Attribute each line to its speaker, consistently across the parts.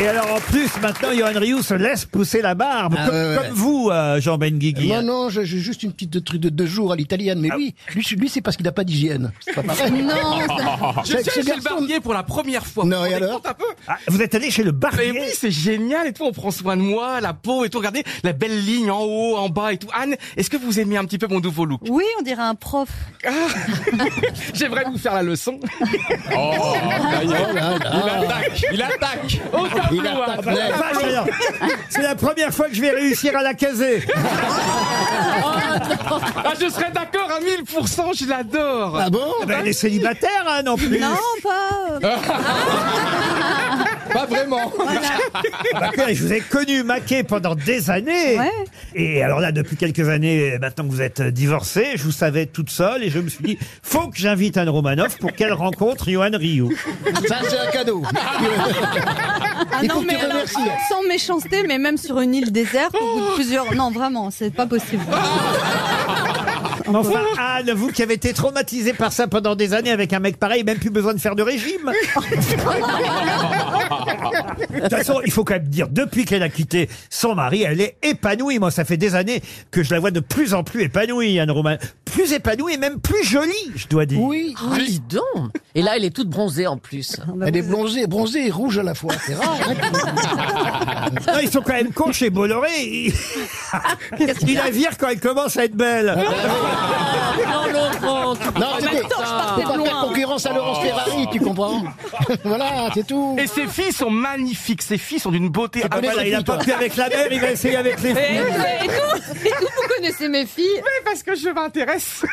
Speaker 1: Et alors en plus, maintenant, Johan Rioux se laisse pousser la barbe,
Speaker 2: Ah,
Speaker 1: comme,
Speaker 2: ouais, ouais.
Speaker 1: comme vous, euh, Jean Benguigui.
Speaker 2: Non, non, j'ai j'ai juste une petite de- truc de deux jours à l'italienne.
Speaker 1: Ah.
Speaker 2: Mais lui, lui, c'est- lui, c'est parce qu'il n'a pas d'hygiène. C'est pas pareil.
Speaker 3: Non,
Speaker 4: Je
Speaker 2: C'est-
Speaker 4: suis
Speaker 2: c'est
Speaker 4: allé chez le
Speaker 2: garçon.
Speaker 4: barbier pour la première fois.
Speaker 2: Non,
Speaker 4: Vous vous
Speaker 2: et
Speaker 4: rendez
Speaker 2: alors
Speaker 4: compte un peu
Speaker 1: Ah, vous êtes allé chez le
Speaker 4: Mais
Speaker 1: barbier
Speaker 4: oui, c'est génial et tout. On prend soin de moi, la peau et tout. Regardez la belle ligne en haut, en bas et tout. Anne, est-ce que vous aimez un petit peu mon nouveau look Ah.
Speaker 3: oui, on dirait un prof.
Speaker 4: J'aimerais vous faire la leçon.
Speaker 2: Oh là là.
Speaker 4: Il attaque. Au tableau.
Speaker 2: Il attaque.
Speaker 4: Anne.
Speaker 1: Ah, vache, alors, C'est la première fois que je vais réussir à la caser.
Speaker 4: Ah, je serais d'accord à 1000%. Je l'adore.
Speaker 2: Ah bon
Speaker 1: Ah ben, elle est célibataire, hein, non plus.
Speaker 3: Non, pas. euh,
Speaker 4: Pas vraiment.
Speaker 1: Bah, écoutez, je vous ai connu maqué pendant des années.
Speaker 3: Ouais.
Speaker 1: Et alors là, depuis quelques années, euh, maintenant que vous êtes divorcée, je vous savais toute seule et je me suis dit, faut que j'invite Anne Romanoff pour qu'elle rencontre Johan Rioux.
Speaker 2: Ça, c'est un cadeau.
Speaker 3: Ah
Speaker 2: Il
Speaker 3: non,
Speaker 2: faut que
Speaker 3: mais
Speaker 2: tu
Speaker 3: alors,
Speaker 2: remercies.
Speaker 4: hein.
Speaker 3: sans méchanceté, mais même sur une île déserte, au
Speaker 4: Oh.
Speaker 3: bout de plusieurs. Non, vraiment, c'est pas possible.
Speaker 4: Ah.
Speaker 1: Enfin, Anne, vous qui avez été traumatisée par ça pendant des années avec un mec pareil, même plus besoin de faire de régime. De toute façon, il faut quand même dire, depuis qu'elle a quitté son mari, elle est épanouie. Moi, ça fait des années que je la vois de plus en plus épanouie, Anne Roman. Plus épanouie et même plus jolie, je dois dire.
Speaker 2: Oui.
Speaker 5: Oh, dis donc Et là, elle est toute bronzée en plus.
Speaker 2: Elle est bronzée, bronzée et rouge à la fois. C'est rare.
Speaker 1: Non, ils sont quand même cons chez Bolloré. Ils ils la virent quand elle commence à être belle.
Speaker 5: Non, Laurent, tu
Speaker 2: Non,
Speaker 5: parles
Speaker 2: c'est
Speaker 5: pas
Speaker 2: tout.
Speaker 5: de ça.
Speaker 2: Faut pas faire Ah. concurrence à
Speaker 5: Oh.
Speaker 2: Laurence Ferrari, tu comprends Voilà, c'est tout.
Speaker 4: Oh. Et ses filles sont magnifiques. Ses filles sont d'une beauté.
Speaker 2: Ah,
Speaker 1: Ah, voilà, il a pas pu avec la mère, il va essayer avec les
Speaker 3: Et, et tout, et tout, vous connaissez mes filles. Ah
Speaker 4: Mais parce que je m'intéresse.
Speaker 5: Oh,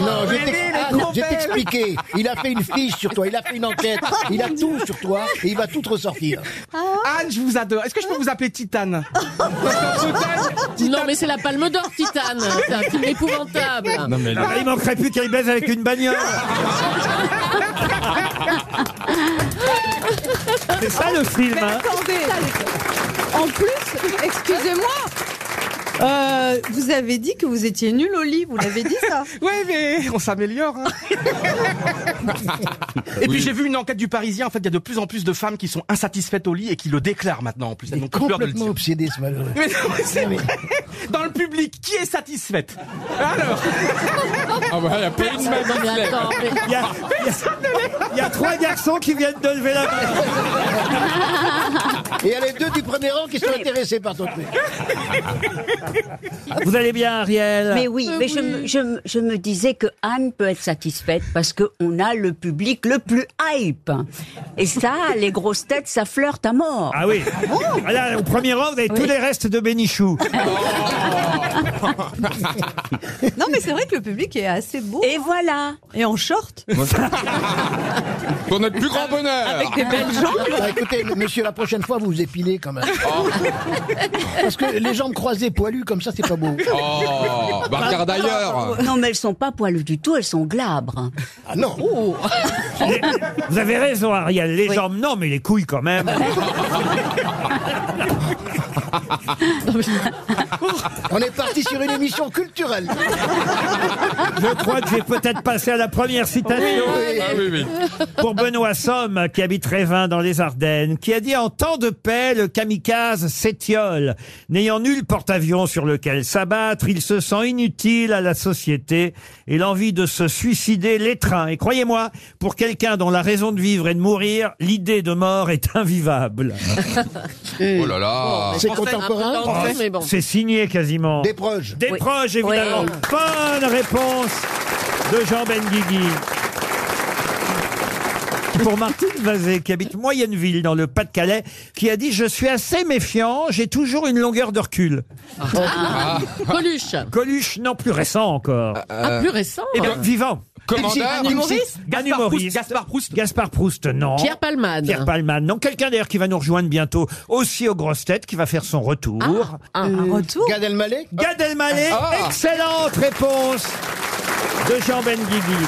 Speaker 2: Non, je vais
Speaker 4: Elle est
Speaker 2: t'ex- Anne,
Speaker 4: trop
Speaker 2: je vais
Speaker 4: belle.
Speaker 2: t'expliquer. Il a fait une fiche sur toi, il a fait une enquête, il a tout sur toi et il va tout te ressortir.
Speaker 5: Ah,
Speaker 4: Anne, je vous adore. Est-ce que je peux vous appeler Titane
Speaker 5: Non, mais c'est la palme d'or, Titane. C'est un film épouvantable.
Speaker 1: Ah, il manquerait plus qu'elle baise avec une bagnole. C'est ça le film. hein.
Speaker 3: Attendez. En plus, excusez-moi. euh, vous avez dit que vous étiez nul au lit, vous l'avez dit ça
Speaker 4: Ouais, mais on s'améliore. hein. et puis j'ai vu une enquête du Parisien. En fait, il y a de plus en plus de femmes qui sont insatisfaites au lit et qui le déclarent maintenant. En plus, elles
Speaker 2: Il
Speaker 4: n'ont
Speaker 2: est
Speaker 4: plus peur de le
Speaker 2: complètement
Speaker 4: dire.
Speaker 2: obsédé ce malheureux. Ah
Speaker 4: Mais non, mais c'est vrai. Dans le public, qui est satisfaite Alors,
Speaker 5: Ah
Speaker 4: Ah, bah,
Speaker 5: bah, Non, mais attends, mais-
Speaker 1: Il y, a, il y a- il y a trois garçons qui viennent de lever la main.
Speaker 2: Et il y a les deux du premier rang qui sont intéressés par ton truc.
Speaker 1: Ah, Vous allez bien, Ariel
Speaker 6: Mais oui, mais je, me, je, me- je me disais que Anne peut être satisfaite parce qu'on a le public le plus hype. Et ça, les grosses têtes, ça flirte à mort.
Speaker 1: Ah oui. Ah là, au premier rang, vous avez tous les restes de Bénichou.
Speaker 3: Non, mais c'est vrai que le public est assez beau. hein.
Speaker 6: Et voilà.
Speaker 3: Et en short.
Speaker 7: Pour notre plus grand bonheur
Speaker 3: Des belles jambes.
Speaker 2: Ah, écoutez, monsieur, la prochaine fois, vous vous épilez quand même.
Speaker 7: Oh.
Speaker 2: Parce que les jambes croisées, poilues, comme ça, c'est pas beau.
Speaker 7: Oh, bah regarde ailleurs
Speaker 6: Non, mais elles sont pas poilues du tout, elles sont glabres.
Speaker 2: Ah non
Speaker 1: Les- Oh. vous avez raison, Ariel. Les jambes, non, mais les couilles quand même.
Speaker 2: On est parti sur une émission culturelle.
Speaker 1: Je crois que j'ai peut-être passé à la première citation.
Speaker 7: Ah oui, oui.
Speaker 1: pour Benoît Somme, qui habite Révin dans les Ardennes, qui a dit en temps de paix, le kamikaze s'étiole. N'ayant nul porte-avions sur lequel s'abattre, il se sent inutile à la société et l'envie de se suicider l'étreint. Et croyez-moi, pour quelqu'un dont la raison de vivre est de mourir, l'idée de mort est invivable.
Speaker 7: Oh là là
Speaker 2: C'est
Speaker 5: un peu
Speaker 2: contemporain
Speaker 5: tendu, mais bon.
Speaker 1: C'est signé quasiment.
Speaker 2: Des proches.
Speaker 1: Oh. Des
Speaker 6: Oui.
Speaker 1: proches, évidemment.
Speaker 6: Oui.
Speaker 1: Bonne réponse de Jean Benguigui. Pour Martine Vazé, qui habite Moyenneville, dans le Pas-de-Calais, qui a dit « Je suis assez méfiant, j'ai toujours une longueur de recul.
Speaker 5: Ah.
Speaker 2: Oh.
Speaker 7: Ah.
Speaker 5: Coluche. »
Speaker 1: Ah. Coluche, non, plus récent encore.
Speaker 5: Ah, plus récent.
Speaker 1: Eh bien, vivant.
Speaker 7: Commandeur
Speaker 5: Un humoriste.
Speaker 1: Un
Speaker 4: Gaspard Proust.
Speaker 1: humoriste.
Speaker 4: Gaspard Proust.
Speaker 1: Gaspard Proust, non.
Speaker 5: Pierre Palmade.
Speaker 1: Pierre Palman, non. Quelqu'un d'ailleurs qui va nous rejoindre bientôt, aussi aux grosses têtes, qui va faire son
Speaker 5: Ah.
Speaker 1: retour.
Speaker 3: Un retour.
Speaker 2: Gad Elmaleh
Speaker 1: Gad Elmaleh,
Speaker 7: Ah.
Speaker 1: excellente réponse de Jean Benguigui.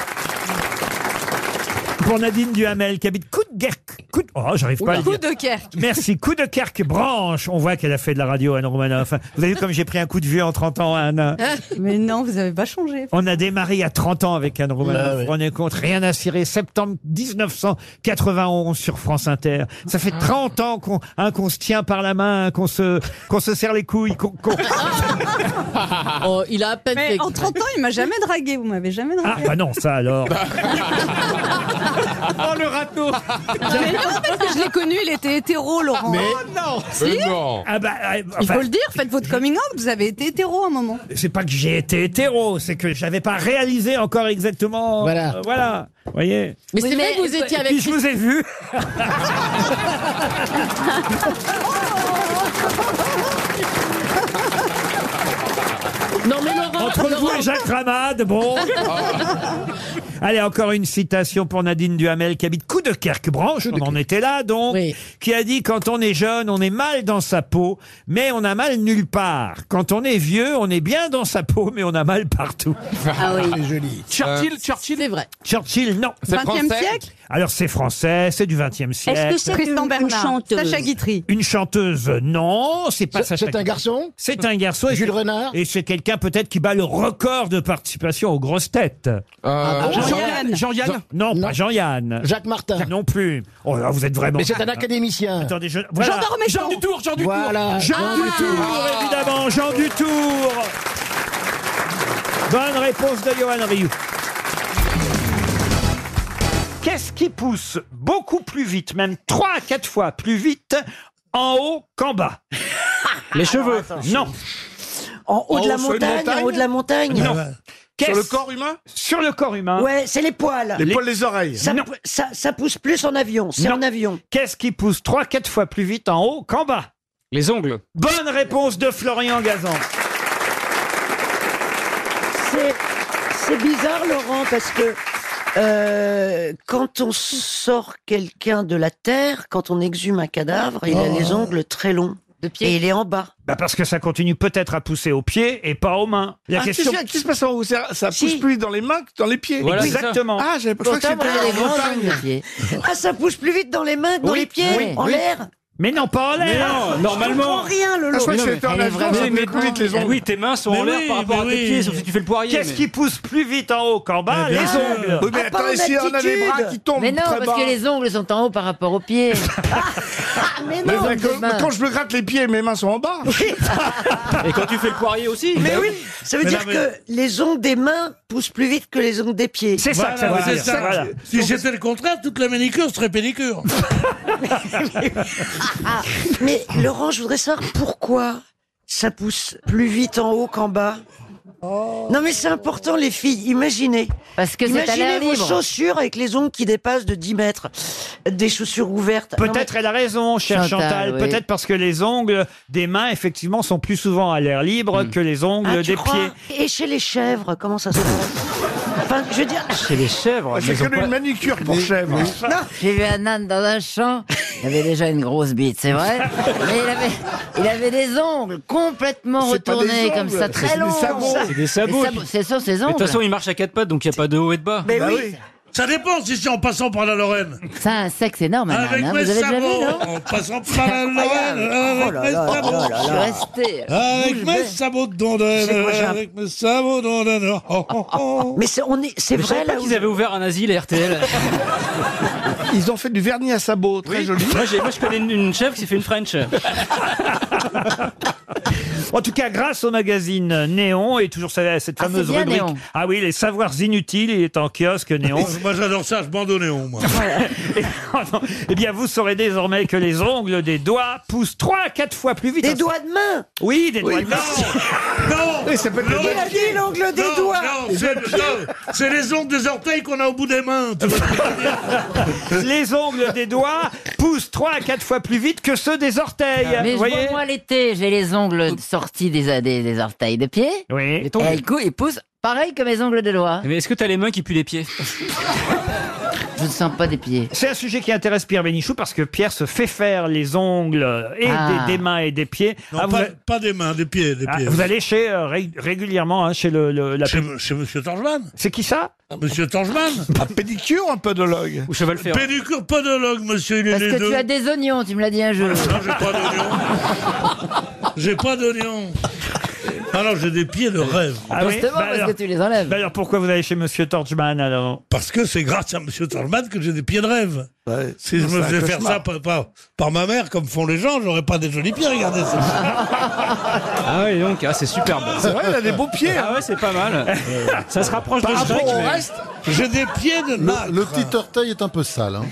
Speaker 1: Pour Nadine Duhamel, qui habite Coudekerque. Coud- Oh, j'arrive pas à le
Speaker 3: Coup
Speaker 1: dire.
Speaker 3: de Kerk.
Speaker 1: Merci. Coup de Kerk branche. On voit qu'elle a fait de la radio, Anne Romanoff. Vous avez vu comme j'ai pris un coup de vieux en 30 ans, Anne. hein.
Speaker 3: Hein Mais non, vous avez pas changé.
Speaker 1: On a démarré il y a 30 ans avec Anne Romanoff.
Speaker 8: Ah ouais.
Speaker 1: On est compte, rien à cirer. Septembre 1991 sur France Inter. Ça fait 30 ans qu'on hein, qu'on se tient par la main, hein, qu'on se, qu'on se serre les couilles. qu'on- qu'on-
Speaker 5: Oh, il a à peine
Speaker 3: Mais
Speaker 5: fait
Speaker 3: en 30 ans, il m'a jamais dragué. Vous m'avez jamais
Speaker 1: Ah
Speaker 3: dragué.
Speaker 1: bah non, ça alors.
Speaker 4: Oh, le râteau
Speaker 3: Mais non, parce que je l'ai connu, il était hétéro, Laurent.
Speaker 9: Mais-
Speaker 4: Oh non
Speaker 9: Mais non.
Speaker 1: Ah bah, euh,
Speaker 3: Il
Speaker 1: enfin,
Speaker 3: faut le dire, faites votre coming out, vous avez été hétéro à un moment.
Speaker 1: c'est pas que j'ai été hétéro, c'est que j'avais pas réalisé encore exactement.
Speaker 8: Voilà.
Speaker 1: euh, voilà. Vous voyez.
Speaker 5: Mais
Speaker 2: Oui,
Speaker 5: c'est vrai
Speaker 2: mais-
Speaker 5: que vous étiez avec
Speaker 1: Puis je vous ai vu.
Speaker 5: Non mais Laurent,
Speaker 1: Entre
Speaker 5: Laurent,
Speaker 1: vous et Jacques Ramade, bon. Ah. Allez, encore une citation pour Nadine Duhamel qui habite coup de Kerkbranche, on en était là donc,
Speaker 5: Oui.
Speaker 1: qui a dit quand on est jeune, on est mal dans sa peau, mais on a mal nulle part. Quand on est vieux, on est bien dans sa peau, mais on a mal partout.
Speaker 10: Ah oui.
Speaker 8: C'est joli.
Speaker 4: Churchill,
Speaker 7: Euh,
Speaker 4: Churchill
Speaker 5: c'est vrai.
Speaker 1: Churchill, non.
Speaker 9: C'est
Speaker 3: 20e
Speaker 9: français
Speaker 3: siècle
Speaker 1: Alors c'est français, c'est du 20e
Speaker 10: Est-ce
Speaker 1: siècle.
Speaker 10: que c'est une,
Speaker 3: Tristan
Speaker 10: une
Speaker 3: Bernard,
Speaker 10: chanteuse
Speaker 3: Sacha Guitry.
Speaker 1: Une chanteuse, non, c'est pas
Speaker 8: C'est
Speaker 1: Sacha
Speaker 8: c'est un
Speaker 1: Guitry.
Speaker 8: garçon
Speaker 1: C'est un garçon. et
Speaker 8: Jules
Speaker 1: c'est-
Speaker 8: Renard
Speaker 1: Et c'est quelqu'un peut-être qui bat le record de participation aux grosses têtes.
Speaker 9: Euh,
Speaker 4: Jean-Yann Jean-Yann
Speaker 1: Non,
Speaker 8: Ah, Non.
Speaker 1: pas Jean-Yann.
Speaker 8: Jacques Martin.
Speaker 1: Non plus. Oh là, vous êtes vraiment.
Speaker 8: Mais c'est un académicien.
Speaker 1: Attendez, je... voilà.
Speaker 3: Jean Dormécan.
Speaker 4: Jean du Tour, Jean du Tour
Speaker 8: Voilà.
Speaker 1: Jean Dutour, évidemment, Jean Dutour. Bonne réponse de Johan Rioux. Qu'est-ce qui pousse beaucoup plus vite, même 3 à 4 fois plus vite, en haut qu'en bas
Speaker 11: Les cheveux.
Speaker 1: Non,
Speaker 11: En haut
Speaker 9: En
Speaker 11: de la
Speaker 9: haut, sur une
Speaker 11: montagne,
Speaker 9: montagne
Speaker 11: en haut de la montagne.
Speaker 1: non.
Speaker 9: Sur le
Speaker 1: Qu'est-ce-
Speaker 9: corps humain
Speaker 1: Sur le corps humain,
Speaker 11: Ouais, c'est les poils.
Speaker 1: Les-
Speaker 12: Paul les oreilles.
Speaker 11: Ça,
Speaker 1: Non.
Speaker 11: ça, ça pousse plus en avion. C'est
Speaker 1: Non.
Speaker 11: en avion.
Speaker 1: qu'est-ce qui pousse 3 à 4 fois plus vite en haut qu'en bas
Speaker 4: Les ongles
Speaker 1: Bonne réponse de Florian Gazan.
Speaker 11: C'est, c'est bizarre, Laurent, parce que euh, quand on sort quelqu'un de la terre, quand on exhume un cadavre, il
Speaker 1: Oh.
Speaker 11: a les ongles très longs.
Speaker 5: De
Speaker 11: Et
Speaker 5: pied.
Speaker 11: il est en bas.
Speaker 1: Bah parce que ça continue peut-être à pousser aux pieds et pas aux mains. La
Speaker 12: Ah,
Speaker 1: question.
Speaker 12: qu'est-ce qui se passe en haut Ça ça pousse
Speaker 11: Si.
Speaker 12: plus dans les mains que dans les pieds.
Speaker 4: Voilà, c'est ça.
Speaker 1: Exactement.
Speaker 12: Ah, j'avais pas je crois que c'était en montagne.
Speaker 11: Ah, ça pousse plus vite dans les mains que dans
Speaker 12: Oui,
Speaker 11: les pieds,
Speaker 12: oui,
Speaker 11: en
Speaker 12: oui.
Speaker 11: l'air.
Speaker 1: Mais non, pas en l'air.
Speaker 11: Normalement. rien,
Speaker 12: Ah, je
Speaker 11: Lolo.
Speaker 12: crois que c'était en avion, ça pousse plus vite les ongles.
Speaker 4: tes mains sont
Speaker 11: Mais oui, mais oui.
Speaker 4: sauf si tu fais le poirier.
Speaker 1: Qu'est-ce qui pousse plus vite en haut qu'en bas
Speaker 12: Ah,
Speaker 1: Les
Speaker 12: bien sûr.
Speaker 1: ongles.
Speaker 12: Oui, mais
Speaker 11: Ah, pas
Speaker 12: attendez,
Speaker 11: en
Speaker 12: si on a les
Speaker 11: altitude.
Speaker 12: bras qui tombent
Speaker 2: Mais non,
Speaker 12: très
Speaker 2: parce
Speaker 12: bas.
Speaker 2: que les ongles sont en haut par rapport aux pieds.
Speaker 11: Mais
Speaker 12: Mais
Speaker 11: non.
Speaker 12: vrai que-
Speaker 2: les mains.
Speaker 12: quand je me gratte les pieds, mes mains sont en bas.
Speaker 4: Et quand tu fais le poirier aussi
Speaker 11: Mais oui, ça veut
Speaker 12: Mais
Speaker 11: dire
Speaker 12: non, mais-
Speaker 11: que les ongles des mains poussent plus vite que les ongles des pieds.
Speaker 1: C'est ça que ça veut dire. Voilà.
Speaker 12: Si c'était le contraire, toute la manicure serait pédicure.
Speaker 11: Ah, Mais Laurent, je voudrais savoir pourquoi ça pousse plus vite en haut qu'en bas.
Speaker 5: Oh.
Speaker 11: Non mais c'est important les filles, imaginez.
Speaker 2: Parce que c'est à
Speaker 11: Imaginez
Speaker 2: l'air
Speaker 11: vos
Speaker 2: libre.
Speaker 11: chaussures avec les ongles qui dépassent de 10 mètres, des chaussures ouvertes. Non,
Speaker 1: Peut-être elle a raison, cher Chantal.
Speaker 2: Chantal, oui.
Speaker 1: Peut-être parce que les ongles des mains, effectivement, sont plus souvent à l'air libre
Speaker 4: Hmm.
Speaker 1: que les
Speaker 11: mais-
Speaker 1: ongles
Speaker 11: Ah, tu
Speaker 1: des
Speaker 11: crois
Speaker 1: pieds.
Speaker 11: Et chez les chèvres, comment ça se passe Enfin, je veux dire,
Speaker 4: C'est les chèvres.
Speaker 12: C'est que une manicure pour chèvre.
Speaker 2: J'ai vu un âne dans un champ. Il avait déjà une grosse bite, c'est vrai. Mais il avait, il avait des ongles complètement
Speaker 12: C'est pas
Speaker 2: retournés
Speaker 12: des ongles,
Speaker 2: comme ça,
Speaker 12: c'est
Speaker 2: très
Speaker 12: des
Speaker 2: longs.
Speaker 12: sabots.
Speaker 2: Ça-
Speaker 12: C'est
Speaker 4: des
Speaker 2: des sabots, C'est sur ses ongles.
Speaker 4: il marche à quatre pattes, donc il n'y a pas de haut et de bas.
Speaker 11: mais oui.
Speaker 12: Ça dépend si c'est en passant par la Lorraine.
Speaker 2: Ça a un sexe énorme,
Speaker 11: Bah
Speaker 2: un âne. hein. Vous avez déjà vu, non
Speaker 12: En passant par
Speaker 2: la Incroyable.
Speaker 11: Oh là là, oh là là.
Speaker 2: Je suis restée.
Speaker 12: Avec mes sabots
Speaker 11: C'est quoi, Jacques
Speaker 12: avec mes sabots d'ondonneur.
Speaker 13: Oh,
Speaker 11: Mais c'est on est, c'est vrai là. Où...
Speaker 4: avaient ouvert un asile à RTL.
Speaker 12: Ils ont fait du vernis à sabots, très joli.
Speaker 4: moi, je connais une, chèvre qui s'est fait une French.
Speaker 1: En tout cas, grâce au magazine Néon et toujours ça- cette
Speaker 2: Ah, c'est
Speaker 1: fameuse
Speaker 2: bien,
Speaker 1: rubrique.
Speaker 2: Néon.
Speaker 1: Ah oui, les savoirs inutiles. Il est en kiosque Néon.
Speaker 12: Moi j'adore ça, je m'en donnais un, moi.
Speaker 1: Oh non. eh bien, vous saurez désormais que les ongles des doigts poussent 3 à 4 fois plus vite.
Speaker 11: Des doigts de main.
Speaker 1: Oui, des doigts. de main.
Speaker 12: Non
Speaker 8: Oui, ça peut être le
Speaker 11: Il a dit l'ongle des doigts.
Speaker 12: c'est les ongles des orteils qu'on a au bout des mains.
Speaker 1: les ongles des doigts poussent 3 à 4 fois plus vite que ceux des orteils.
Speaker 2: Mais
Speaker 1: vous
Speaker 2: je
Speaker 1: voyez
Speaker 2: vois, moi, l'été, j'ai les ongles sortis des, euh, des, des orteils de pied.
Speaker 1: Oui.
Speaker 2: Et du coup, ils poussent pareil que mes ongles de doigts.
Speaker 4: Mais est-ce que t'as les mains qui puent les pieds
Speaker 14: Je ne sens pas des pieds.
Speaker 1: C'est un sujet qui intéresse Pierre Bénichou parce que Pierre se fait faire les ongles et
Speaker 14: Ah.
Speaker 1: des, des mains et des pieds.
Speaker 12: Non,
Speaker 1: Ah, vous
Speaker 12: pas,
Speaker 1: a-
Speaker 12: pas des mains, des pieds. Des
Speaker 1: ah,
Speaker 12: pieds.
Speaker 1: vous allez chez, euh, ré- régulièrement hein, chez le, le- la
Speaker 12: Chez, chez Monsieur Torgeman. Ah,
Speaker 1: C'est qui ça Ah,
Speaker 12: Monsieur Torgeman. Un pédicure, un podologue.
Speaker 1: Ou cheval-fer.
Speaker 12: Pédicure, podologue, monsieur, il est
Speaker 14: Parce
Speaker 12: les
Speaker 14: que
Speaker 12: deux.
Speaker 14: tu as des oignons, tu me l'as dit un jour.
Speaker 1: Ah,
Speaker 12: J'ai pas d'oignon. Alors j'ai des pieds de rêve.
Speaker 1: Ah oui Bah alors-
Speaker 14: les enlèves.
Speaker 1: Bah alors pourquoi vous allez chez Monsieur Torchman alors
Speaker 12: Parce que c'est grâce à Monsieur Torgeman que j'ai des pieds de rêve. Si je
Speaker 1: C'est
Speaker 12: me
Speaker 1: un
Speaker 12: faisais faire
Speaker 1: cauchemar.
Speaker 12: ça par, par- par ma mère, comme font les gens, j'aurais pas des jolis pieds, regardez ça.
Speaker 15: Ah oui, donc, ah, c'est superbe.
Speaker 12: C'est vrai, il a des beaux pieds,
Speaker 13: hein.
Speaker 15: Ah ouais, c'est pas mal.
Speaker 12: Euh,
Speaker 15: Ça se rapproche
Speaker 12: Par
Speaker 15: de
Speaker 12: rapport
Speaker 15: Shrek,
Speaker 12: au
Speaker 15: mais-
Speaker 12: reste, j'ai des pieds de nacre.
Speaker 16: Le, le petit orteil est un peu sale. hein.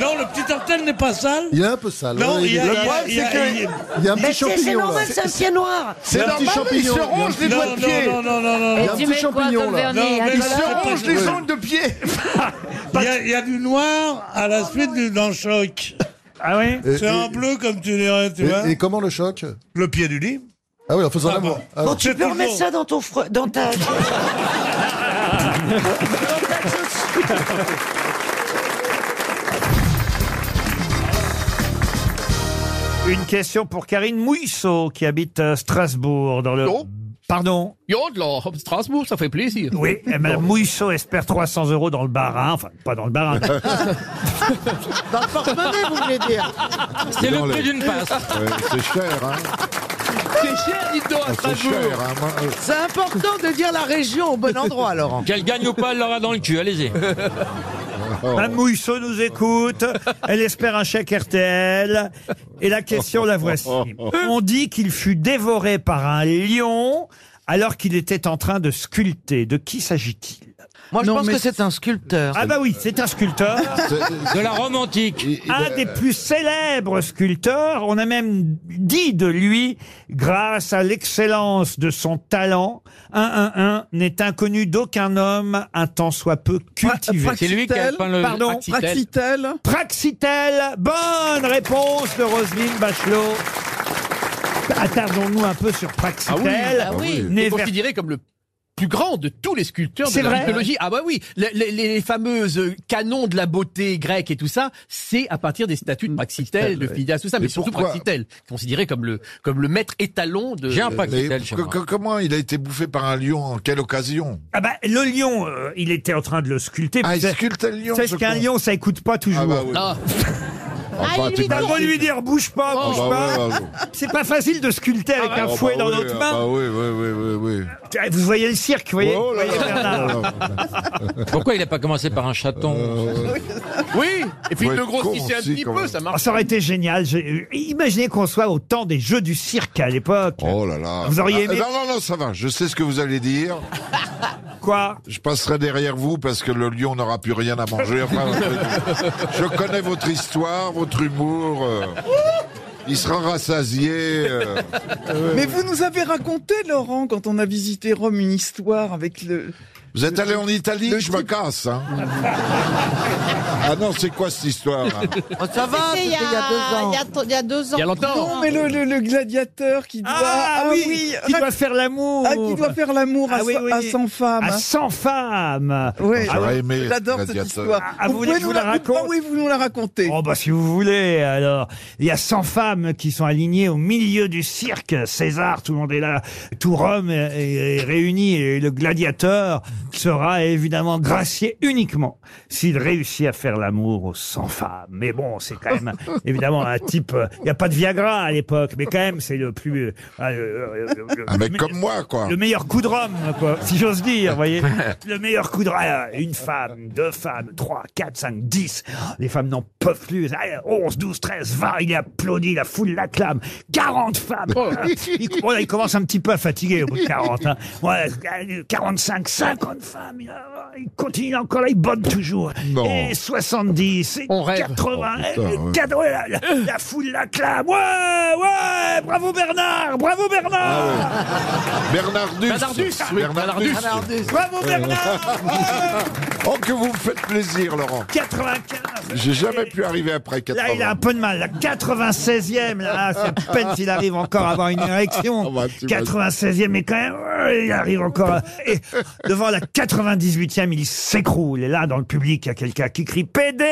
Speaker 12: Non, le petit orteil n'est pas sale.
Speaker 16: Il est un peu sale.
Speaker 12: Non,
Speaker 16: ouais,
Speaker 12: il y a-
Speaker 16: est-
Speaker 12: il y a-
Speaker 16: problème,
Speaker 12: il y a-
Speaker 16: c'est
Speaker 12: il y a-
Speaker 16: Il y a un petit
Speaker 11: Mais Bah, c'est c'est
Speaker 16: champignon. là.
Speaker 11: normal, c'est un pied noir.
Speaker 16: C'est un petit champignon. Il y a un-
Speaker 12: non, non, non, non, non,
Speaker 16: Il y
Speaker 12: non.
Speaker 16: a un petit champignon là.
Speaker 11: hein,
Speaker 12: Non, mais
Speaker 16: Il
Speaker 12: c'est pas
Speaker 16: se ronge
Speaker 12: du-
Speaker 16: les
Speaker 12: Ouais.
Speaker 16: ongles de pied.
Speaker 12: Il y a- il y, a du noir à la suite du d'un choc.
Speaker 1: Ah oui
Speaker 16: Et-
Speaker 12: C'est un
Speaker 16: et-
Speaker 12: bleu comme tu dirais, tu vois.
Speaker 16: Et, et comment le choc
Speaker 12: Le pied du lit.
Speaker 16: Ah oui, en faisant
Speaker 12: Ah
Speaker 16: l'amour.
Speaker 12: bon.
Speaker 16: Ah
Speaker 11: Bon,
Speaker 16: oui.
Speaker 11: tu
Speaker 12: C'est
Speaker 11: peux
Speaker 12: tout
Speaker 11: remettre
Speaker 12: bon.
Speaker 11: ça dans ton fre- dans ta. dans ta chaussure.
Speaker 1: Une question pour Karine Mouisseau qui habite euh, Strasbourg dans le...
Speaker 13: Non.
Speaker 1: Pardon
Speaker 13: Ja, de la Strasbourg, ça fait plaisir.
Speaker 1: Oui, et Madame Mouisseau espère 300 euros dans le bar, hein. enfin pas dans le bar.
Speaker 2: Dans le porte-monnaie, vous voulez dire
Speaker 13: C'est le
Speaker 16: Dans
Speaker 13: prix
Speaker 16: les-
Speaker 13: d'une passe.
Speaker 16: Ouais, c'est cher, hein.
Speaker 13: C'est cher, dites donc, à
Speaker 16: Ah, C'est
Speaker 13: Strasbourg.
Speaker 16: cher, hein. Moi, euh,
Speaker 4: C'est important de dire la région au bon endroit, Laurent.
Speaker 13: Qu'elle gagne ou pas, elle l'aura dans le cul, allez-y. Oh.
Speaker 1: Madame Mouisseau nous écoute, elle espère un chèque RTL. Et la question, la voici. On dit qu'il fut dévoré par un lion alors qu'il était en train de sculpter. De qui s'agit-il
Speaker 4: Moi, je pense que c'est un sculpteur.
Speaker 1: Ah bah oui, c'est un sculpteur.
Speaker 13: De la Rome antique.
Speaker 1: un des plus célèbres sculpteurs. On a même dit de lui, grâce à l'excellence de son talent, 111 n'est inconnu d'aucun homme, un tant soit peu cultivé.
Speaker 13: C'est lui qui a peint le
Speaker 1: Pardon
Speaker 13: Praxitèle.
Speaker 1: Praxitèle. Bonne réponse de Roselyne Bachelot. Attardons-nous un peu sur
Speaker 13: Ah oui,
Speaker 1: Praxitèle.
Speaker 13: ah oui.
Speaker 1: Né
Speaker 13: C'est
Speaker 1: vers-
Speaker 13: considéré comme le plus grand de tous les sculpteurs de
Speaker 1: C'est
Speaker 13: la
Speaker 1: vrai
Speaker 13: mythologie. Ah bah oui, les, les- les fameuses canons de la beauté grecque et tout ça, c'est à partir des statues de Praxitèle, de
Speaker 16: ouais.
Speaker 13: Phidias, tout ça,
Speaker 16: Mais
Speaker 13: mais surtout
Speaker 16: pourquoi
Speaker 13: Praxitèle, considéré comme le comme le maître étalon de.
Speaker 16: mais co- co- Comment il a été bouffé par un lion En quelle occasion
Speaker 1: Ah bah, le lion, euh, il était en train de le sculpter.
Speaker 16: Ah, il
Speaker 1: Vous savez-
Speaker 16: sculpte le lion,
Speaker 1: Sachez
Speaker 16: ce
Speaker 1: qu'un
Speaker 16: con.
Speaker 1: lion, ça écoute pas toujours.
Speaker 16: Ah bah oui.
Speaker 13: Ah,
Speaker 16: Enfin, tu
Speaker 1: On va
Speaker 16: imagines.
Speaker 1: lui dire bouge pas,
Speaker 16: Ah
Speaker 1: bouge
Speaker 16: bah
Speaker 1: pas.
Speaker 16: ouais, ah bon.
Speaker 1: C'est pas facile de sculpter avec
Speaker 16: Ah
Speaker 1: un
Speaker 16: bah
Speaker 1: fouet dans
Speaker 16: oui,
Speaker 17: Oh,
Speaker 1: l'autre
Speaker 16: ah
Speaker 1: main.
Speaker 16: bah oui, oui, oui, oui, oui.
Speaker 1: Eh, Vous voyez le cirque, vous voyez,
Speaker 16: Oh là
Speaker 1: vous voyez,
Speaker 16: là.
Speaker 1: Bernard.
Speaker 13: pourquoi il n'a pas commencé par un chaton
Speaker 17: Euh,
Speaker 5: Ah
Speaker 13: Oui, et puis
Speaker 16: Faut
Speaker 13: le
Speaker 16: être
Speaker 13: gros
Speaker 16: con
Speaker 13: qui un
Speaker 16: aussi,
Speaker 13: petit
Speaker 16: quand
Speaker 13: peu,
Speaker 16: même.
Speaker 13: ça
Speaker 1: Oh,
Speaker 13: marche.
Speaker 1: Ça aurait été génial. J'ai- Imaginez qu'on soit au temps des jeux du cirque à l'époque.
Speaker 16: Oh là là.
Speaker 1: Vous auriez
Speaker 16: Ah,
Speaker 1: aimé
Speaker 16: Non, non, non, ça va. Je sais ce que vous allez dire.
Speaker 1: quoi
Speaker 16: Je passerai derrière vous parce que le lion n'aura plus rien à manger. Enfin, je connais votre histoire, votre humour. euh, il sera rassasié. euh.
Speaker 4: Mais vous nous avez raconté, Laurent, quand on a visité Rome, une histoire avec le.
Speaker 16: Vous êtes allé en Italie, je me casse. hein. ah non, c'est quoi cette histoire hein? là
Speaker 4: ça va,
Speaker 5: Oh, C'était il y a,
Speaker 4: deux ans.
Speaker 5: il y a to- il y a deux ans.
Speaker 13: Il y a
Speaker 4: Non,
Speaker 13: longtemps.
Speaker 4: mais le, le- le gladiateur qui doit.
Speaker 1: Ah, oui, qui
Speaker 4: rac-
Speaker 1: doit faire l'amour.
Speaker 4: ah, qui doit faire l'amour à,
Speaker 1: Ah oui,
Speaker 4: so-
Speaker 1: oui.
Speaker 4: à 100 femmes.
Speaker 1: À 100 femmes.
Speaker 4: Oui.
Speaker 1: Ah
Speaker 16: J'aurais aimé.
Speaker 4: J'adore cette
Speaker 16: Gladiateur.
Speaker 4: histoire.
Speaker 1: Ah, vous voulez
Speaker 4: pouvez
Speaker 1: que je
Speaker 4: nous
Speaker 1: vous la raconte
Speaker 4: Ah oui, vous nous la racontez.
Speaker 1: Oh bah si vous voulez, alors. Il y a 100 femmes qui sont alignées au milieu du cirque. César, tout le monde est là, tout Rome est, est- est réuni et le gladiateur sera évidemment gracié uniquement s'il réussit à faire l'amour aux 100 femmes. Mais bon, c'est quand même évidemment un type... euh, Il n'y a pas de Viagra à l'époque, mais quand même c'est le plus... euh, euh, euh, euh, le-
Speaker 16: Un mec
Speaker 1: le-
Speaker 16: comme moi, quoi.
Speaker 1: le meilleur coup de rhum, quoi, si j'ose dire, vous voyez. Le meilleur coup de rhum. Une femme, deux femmes, trois, quatre, cinq, dix. Les femmes n'en peuvent plus. euh, Allez, 11, 12, 13, 20. Il est applaudi, la foule l'acclame. 40 femmes. Il, oh là, il commence un petit peu à fatiguer au bout de 40. hein. Ouais, 45, 50 femmes. Il, il continue encore là, il botte toujours.
Speaker 16: Non.
Speaker 1: Et 70, et
Speaker 13: On rêve.
Speaker 1: 80.
Speaker 16: Oh, putain,
Speaker 1: et
Speaker 16: ouais.
Speaker 1: cadeau, la, la- la foule l'acclame. Ouais, ouais, bravo Bernard, bravo Bernard.
Speaker 16: Bernardus.
Speaker 13: Bernardus, oui,
Speaker 16: Bernardus. Euh.
Speaker 1: Bravo Bernard
Speaker 16: Oh, que vous me faites plaisir, Laurent.
Speaker 1: 95
Speaker 16: J'ai jamais pu arriver après 80.
Speaker 1: Là, il a un peu de mal. La 96e, là, c'est à peine s'il arrive encore à avoir une érection.
Speaker 16: Oh, bah, tu
Speaker 1: 96e, mais quand même, euh, il arrive encore. à- Et devant la 98e, même, il s'écroule. Et là, dans le public, il y a quelqu'un qui crie PD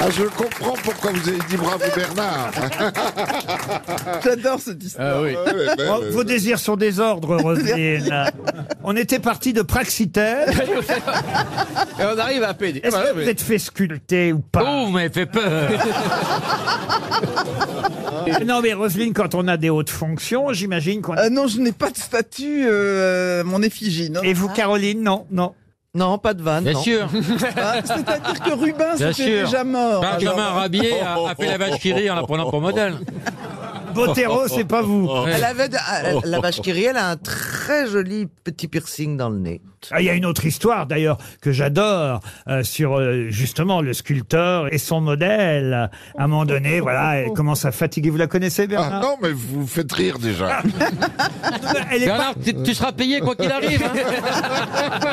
Speaker 16: Ah, je comprends pourquoi vous avez dit bravo Bernard.
Speaker 5: J'adore cette
Speaker 18: Ah
Speaker 5: histoire.
Speaker 1: Oh, Vos désirs sont des ordres, Roselyne. On était parti de Praxitaire.
Speaker 4: Et on arrive à Ah, PD.
Speaker 1: Est-ce que vous êtes fait sculpter ou pas
Speaker 18: Oh, vous m'avez fait peur
Speaker 1: Non, mais Roselyne, quand on a des hautes fonctions, j'imagine qu'on.
Speaker 19: Euh,
Speaker 5: non, je n'ai pas de statut, euh, mon effigie.
Speaker 1: Et vous, Caroline, non, non.
Speaker 5: Non, pas de vanne.
Speaker 1: Bien
Speaker 5: non.
Speaker 1: sûr.
Speaker 2: Hein,
Speaker 5: Ah, C'est-à-dire que Rubin,
Speaker 13: Bien
Speaker 5: c'était
Speaker 13: sûr.
Speaker 5: déjà mort.
Speaker 13: Benjamin
Speaker 5: Alors-
Speaker 13: Rabier a, a fait la vache qui rit en la prenant pour modèle.
Speaker 1: Botero, c'est pas vous.
Speaker 2: Oh.
Speaker 19: Elle avait de- elle- la vache qui rit, elle a un très joli petit piercing dans le nez.
Speaker 1: Ah, Il y a une autre histoire d'ailleurs que j'adore euh, sur euh, justement le sculpteur et son modèle. À un moment donné, voilà, elle commence à fatiguer. Vous la connaissez,
Speaker 16: Ah,
Speaker 1: Bernard
Speaker 16: non, mais vous vous faites rire déjà.
Speaker 1: Elle est
Speaker 13: Bernard, tu, tu seras payé quoi qu'il arrive. hein.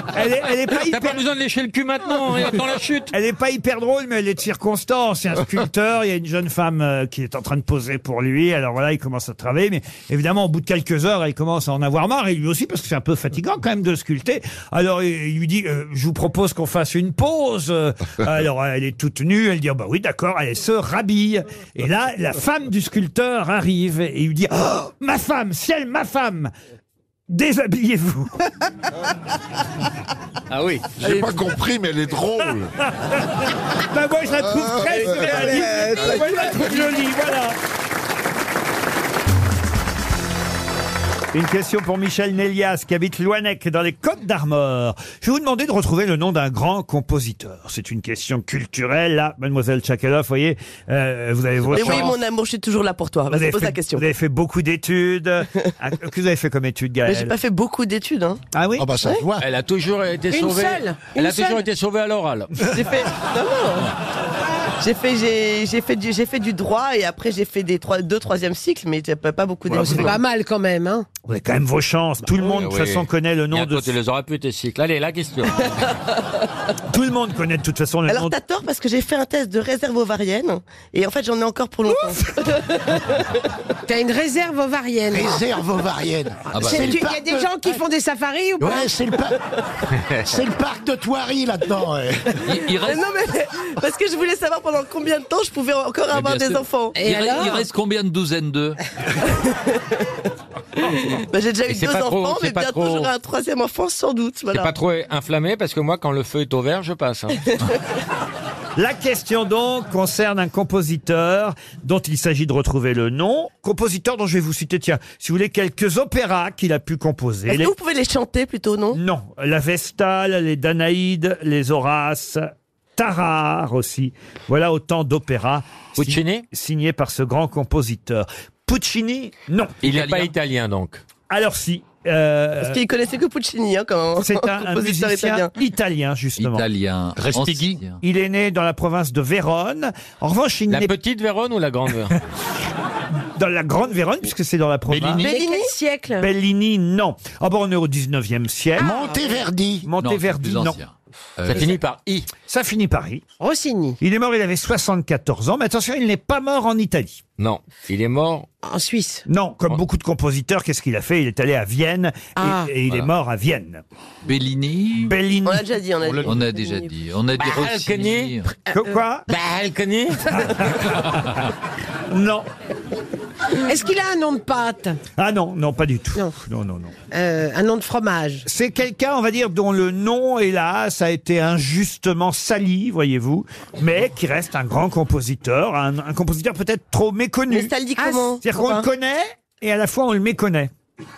Speaker 1: Elle est- elle est pas
Speaker 13: T'as pas besoin de lécher le cul maintenant, hein, attends la chute.
Speaker 1: Elle n'est pas hyper drôle, mais elle est de circonstance. C'est un sculpteur, il y a une jeune femme euh, qui est en train de poser pour lui. Alors voilà, il commence à travailler, mais évidemment, au bout de quelques heures, elle commence à en avoir marre, et lui aussi, parce que c'est un peu fatigant quand même de sculpter. Alors il il lui dit, euh, je vous propose qu'on fasse une pause. Euh, Alors elle est toute nue, elle dit, Ah bah oui, d'accord, elle se rhabille. Et là, la femme du sculpteur arrive, et il lui dit, Oh, ma femme, ciel, ma femme, déshabillez-vous.
Speaker 4: Ah oui.
Speaker 16: J'ai pas compris, mais elle est drôle.
Speaker 1: Bah moi je la trouve
Speaker 16: Ah,
Speaker 1: très
Speaker 16: ouais,
Speaker 1: surréaliste.
Speaker 16: ouais, ouais.
Speaker 1: Moi je la trouve jolie, voilà.
Speaker 16: Ah,
Speaker 1: Une question pour Michel Nélias qui habite Loanec dans les Côtes d'Armor. Je vais vous demander de retrouver le nom d'un grand compositeur. C'est une question culturelle. Là, mademoiselle Tchakaloff, vous voyez, euh, vous avez vos
Speaker 3: Mais oui,
Speaker 1: chances.
Speaker 3: mon amour, je suis toujours là pour toi.
Speaker 1: Vous avez
Speaker 3: Vas-y, pose
Speaker 1: fait-
Speaker 3: la question.
Speaker 1: Vous avez fait beaucoup d'études. Ah, Qu'est-ce que vous avez fait comme études, Gaël
Speaker 3: Mais j'ai pas fait beaucoup d'études. Hein.
Speaker 1: Ah oui
Speaker 16: bah
Speaker 3: Ouais.
Speaker 13: Elle a toujours été
Speaker 3: Une
Speaker 13: sauvée.
Speaker 3: seule,
Speaker 13: Elle a
Speaker 3: une seule.
Speaker 13: toujours été sauvée à l'oral.
Speaker 1: Euh.
Speaker 3: J'ai fait. Non, non. J'ai fait, j'ai, j'ai fait, du, j'ai fait du droit et après j'ai fait des trois, deux troisième cycles, mais j'ai pas pas beaucoup
Speaker 20: Bon,
Speaker 3: d'études.
Speaker 20: c'est pas mal quand même, hein.
Speaker 1: Vous avez quand même vos chances. Tout le monde, de
Speaker 4: Ah,
Speaker 1: toute façon, connaît le nom de...
Speaker 13: Bientôt, tu les auras plus, tes cycles. Allez, la question.
Speaker 1: Tout le monde connaît de toute façon le nom
Speaker 3: Alors
Speaker 1: de...
Speaker 3: t'as tort parce que j'ai fait un test de réserve ovarienne et en fait j'en ai encore pour longtemps.
Speaker 20: T'as une réserve ovarienne.
Speaker 2: Réserve ovarienne.
Speaker 20: Ah bah, C'est-
Speaker 2: le
Speaker 20: tu- Il y
Speaker 2: parc
Speaker 20: a
Speaker 2: de-
Speaker 20: des gens qui font des safaris ou pas
Speaker 2: Ouais, c'est le, par- c'est le parc de Thoiry là-dedans. ouais.
Speaker 3: Non mais parce que je voulais savoir Oh, pendant combien de temps je pouvais encore
Speaker 21: Mais
Speaker 3: avoir
Speaker 21: bien
Speaker 3: des
Speaker 21: sûr.
Speaker 3: enfants.
Speaker 21: il, re- il reste combien de douzaines d'œufs
Speaker 3: Bah, J'ai déjà
Speaker 13: Et
Speaker 3: eu
Speaker 13: c'est
Speaker 3: deux
Speaker 13: pas trop,
Speaker 3: enfants,
Speaker 13: c'est
Speaker 3: mais
Speaker 13: pas
Speaker 3: bientôt
Speaker 13: trop.
Speaker 3: j'aurai un troisième enfant sans doute.
Speaker 13: T'es
Speaker 3: Voilà.
Speaker 13: pas trop inflammé parce que moi, quand le feu est au vert, je passe. hein.
Speaker 1: La question donc concerne un compositeur dont il s'agit de retrouver le nom. Compositeur dont je vais vous citer, tiens, si vous voulez, quelques opéras qu'il a pu composer.
Speaker 3: Est-ce
Speaker 1: Les-
Speaker 3: que vous pouvez les chanter plutôt, non
Speaker 1: Non, la Vestale, les Danaïdes, les Horaces, Tarare aussi. Voilà autant d'opéras si- signés par ce grand compositeur. Puccini, non.
Speaker 13: Il n'est pas italien, donc.
Speaker 1: Alors si. euh,
Speaker 3: Parce qu'ils connaissaient que Puccini, hein, quand même.
Speaker 1: c'est un, un musicien
Speaker 3: compositeur
Speaker 1: italien.
Speaker 3: italien.
Speaker 1: justement.
Speaker 21: Italien.
Speaker 1: Respighi.
Speaker 21: Ancien.
Speaker 1: Il est né dans la province de Vérone. En revanche, il
Speaker 13: La
Speaker 1: n'est
Speaker 13: petite Vérone ou la grande Vérone
Speaker 1: dans la grande Vérone, puisque c'est dans la province.
Speaker 13: Bellini
Speaker 20: Mais quel siècle Ah.
Speaker 1: Bellini, non. Ah bon, on est au 19e siècle.
Speaker 2: Monteverdi.
Speaker 1: Monteverdi, non.
Speaker 21: Euh,
Speaker 13: Ça finit par I.
Speaker 1: Ça finit par I.
Speaker 20: Rossini.
Speaker 1: Il est mort, il avait 74 ans, mais attention, il n'est pas mort en Italie.
Speaker 13: Non, il est mort.
Speaker 20: En Suisse.
Speaker 1: Non, comme beaucoup de compositeurs, qu'est-ce qu'il a fait Il est allé à Vienne et,
Speaker 20: Ah.
Speaker 1: et il
Speaker 21: Voilà.
Speaker 1: est mort à Vienne.
Speaker 21: Bellini.
Speaker 1: Bellini.
Speaker 3: On l'a déjà dit, on l'a dit.
Speaker 21: On a déjà dit. On a dit
Speaker 13: Balcony.
Speaker 21: Rossini.
Speaker 1: Qu- Quoi
Speaker 21: bah,
Speaker 13: Balcony.
Speaker 1: Non.
Speaker 20: Est-ce qu'il a un nom de pâte
Speaker 1: Ah non, non, pas du tout. Non, non, non.
Speaker 20: Euh, Un nom de fromage
Speaker 1: C'est quelqu'un, on va dire, dont le nom, hélas, a été injustement sali, voyez-vous, mais qui reste un grand compositeur, un, un compositeur peut-être trop méconnu.
Speaker 3: Mais ça le dit
Speaker 20: Ah,
Speaker 3: comment
Speaker 1: C'est-à-dire qu'on le
Speaker 3: Robin
Speaker 1: connaît et à la fois on le méconnaît.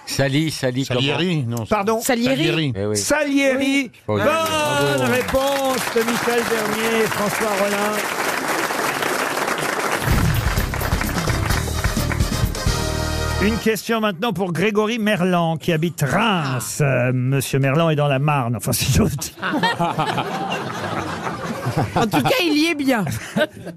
Speaker 13: Sali, Sali. Salieri, non.
Speaker 1: Pardon
Speaker 20: Salieri.
Speaker 13: Eh oui.
Speaker 1: Salieri.
Speaker 13: Oui.
Speaker 1: Bonne
Speaker 13: Bravo.
Speaker 1: réponse de Michel Bernier et François Rollin. Une question maintenant pour Grégory Merlan qui habite
Speaker 3: Ah.
Speaker 1: Reims. Euh, Monsieur Merlan est dans la Marne, enfin si j'ose dire. En tout cas, il y est bien.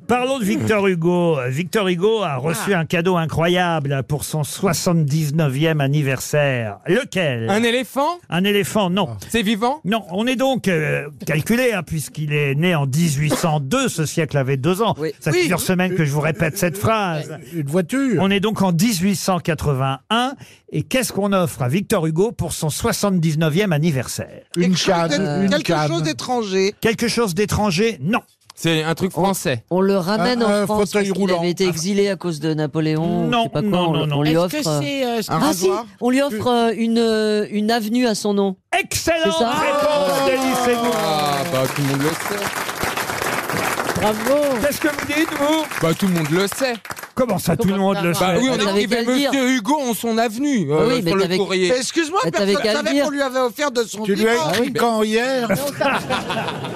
Speaker 1: Parlons de Victor Hugo. Victor Hugo a reçu un cadeau incroyable pour son 79e anniversaire. Lequel
Speaker 4: Un éléphant
Speaker 1: Un éléphant, non.
Speaker 4: C'est vivant
Speaker 1: Non, on est donc euh, calculé, hein, puisqu'il est né en 1802, ce siècle avait deux ans. Ça fait
Speaker 22: Oui.
Speaker 1: plusieurs semaines que je vous répète cette phrase.
Speaker 23: Euh,
Speaker 1: Une voiture. On est donc en 1881, et qu'est-ce qu'on offre à Victor Hugo pour son 79e anniversaire
Speaker 23: Une Quelque chose canne, d'é- une quelque canne. chose d'étranger.
Speaker 1: Quelque chose d'étranger, non.
Speaker 4: C'est un truc français.
Speaker 23: On le ramène
Speaker 1: Un-
Speaker 23: en
Speaker 1: un
Speaker 23: France
Speaker 1: fauteuil
Speaker 23: parce qu'il
Speaker 1: roulant.
Speaker 23: avait été exilé à cause de Napoléon. ou
Speaker 1: Non,
Speaker 23: Oh, je sais pas quoi,
Speaker 1: non,
Speaker 23: on,
Speaker 1: non,
Speaker 23: on
Speaker 1: non.
Speaker 23: lui
Speaker 1: Est-ce
Speaker 23: offre.
Speaker 1: que c'est, euh, un
Speaker 23: ah si,
Speaker 1: rasoir
Speaker 23: on lui offre euh, une euh, une avenue à son nom.
Speaker 1: Excellente
Speaker 23: C'est ça Oh.
Speaker 1: réponse d'Elie Semoun.
Speaker 17: Ah, bah tout le monde le sait.
Speaker 1: Bravo Qu'est-ce que vous dites, vous
Speaker 4: Bah tout le monde le sait.
Speaker 1: Comment ça, tout le monde le sait
Speaker 4: Bah oui, on
Speaker 1: T'avais
Speaker 4: écrivait
Speaker 1: qu'à le dire.
Speaker 4: Monsieur Hugo en son avenue euh,
Speaker 1: Ah Oui, mais
Speaker 4: sur le
Speaker 1: t'avais-
Speaker 4: courrier.
Speaker 1: Mais excuse-moi, Mais t'avais personne qu'à le savait dire. qu'on
Speaker 4: lui avait offert de son
Speaker 1: hier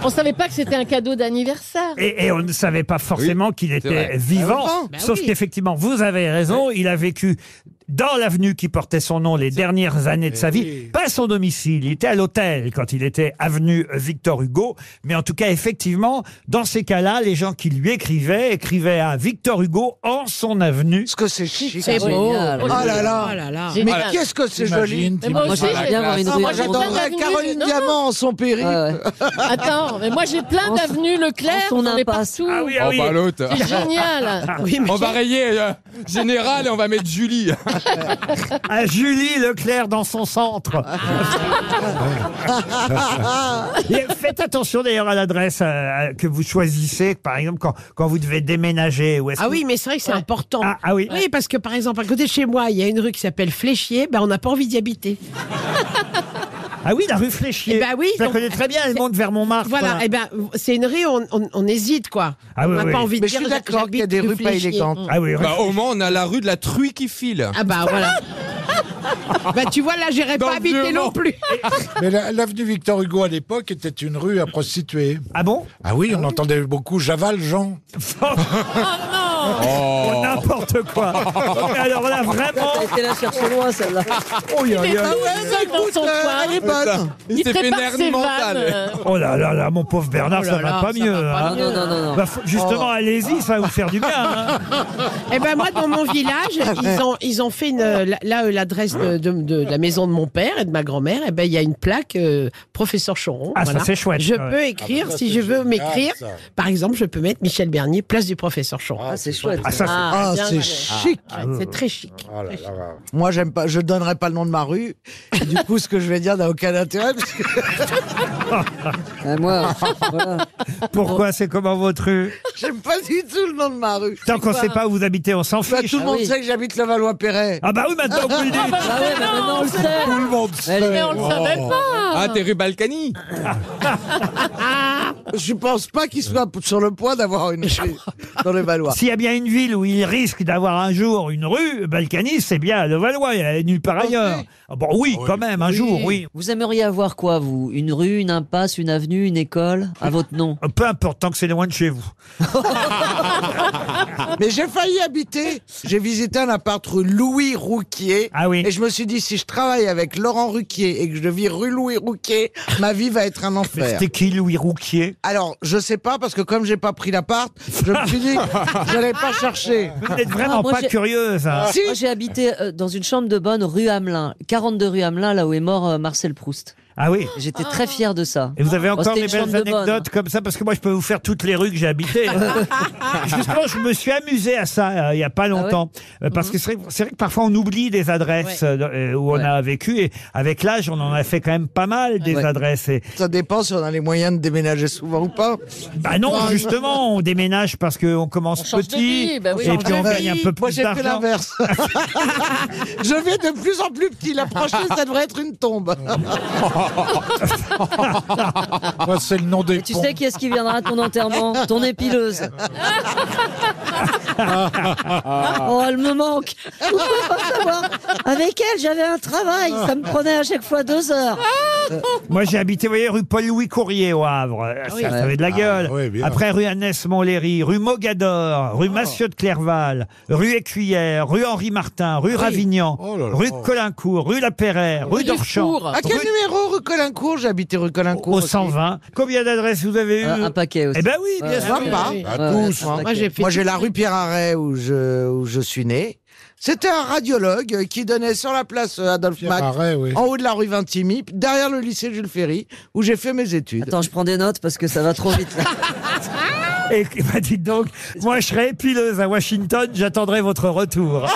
Speaker 11: On savait pas que c'était un cadeau d'anniversaire.
Speaker 1: Et, et on ne savait pas forcément qu'il était
Speaker 11: vrai.
Speaker 1: vivant.
Speaker 11: Ah oui. Bah
Speaker 1: sauf
Speaker 11: oui.
Speaker 1: qu'effectivement, vous avez raison, il a vécu dans l'avenue qui portait son nom les dernières années de
Speaker 11: Eh
Speaker 1: sa vie. Pas à son domicile, il était à l'hôtel quand il était avenue Victor Hugo. Mais en tout cas, effectivement, dans ces cas-là, les gens qui lui écrivaient, écrivaient à Victor Hugo en son avenue. Parce que c'est chic.
Speaker 23: C'est beau. Génial.
Speaker 21: Oh là là. Mais qu'est-ce que c'est joli
Speaker 11: Mais moi aussi,
Speaker 21: j'aimerais
Speaker 11: j'ai-
Speaker 21: bien avoir une
Speaker 11: Ah,
Speaker 21: rue
Speaker 11: moi,
Speaker 21: à
Speaker 11: j'ai
Speaker 21: Londres.
Speaker 11: plein d'avenues.
Speaker 21: Caroline
Speaker 11: Non, non.
Speaker 21: Diamant en son périple.
Speaker 11: Attends, mais moi j'ai plein d'avenues Leclerc,
Speaker 21: En son
Speaker 11: on est partout.
Speaker 4: Ah oui, ah oui. Oh, bah, l'autre.
Speaker 11: C'est
Speaker 1: Ah
Speaker 11: génial.
Speaker 4: on va rayer euh, Général et on va mettre Julie.
Speaker 1: À Ah, Julie Leclerc dans son centre.
Speaker 3: Ah.
Speaker 1: Et faites attention d'ailleurs à l'adresse euh, que vous choisissez, par exemple quand, quand vous devez déménager. Ou est-ce
Speaker 3: Ah
Speaker 1: que-
Speaker 3: oui, mais c'est vrai que c'est important.
Speaker 1: Ah, ah oui.
Speaker 3: parce que par exemple, à côté de chez moi, il y a une rue qui s'appelle Fléchier, ben on n'a pas envie d'y habiter.
Speaker 1: Ah oui, la rue Fléchier.
Speaker 3: Eh ben oui,
Speaker 1: Je la
Speaker 3: donc-
Speaker 1: connais très bien, elle monte vers Montmartre.
Speaker 3: Voilà, et ben c'est une rue, on, on- on hésite quoi.
Speaker 1: Ah oui,
Speaker 3: on n'a
Speaker 1: oui.
Speaker 3: pas envie de
Speaker 1: Mais
Speaker 3: dire
Speaker 1: je suis d'accord
Speaker 3: j'habite
Speaker 1: qu'il y a des
Speaker 3: rue
Speaker 1: rues pas
Speaker 3: Fléchier.
Speaker 1: élégantes.
Speaker 3: Mm.
Speaker 1: Ah oui,
Speaker 4: Bah, au moins, on a la rue de la truie qui file.
Speaker 3: Ah bah voilà. Ah bah tu vois là, j'irai
Speaker 4: Dans
Speaker 3: pas
Speaker 4: le
Speaker 3: habiter
Speaker 4: vieux
Speaker 3: non
Speaker 4: monde.
Speaker 3: plus.
Speaker 23: Mais la- l'avenue Victor Hugo à l'époque était une rue à prostituées.
Speaker 1: Ah bon
Speaker 23: Ah oui, on entendait beaucoup Javal Jean.
Speaker 1: Oh, n'importe quoi. Mais Alors là, vraiment.
Speaker 23: Elle était là chercher loin, celle-là. Oh,
Speaker 1: Il est pas
Speaker 23: Il s'est fait nerf mental.
Speaker 1: Oh là là là, mon pauvre Bernard,
Speaker 23: Oh là
Speaker 1: ça va
Speaker 23: là,
Speaker 1: pas
Speaker 23: ça
Speaker 1: mieux.
Speaker 23: va pas
Speaker 1: hein.
Speaker 23: mieux. Non, non, non, non.
Speaker 1: Bah, faut- justement,
Speaker 23: Oh.
Speaker 1: allez-y, ça va vous faire du bien. hein.
Speaker 3: Eh ben moi, dans mon village, ils ont, ils ont fait une, là, là, euh, l'adresse de, de- de la maison de mon père et de ma grand-mère. Eh ben il y a une plaque euh, professeur Choron.
Speaker 1: Ah, ça, c'est chouette,
Speaker 3: Je
Speaker 1: ouais.
Speaker 3: peux écrire
Speaker 1: Ah, bah, ça,
Speaker 3: si
Speaker 1: c'est
Speaker 3: je veux
Speaker 1: génial,
Speaker 3: m'écrire.
Speaker 1: ça.
Speaker 3: Par exemple, je peux mettre Michel Bernier, place du professeur Choron. Ah
Speaker 6: c'est chouette.
Speaker 1: Ah, ça, c'est- Ah,
Speaker 3: bien
Speaker 1: c'est
Speaker 3: vrai.
Speaker 1: chic.
Speaker 3: Ouais, C'est très chic.
Speaker 24: Oh
Speaker 2: Moi, j'aime pas, je donnerai pas le nom de ma rue. du coup, ce que je vais dire n'a aucun intérêt. Parce que...
Speaker 1: moi, Pourquoi c'est comment votre rue
Speaker 2: j'aime pas du tout le nom de ma rue.
Speaker 1: Tant qu'on
Speaker 2: Quoi
Speaker 1: sait pas où vous habitez, on s'en
Speaker 2: Bah,
Speaker 1: fiche.
Speaker 2: tout le monde sait que j'habite le Valois-Perret.
Speaker 1: Ah bah oui, maintenant vous le dites.
Speaker 2: Ah ouais, bah maintenant, on le sait.
Speaker 1: Tout le monde sait.
Speaker 2: Mais on le savait Oh. pas.
Speaker 4: Ah, t'es rue Balkany
Speaker 2: Je pense pas qu'il soit sur le point d'avoir une rue dans le Valois.
Speaker 1: S'il y a bien une ville où il risque d'avoir un jour une rue, Balkany, c'est bien le Valois, il y a nulle part ailleurs. Ah bon, oui, quand même, un jour, oui.
Speaker 23: Vous aimeriez avoir quoi, vous Une rue, une impasse, une avenue, une école À votre nom
Speaker 1: Euh, Peu importe, tant que c'est loin de chez vous.
Speaker 2: Mais j'ai failli habiter. J'ai visité un appart rue Louis Rouquier.
Speaker 1: Ah oui.
Speaker 2: Et je me suis dit, si je travaille avec Laurent Rouquier et que je vis rue Louis Rouquier, ma vie va être un
Speaker 1: Mais
Speaker 2: enfer.
Speaker 1: C'était qui Louis Rouquier
Speaker 2: Alors, je sais pas, parce que comme j'ai pas pris l'appart, je me suis dit, j'allais pas chercher.
Speaker 1: Vous n'êtes vraiment
Speaker 23: Ah, moi,
Speaker 1: pas
Speaker 23: j'ai-
Speaker 1: curieuse. hein.
Speaker 2: Si.
Speaker 23: Moi, j'ai habité euh, dans une chambre de bonne rue Hamelin, 42 rue Hamelin, là où est mort euh, Marcel Proust.
Speaker 1: Ah oui.
Speaker 23: J'étais très fière de ça.
Speaker 1: Et vous avez
Speaker 23: Bon,
Speaker 1: encore
Speaker 23: c'était
Speaker 1: des
Speaker 23: une
Speaker 1: belles
Speaker 23: chambre de bonne.
Speaker 1: anecdotes comme ça parce que moi je peux vous faire toutes les rues que j'ai habitées. Justement, je me suis amusé à ça euh, il y
Speaker 2: Ah
Speaker 1: a pas longtemps Euh,
Speaker 2: Mhm.
Speaker 1: parce que c'est vrai, c'est vrai que parfois on oublie des adresses euh, où on a vécu et avec l'âge on en a fait quand même pas mal des
Speaker 2: Ouais.
Speaker 1: adresses. Et...
Speaker 2: Ça dépend si on a les moyens de déménager souvent ou pas.
Speaker 1: Bah non,
Speaker 2: Ah,
Speaker 1: justement, on déménage parce qu'on commence
Speaker 2: change de
Speaker 1: petit
Speaker 2: vie, bah oui, on
Speaker 1: et
Speaker 2: change
Speaker 1: puis on
Speaker 2: de
Speaker 1: gagne
Speaker 2: vie.
Speaker 1: un peu
Speaker 2: Moi,
Speaker 1: plus
Speaker 2: j'ai fait
Speaker 1: d'argent.
Speaker 2: l'inverse. Je vais de plus en plus petit. La prochaine, ça devrait être une tombe.
Speaker 23: Et tu sais qui est-ce qui viendra à ton enterrement Ton épileuse.
Speaker 1: Ah.
Speaker 23: Ah.
Speaker 12: Oh, elle me manque. Vous pouvez pas savoir. Avec elle, j'avais un travail. Ça me prenait à chaque fois deux heures.
Speaker 1: Moi, j'ai habité, vous voyez, rue Paul-Louis Courrier au Havre. Euh, Ça,
Speaker 12: oui.
Speaker 1: ça avait de la
Speaker 12: Ah,
Speaker 1: gueule.
Speaker 12: oui, bien.
Speaker 1: Après, rue Annès Montlhéry, rue Mogador, rue Massieu de Clerval, rue Écuyère, rue Henri Martin, rue
Speaker 25: Oui.
Speaker 1: Ravignan,
Speaker 25: Oh là là.
Speaker 1: rue de Colincourt, rue La Perrère, rue d'Orchamps.
Speaker 2: À quel
Speaker 1: rue-
Speaker 2: numéro rue Colincourt J'ai habité rue Colincourt.
Speaker 1: Au
Speaker 2: aussi.
Speaker 1: 120. Combien d'adresses vous avez eu
Speaker 2: Un- un
Speaker 1: paquet
Speaker 2: aussi.
Speaker 1: Eh ben oui, bien
Speaker 2: Ouais.
Speaker 1: sûr.
Speaker 2: Sympa.
Speaker 1: Oui, oui.
Speaker 2: À tous.
Speaker 1: Moi, j'ai fait-
Speaker 2: Moi, j'ai la rue Pierre Arret où je, où je suis né. C'était un radiologue qui donnait sur la place euh, Adolphe Max,
Speaker 26: Arret, oui.
Speaker 2: en haut de la rue Vintimille, derrière le lycée Jules Ferry, où j'ai fait mes études. Attends, je prends des notes parce que ça va trop vite.
Speaker 1: Et bah, dites donc, moi je serai épileuse à Washington, j'attendrai votre retour.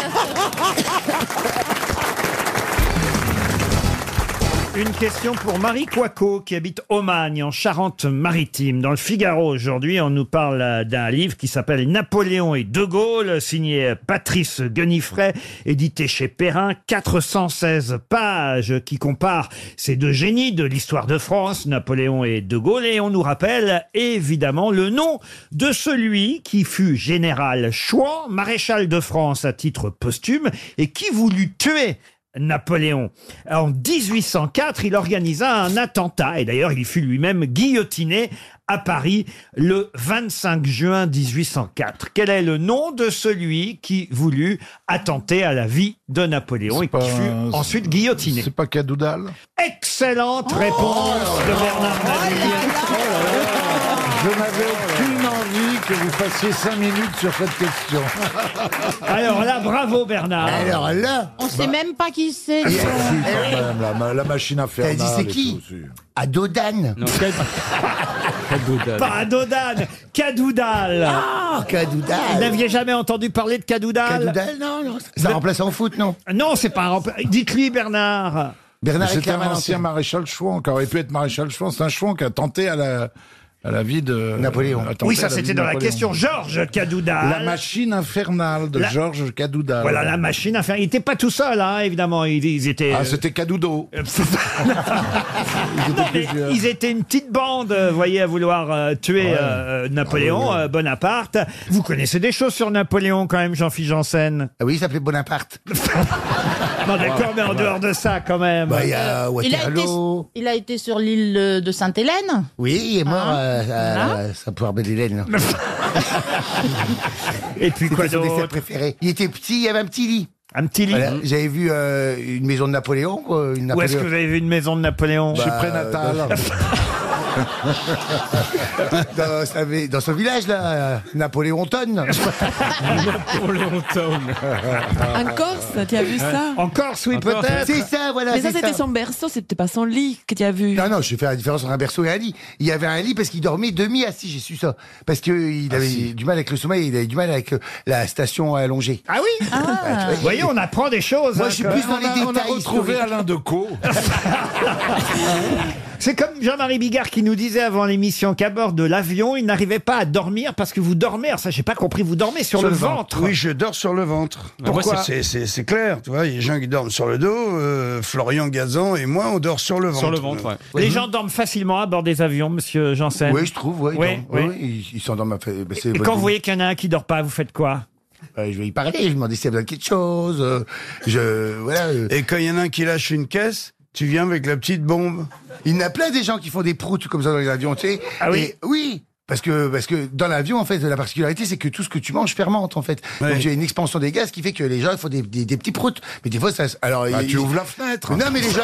Speaker 1: Une question pour Marie Coico qui habite Aumagne en Charente-Maritime. Dans le Figaro aujourd'hui, on nous parle euh, d'un livre qui s'appelle Napoléon et De Gaulle, signé Patrice Guenifray, édité chez Perrin, 416 pages qui compare ces deux génies de l'histoire de France, Napoléon et De Gaulle, et on nous rappelle évidemment le nom de celui qui fut général Chouan, maréchal de France à titre posthume, et qui voulut tuer Napoléon. En 1804, il organisa un attentat et d'ailleurs il fut lui-même guillotiné à Paris le 25 juin 1804. Quel est le nom de celui qui voulut attenter à la vie de Napoléon et qui fut ensuite guillotiné C'est
Speaker 26: pas Cadoudal
Speaker 1: Excellente réponse de Bernard
Speaker 26: Je n'avais aucune envie que vous fassiez 5 minutes sur cette question. Oh
Speaker 1: Alors là, bravo Bernard.
Speaker 26: Alors là,
Speaker 11: On
Speaker 1: Bah.
Speaker 11: sait même pas qui c'est.
Speaker 1: Ah,
Speaker 11: Euh,
Speaker 26: si, quand même, la, ma- la machine à faire.
Speaker 1: T'as dit, c'est qui
Speaker 26: À Dodane.
Speaker 1: Madinier. Pas à Dodane, Cadoudal.
Speaker 26: Ah, Cadoudal.
Speaker 1: Vous n'aviez jamais entendu parler de Cadoudal
Speaker 26: Cadoudal, non, non.
Speaker 1: C'est un remplaçant au foot, non Non, c'est pas un remplaçant. Dites-lui, Bernard.
Speaker 26: Bernard
Speaker 1: est
Speaker 26: C'était un ancien maréchal Chouan, qui aurait pu être maréchal Chouan. C'est un Chouan qui a tenté à la, à la vie de Napoléon.
Speaker 1: Oui, ça c'était dans la question. Georges Cadoudal.
Speaker 26: La machine infernale de
Speaker 1: La-
Speaker 26: Georges Cadoudal.
Speaker 1: Voilà la machine à faire. Il n'était pas tout seul, hein, évidemment. Ils, ils étaient. euh,
Speaker 26: Ah, c'était Cadoudo.
Speaker 1: non, mais ils étaient une petite bande, euh, vous voyez, à vouloir euh, tuer euh, Napoléon, euh, Bonaparte. Vous connaissez des choses sur Napoléon quand même, Jean-Philippe Janssen Ah Oui, il s'appelait Bonaparte. non, d'accord, mais en dehors de ça quand même.
Speaker 26: Bah, il y
Speaker 1: Ah,
Speaker 26: a
Speaker 11: Il a, été, il a été sur l'île de Sainte-Hélène
Speaker 26: Oui, il est
Speaker 11: mort, Ah.
Speaker 26: à
Speaker 11: euh, à-
Speaker 26: Saint-Pouvoir-Belle-Hélène.
Speaker 1: Et puis
Speaker 26: quoi
Speaker 1: d'autre
Speaker 26: préféré. Il était petit, il y avait un petit lit.
Speaker 1: Un petit lit.
Speaker 26: J'avais vu euh, une maison de Napoléon. quoi, une
Speaker 1: Où est-ce que vous avez vu une maison de Napoléon
Speaker 26: Bah, euh, dans, dans sa vi- dans son village, là, euh, Napoléon-Tonne. Napoléon-Tonne.
Speaker 27: En Corse, tu as vu ça
Speaker 1: En Corse,
Speaker 26: oui, peut-être. C'est ça, voilà.
Speaker 27: Mais ça,
Speaker 26: c'est
Speaker 27: c'était son berceau, c'était pas son lit que tu as vu.
Speaker 26: Non, non, je vais faire la différence entre un berceau et un lit. Il y avait un lit parce qu'il dormait demi assis, j'ai su ça. Parce qu'il
Speaker 1: Ah,
Speaker 26: avait du mal avec le sommeil, il avait du mal avec euh, la station allongée.
Speaker 1: Ah oui Vous voyez, on apprend des choses.
Speaker 26: Moi,
Speaker 1: hein,
Speaker 26: je suis
Speaker 1: quand
Speaker 26: plus
Speaker 1: même.
Speaker 26: dans les détails. historiques.
Speaker 1: Decaux. C'est comme Jean-Marie Bigard qui nous disait avant l'émission qu'à bord de l'avion, il n'arrivait pas à dormir parce que vous dormez. Alors ça, j'ai pas compris. Vous dormez sur, le ventre.
Speaker 24: Oui, je dors sur le ventre.
Speaker 1: Ah, moi,
Speaker 24: Pourquoi
Speaker 1: c'est-
Speaker 24: C'est- C'est c'est clair, tu vois. Il y a des gens qui dorment sur le dos. euh, Florian Gazan et moi, on dort sur le ventre.
Speaker 1: Sur le ventre, Les gens dorment facilement à bord des avions, monsieur Janssen.
Speaker 26: Oui, je trouve, ouais,
Speaker 1: hein. Oui,
Speaker 26: oui,
Speaker 1: oui.
Speaker 26: oui. Ils, ils sont dans ma fa- bah, c'est
Speaker 1: Et
Speaker 26: votre-
Speaker 1: quand vous voyez qu'il y en a un qui dort pas, vous faites quoi
Speaker 26: Euh, je vais y parler, je m'en dis s'il y a besoin de quelque chose. euh, je, voilà,
Speaker 24: Et quand il y en a un qui lâche une caisse, tu viens avec la petite bombe.
Speaker 26: Il y en a plein des gens qui font des proutes comme ça dans les avions, tu sais.
Speaker 24: Ah oui
Speaker 26: Et oui parce que, parce que dans l'avion, en fait, la particularité, c'est que tout ce que tu manges fermente, en fait.
Speaker 24: Ouais.
Speaker 26: Donc, il y a une expansion des gaz qui fait que les gens font des, des, des petits proutes. Mais des fois, ça. se- Alors,
Speaker 24: Bah,
Speaker 26: ils-
Speaker 24: tu ouvres
Speaker 26: ils-
Speaker 24: la fenêtre.
Speaker 26: Non, mais les gens.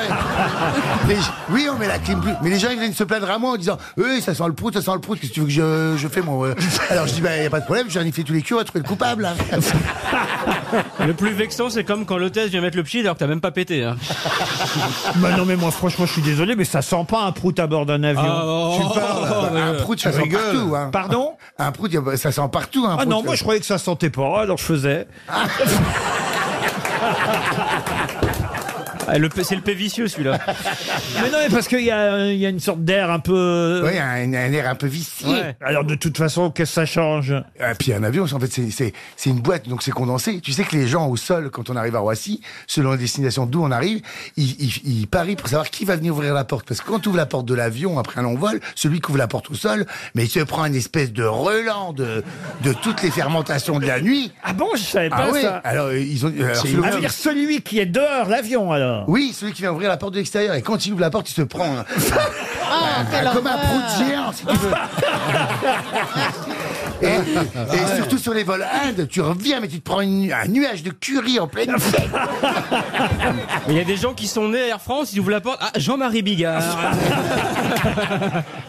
Speaker 26: les- oui, on met la clim plus. Mais les gens, ils viennent se plaindre à moi en disant Oui, ça sent le prout, ça sent le prout, qu'est-ce que tu veux que je, je fais, moi euh Alors, je dis Bah, y a pas de problème, j'en ai fait tous les culs, on va trouver le coupable. hein.
Speaker 20: Le plus vexant, c'est comme quand l'hôtesse vient mettre le pied alors que t'as même pas pété. hein.
Speaker 1: Bah non, mais moi, franchement, je suis désolé, mais ça sent pas un prout à bord d'un avion.
Speaker 20: Ah,
Speaker 26: Tu
Speaker 1: oh,
Speaker 26: parles, bah, un prout, ça
Speaker 1: je
Speaker 26: sent
Speaker 1: rigole.
Speaker 26: partout. Hein.
Speaker 1: Pardon
Speaker 26: Un prout, y a- ça sent partout. Un
Speaker 1: Ah non,
Speaker 26: prout.
Speaker 1: moi, je croyais que ça Ah, sentait pas, alors je faisais.
Speaker 20: Ah, le P- C'est le P vicieux celui-là.
Speaker 1: Mais non, mais parce qu'il y, a- il y a une sorte d'air un peu.
Speaker 26: Oui, un, un air un peu vicieux.
Speaker 1: Ouais. Alors de toute façon, qu'est-ce que ça change
Speaker 26: Et Ah, puis un avion, en fait, c'est- c'est c'est une boîte, donc c'est condensé. Tu sais que les gens au sol, quand on arrive à Roissy, selon la destination d'où on arrive, ils, ils- ils parient pour savoir qui va venir ouvrir la porte. Parce que quand tu ouvres la porte de l'avion après un long vol, celui qui ouvre la porte au sol, mais il se prend une espèce de relan de, de toutes les fermentations de la nuit.
Speaker 1: Ah bon, je savais
Speaker 26: ah
Speaker 1: pas
Speaker 26: oui,
Speaker 1: ça.
Speaker 26: Alors, ils ont. alors,
Speaker 1: C'est
Speaker 26: selon-
Speaker 1: Ah, je veux dire celui qui est dehors l'avion alors.
Speaker 26: oui, celui qui vient ouvrir la porte de l'extérieur. Et quand il ouvre la porte, il se prend. un-
Speaker 2: Ah,
Speaker 26: un- Ah, comme un prout géant, si tu veux. Et, et surtout sur les vols Inde, tu reviens mais tu te prends une nu- un nuage de curry en pleine tête.
Speaker 20: Mais Il y a des gens qui sont nés à Air France, ils ouvrent la porte. Ah, Jean-Marie Bigard.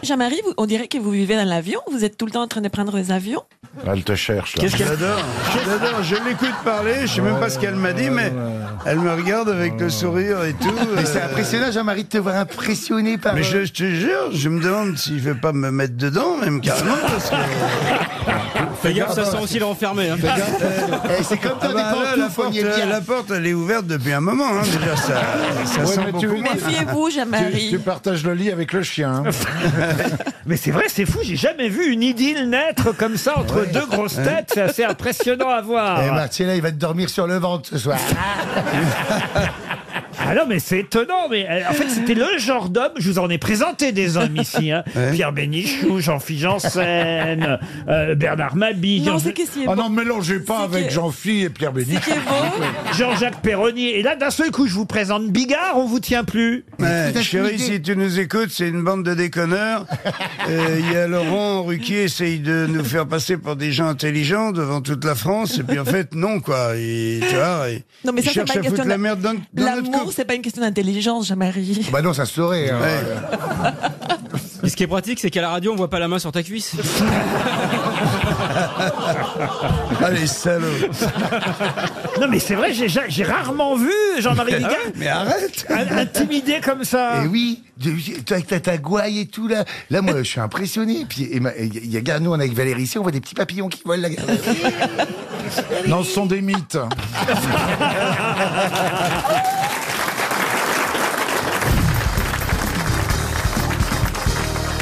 Speaker 27: Jean-Marie, vous- on dirait que vous vivez dans l'avion. Vous êtes tout le temps en train de prendre des avions.
Speaker 16: Elle te cherche, là.
Speaker 24: Qu'est-ce qu'elle J'adore, j'adore, je l'écoute parler, je sais même pas ce qu'elle m'a dit, mais elle me regarde avec le sourire et tout. euh.
Speaker 26: Mais c'est impressionnant, Jean-Marie, de te voir impressionné par.
Speaker 24: Mais je, je te jure, je me demande si je vais pas me mettre dedans, même carrément, parce que...
Speaker 20: Fais gaffe, ça sent aussi l'enfermé. hein.
Speaker 26: Eh, c'est comme
Speaker 24: Ah bah là, la, porte, euh, la porte, elle est ouverte depuis un moment, hein, déjà, ça, ça
Speaker 16: Ouais,
Speaker 24: sent
Speaker 16: mais
Speaker 24: beaucoup moins.
Speaker 27: Méfiez-vous, Jean-Marie.
Speaker 16: Tu, tu partages le lit avec le chien. hein.
Speaker 1: Mais c'est vrai, c'est fou, j'ai jamais vu une idylle naître comme ça entre deux grosses têtes, c'est assez impressionnant à voir.
Speaker 26: Eh ben, tiens, là, il va te dormir sur le ventre ce soir.
Speaker 1: Ah non, mais c'est étonnant. Mais euh, en fait, c'était le genre d'homme. Je vous en ai présenté des hommes ici. hein. Pierre Bénichou, Jean-Philippe Janssen, euh, Bernard Mabille.
Speaker 27: Non,
Speaker 1: Jean-
Speaker 27: c'est qu'est-ce qui est
Speaker 16: Ah
Speaker 27: beau.
Speaker 16: non, mélangez pas
Speaker 27: C'est
Speaker 16: avec
Speaker 27: que-
Speaker 16: Jean-Phi et Pierre Bénichou.
Speaker 27: qui est beau.
Speaker 1: Oh. Jean-Jacques Perroni. Et là, d'un seul coup, je vous présente Bigard, on vous tient plus.
Speaker 24: Ouais,
Speaker 1: Peut-être une
Speaker 24: chérie,
Speaker 1: idée.
Speaker 24: si tu nous écoutes, c'est une bande de déconneurs. Euh, Il y a Laurent Ruquier essaye de nous faire passer pour des gens intelligents devant toute la France, et puis en fait, non, quoi. Il, tu vois, il,
Speaker 27: Non, mais
Speaker 24: il
Speaker 27: ça, c'est
Speaker 24: cherche
Speaker 27: pas une
Speaker 24: à
Speaker 27: question
Speaker 24: foutre la merde dans, dans notre couple.
Speaker 27: L'amour, c'est pas une question d'intelligence, Jean-Marie.
Speaker 26: bah non, ça se saurait. hein.
Speaker 20: Et ce qui est pratique, c'est qu'à la radio, on voit pas la main sur ta cuisse.
Speaker 24: Allez, salaud.
Speaker 1: Non, mais c'est vrai, j'ai ja- j'ai rarement vu Jean-Marie Bigard.
Speaker 24: Mais arrête
Speaker 1: un- Intimidé comme ça.
Speaker 26: Ah, Et oui, de- avec ta, ta gouaille et tout, là. Là, moi, je suis impressionné. Puis, et ma- il y a- il y a regarde, nous, on est avec Valérie ici, on voit des petits papillons qui volent la
Speaker 16: Non, ce sont des mythes.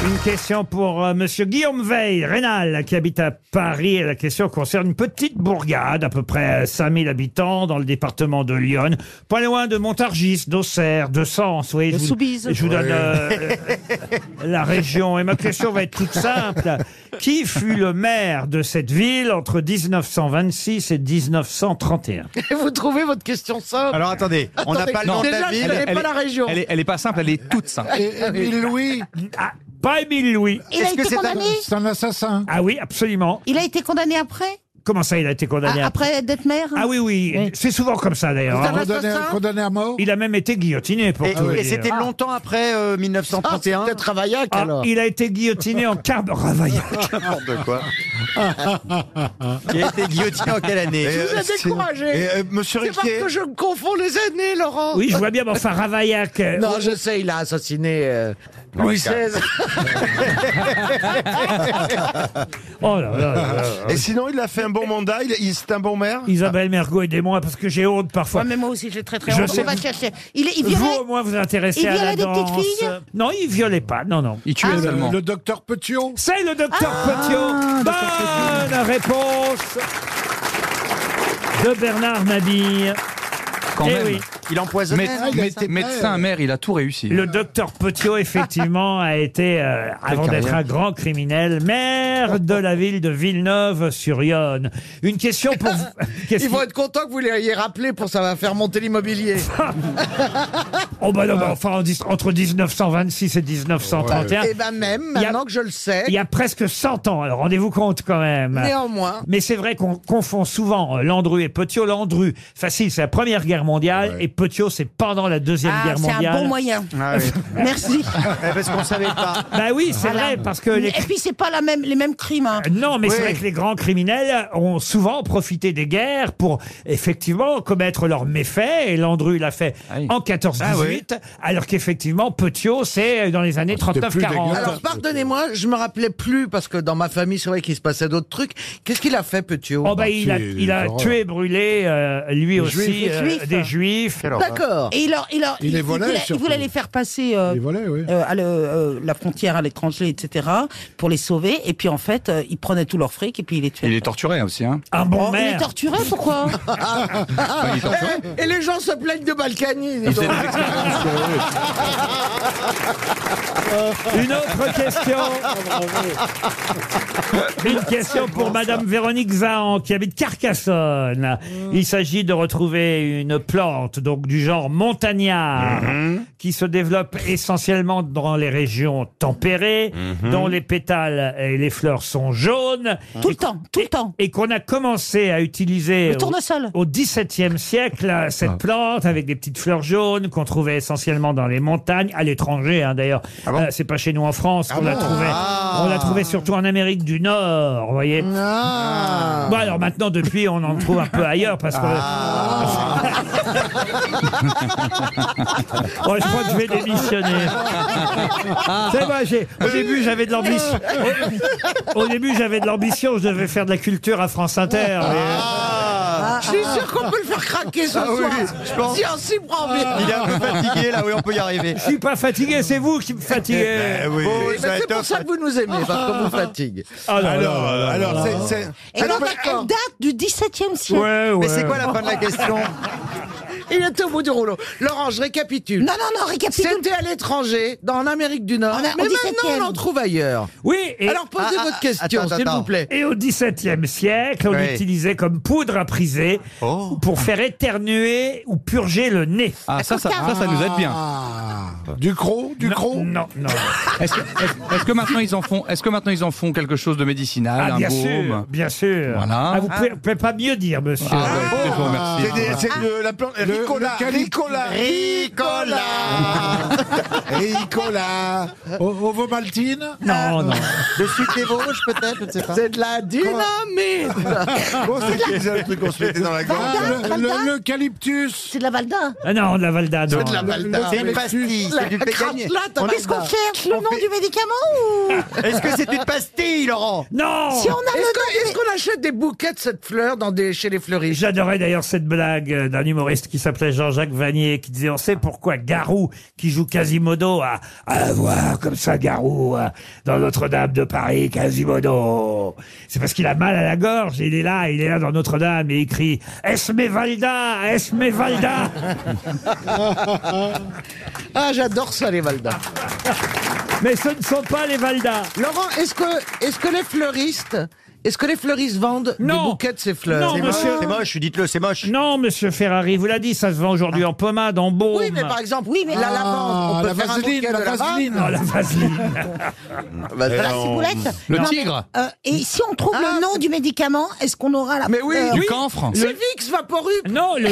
Speaker 1: Une question pour euh, Monsieur Guillaume Veil, Rénal, qui habite à Paris. Et la question concerne une petite bourgade, à peu près 5000 habitants, dans le département de Lyon, pas loin de Montargis, d'Auxerre, de Sens. Vous voyez, je, vous, je vous donne euh, la région. Et ma question va être toute simple. Qui fut le maire de cette ville entre 1926 et 1931
Speaker 6: Vous trouvez votre question simple
Speaker 28: Alors attendez, on n'a
Speaker 6: Attendez,
Speaker 28: pas le nom de
Speaker 6: déjà,
Speaker 28: la ville.
Speaker 6: je connais pas la région. Ah
Speaker 28: Elle est, elle est pas simple, elle est toute simple.
Speaker 1: Émile
Speaker 28: Louis
Speaker 1: Ah, Pas Émile Louis.
Speaker 29: Il a Est-ce que été c'est un- condamné
Speaker 16: C'est un assassin.
Speaker 1: Ah oui, absolument.
Speaker 29: Il a été condamné après
Speaker 1: Comment ça, il a été condamné
Speaker 29: Ah, Après d'être maire
Speaker 1: Ah oui, oui, c'est souvent comme ça d'ailleurs.
Speaker 29: C'est
Speaker 1: hein.
Speaker 29: un Condamné- assassin
Speaker 16: à mort
Speaker 1: Il a même été guillotiné pour
Speaker 28: Et,
Speaker 1: tout Ah. vous
Speaker 28: et
Speaker 1: dire.
Speaker 6: Ah.
Speaker 28: c'était longtemps après euh, 1931. Peut-être Ravaillac
Speaker 1: Ah, il a été guillotiné en car Ravaillac.
Speaker 28: N'importe quoi.
Speaker 16: Ah.
Speaker 28: Il a été guillotiné en quelle année
Speaker 24: Et, euh, c'est- et, euh, monsieur Ruquier-
Speaker 6: me confonds les années, Laurent.
Speaker 1: Oui, je vois bien, mais enfin, Ravaillac. euh,
Speaker 6: Non, je sais, il a assassiné euh, Louis XVI.
Speaker 1: Oh là là là là.
Speaker 24: Et sinon, il a fait un bon mandat, il, il- c'est un bon maire
Speaker 1: Isabelle Mergot, aidez-moi parce que j'ai honte parfois.
Speaker 29: Ouais, mais moi aussi, j'ai très très
Speaker 1: Je
Speaker 29: honte.
Speaker 1: sais.
Speaker 29: On va chercher. Il, il
Speaker 1: Vous
Speaker 29: violait-
Speaker 1: au moins vous intéressez
Speaker 29: il
Speaker 1: à la
Speaker 29: violait des petites
Speaker 1: danse.
Speaker 29: filles
Speaker 1: Non, il violait pas. Non, non.
Speaker 28: Il tuait seulement.
Speaker 16: Le docteur Petiot.
Speaker 1: C'est le docteur
Speaker 29: Ah,
Speaker 1: Petiot. Bonne réponse de Bernard Mabille.
Speaker 28: Quand
Speaker 1: Eh
Speaker 28: même.
Speaker 1: oui.
Speaker 28: Il empoisonnait.
Speaker 24: hein,
Speaker 1: Ah, il a sa mère.
Speaker 28: médecin, mère, il a tout réussi.
Speaker 1: Le docteur Petiot, effectivement, a été, euh, avant d'être
Speaker 6: hein.
Speaker 28: carrière.
Speaker 1: un grand criminel, maire de la ville de Villeneuve-sur-Yonne. Une question pour vous. Qu'est-ce
Speaker 6: Ils vont
Speaker 1: qui-
Speaker 6: être contents que vous l'ayez rappelé pour ça va faire monter l'immobilier.
Speaker 1: Oh, bah non,
Speaker 6: Ah.
Speaker 1: bah enfin, en dix- entre 1926 et
Speaker 2: Eh
Speaker 1: 1931.
Speaker 6: Et ben même,
Speaker 1: Il y a-
Speaker 6: maintenant que je le sais,
Speaker 1: Il y a presque 100 ans, alors rendez-vous compte quand même.
Speaker 6: Néanmoins.
Speaker 1: Mais c'est vrai qu'on confond souvent euh, Landru et Petiot. Landru, facile, c'est la Première Guerre mondiale, et Petiot, c'est pendant la Deuxième
Speaker 29: Ah,
Speaker 1: Guerre
Speaker 29: c'est
Speaker 1: mondiale.
Speaker 29: un bon moyen.
Speaker 6: Ah
Speaker 29: Merci.
Speaker 28: Ah Eh, Parce qu'on savait pas.
Speaker 1: Bah oui, c'est vrai, parce que les... Euh,
Speaker 29: Et puis, c'est pas la même, les mêmes crimes. hein.
Speaker 1: Non, mais c'est
Speaker 29: Oui.
Speaker 1: vrai que les grands criminels ont souvent profité des guerres pour effectivement commettre leurs méfaits. Et Landru l'a fait en 14-18,
Speaker 28: Ah oui.
Speaker 1: 18, alors qu'effectivement, Petiot, c'est euh, dans les années
Speaker 2: Ah,
Speaker 1: 39-40.
Speaker 2: Alors pardonnez-moi, je me rappelais plus parce que dans ma famille, c'est vrai qu'il se passait d'autres trucs. Qu'est-ce qu'il a fait, Petiot
Speaker 1: Oh, bah, il a, il a tué, brûlé, euh, lui
Speaker 2: Des
Speaker 1: aussi,
Speaker 2: Juifs.
Speaker 1: euh,
Speaker 2: Des Juifs.
Speaker 1: des juifs.
Speaker 3: Et il, leur- il, leur-
Speaker 1: Il les volait,
Speaker 3: voulait,
Speaker 1: surtout.
Speaker 3: voulait les faire passer euh, euh, à le- euh, la frontière à l'étranger, etc., pour les sauver. Et puis en fait, euh, il prenait tous leurs fric et puis il les tuait.
Speaker 4: Il est torturé aussi, hein
Speaker 1: Un Ah bon
Speaker 3: Oh, il les torturait, pourquoi
Speaker 4: il est torturé.
Speaker 2: Eh, et, et les gens se plaignent de Balkany. dis
Speaker 4: Il faisait
Speaker 2: donc.
Speaker 4: des expériences
Speaker 1: Une autre question. Une question pour Madame Véronique Zahan qui habite Carcassonne. Il s'agit de retrouver une plante donc du genre montagnard qui se développe essentiellement dans les régions tempérées,
Speaker 5: Mhm.
Speaker 1: dont les pétales et les fleurs sont jaunes. Tout le temps, tout le temps. Et qu'on a commencé à utiliser
Speaker 3: Le tournesol.
Speaker 1: au XVIIe siècle, euh, cette plante avec des petites fleurs jaunes qu'on trouvait essentiellement dans les montagnes, à l'étranger hein, d'ailleurs. Euh, c'est pas chez nous en France qu'on la
Speaker 5: bon
Speaker 1: trouvait.
Speaker 5: Ah.
Speaker 1: On la trouvait surtout en Amérique du Nord, vous voyez.
Speaker 2: Ah.
Speaker 1: Bon alors maintenant depuis on en trouve un peu ailleurs parce que.
Speaker 2: Ah.
Speaker 1: Oh, je crois que je vais démissionner. C'est vrai, j'ai- au début j'avais de l'ambition. Au, au début j'avais de l'ambition, je devais faire de la culture à France Inter.
Speaker 2: Ah.
Speaker 1: mais-
Speaker 2: Je suis sûr qu'on peut le faire craquer ce
Speaker 1: Ah oui,
Speaker 2: soir.
Speaker 1: je pense.
Speaker 2: Si on s'y prend bien.
Speaker 1: Je suis pas fatigué, c'est vous qui me fatiguez.
Speaker 2: Eh oui, Bon, mais ça c'est pour étoffe- ça que vous nous aimez, parce qu'on vous fatigue.
Speaker 1: Ah, là, là,
Speaker 2: Alors,
Speaker 1: là, là,
Speaker 2: alors,
Speaker 1: là,
Speaker 2: c'est-
Speaker 1: là.
Speaker 2: Ah. c'est-
Speaker 3: Et donc, elle date du XVIIe siècle.
Speaker 1: Ouais, ouais.
Speaker 2: Il est au bout du rouleau. Laurent, je récapitule.
Speaker 3: Non, non, non, récapitule.
Speaker 2: C'était à l'étranger, dans l'Amérique du Nord.
Speaker 3: On
Speaker 4: Ah,
Speaker 3: a- au
Speaker 2: mais maintenant,
Speaker 3: 17e.
Speaker 2: on en trouve ailleurs.
Speaker 1: Oui. et-
Speaker 2: Alors, posez votre question, s'il vous plaît.
Speaker 1: Et au XVIIe siècle, on
Speaker 2: Oui.
Speaker 1: l'utilisait comme poudre à priser pour faire éternuer ou purger le nez.
Speaker 4: Oh. Ah, ça, ça- ça, ça nous aide bien.
Speaker 26: Ah.
Speaker 1: Du croc Du croc Non, non.
Speaker 4: Est-ce que, est-ce- est-ce que maintenant ils en font Est-ce que maintenant ils en font quelque chose de médicinal,
Speaker 1: Ah,
Speaker 4: un
Speaker 1: bien
Speaker 4: baume
Speaker 1: sûr, bien sûr.
Speaker 4: Voilà.
Speaker 1: Ah, vous pouvez, vous pouvez pas mieux dire, monsieur.
Speaker 4: Ah, ouais, écoutez, je vous remercie.
Speaker 2: C'est des- c'est le- la plante- Ricola, Ricola, Ricola.
Speaker 1: Ricola. Ovomaltine
Speaker 2: Oh
Speaker 1: Non, non.
Speaker 2: Le sucre des Vosges, peut-être, je ne sais pas. C'est de la dynamite
Speaker 1: Bon, c'est qui, le truc qu'on se mettait dans la gorge
Speaker 2: Ah, le- le-
Speaker 1: L'eucalyptus.
Speaker 3: C'est de la Valda.
Speaker 1: Ah non, de la Valda,
Speaker 2: C'est
Speaker 1: non.
Speaker 2: de la Valda. C'est une pastille, c'est du pécanier. On-
Speaker 3: Qu'est-ce qu'on cherche Le nom du médicament ou
Speaker 2: Est-ce que c'est une pastille, Laurant
Speaker 1: Non
Speaker 3: Si on a le
Speaker 2: Est-ce
Speaker 3: nom
Speaker 2: que- est-ce qu'on achète des bouquets de cette fleur dans des, chez les fleuristes
Speaker 1: J'adorais d'ailleurs cette blague euh, d'un humoriste qui s'appelait Jean-Jacques Vanier, qui disait, on sait pourquoi Garou, qui joue Quasimodo, a, a la voix comme ça, Garou, euh, dans Notre-Dame de Paris, Quasimodo. C'est parce qu'il a mal à la gorge, il est là, il est là dans Notre-Dame, et il crie, Esmeralda, Esmeralda.
Speaker 2: Ah, j'adore ça, les Valdas.
Speaker 1: Mais ce ne sont pas les Valdas.
Speaker 2: Laurent, est-ce que, est-ce que les fleuristes, est-ce que les fleuristes vendent des bouquets de ces fleurs
Speaker 1: Non, monsieur.
Speaker 2: dites-le, c'est moche. Ah.
Speaker 1: Non, monsieur Ferrari, vous l'a dit, ça se vend aujourd'hui en pommade, en baume.
Speaker 2: Oui, mais par exemple, oui, mais la
Speaker 1: Ah,
Speaker 2: lavande, on peut
Speaker 1: la
Speaker 2: faire un
Speaker 1: vaseline,
Speaker 2: bouquet
Speaker 1: la
Speaker 2: de lavande.
Speaker 1: vaseline. Oh, la vaseline.
Speaker 2: Bah,
Speaker 1: Et
Speaker 2: la
Speaker 1: on-
Speaker 2: ciboulette.
Speaker 1: Le
Speaker 2: Non, mais-
Speaker 1: tigre. Ah.
Speaker 3: Euh, et si on trouve le nom du médicament, est-ce qu'on aura la
Speaker 2: Mais oui,
Speaker 3: euh,
Speaker 2: Oui. C'est Vix Vaporup.
Speaker 1: Non, le.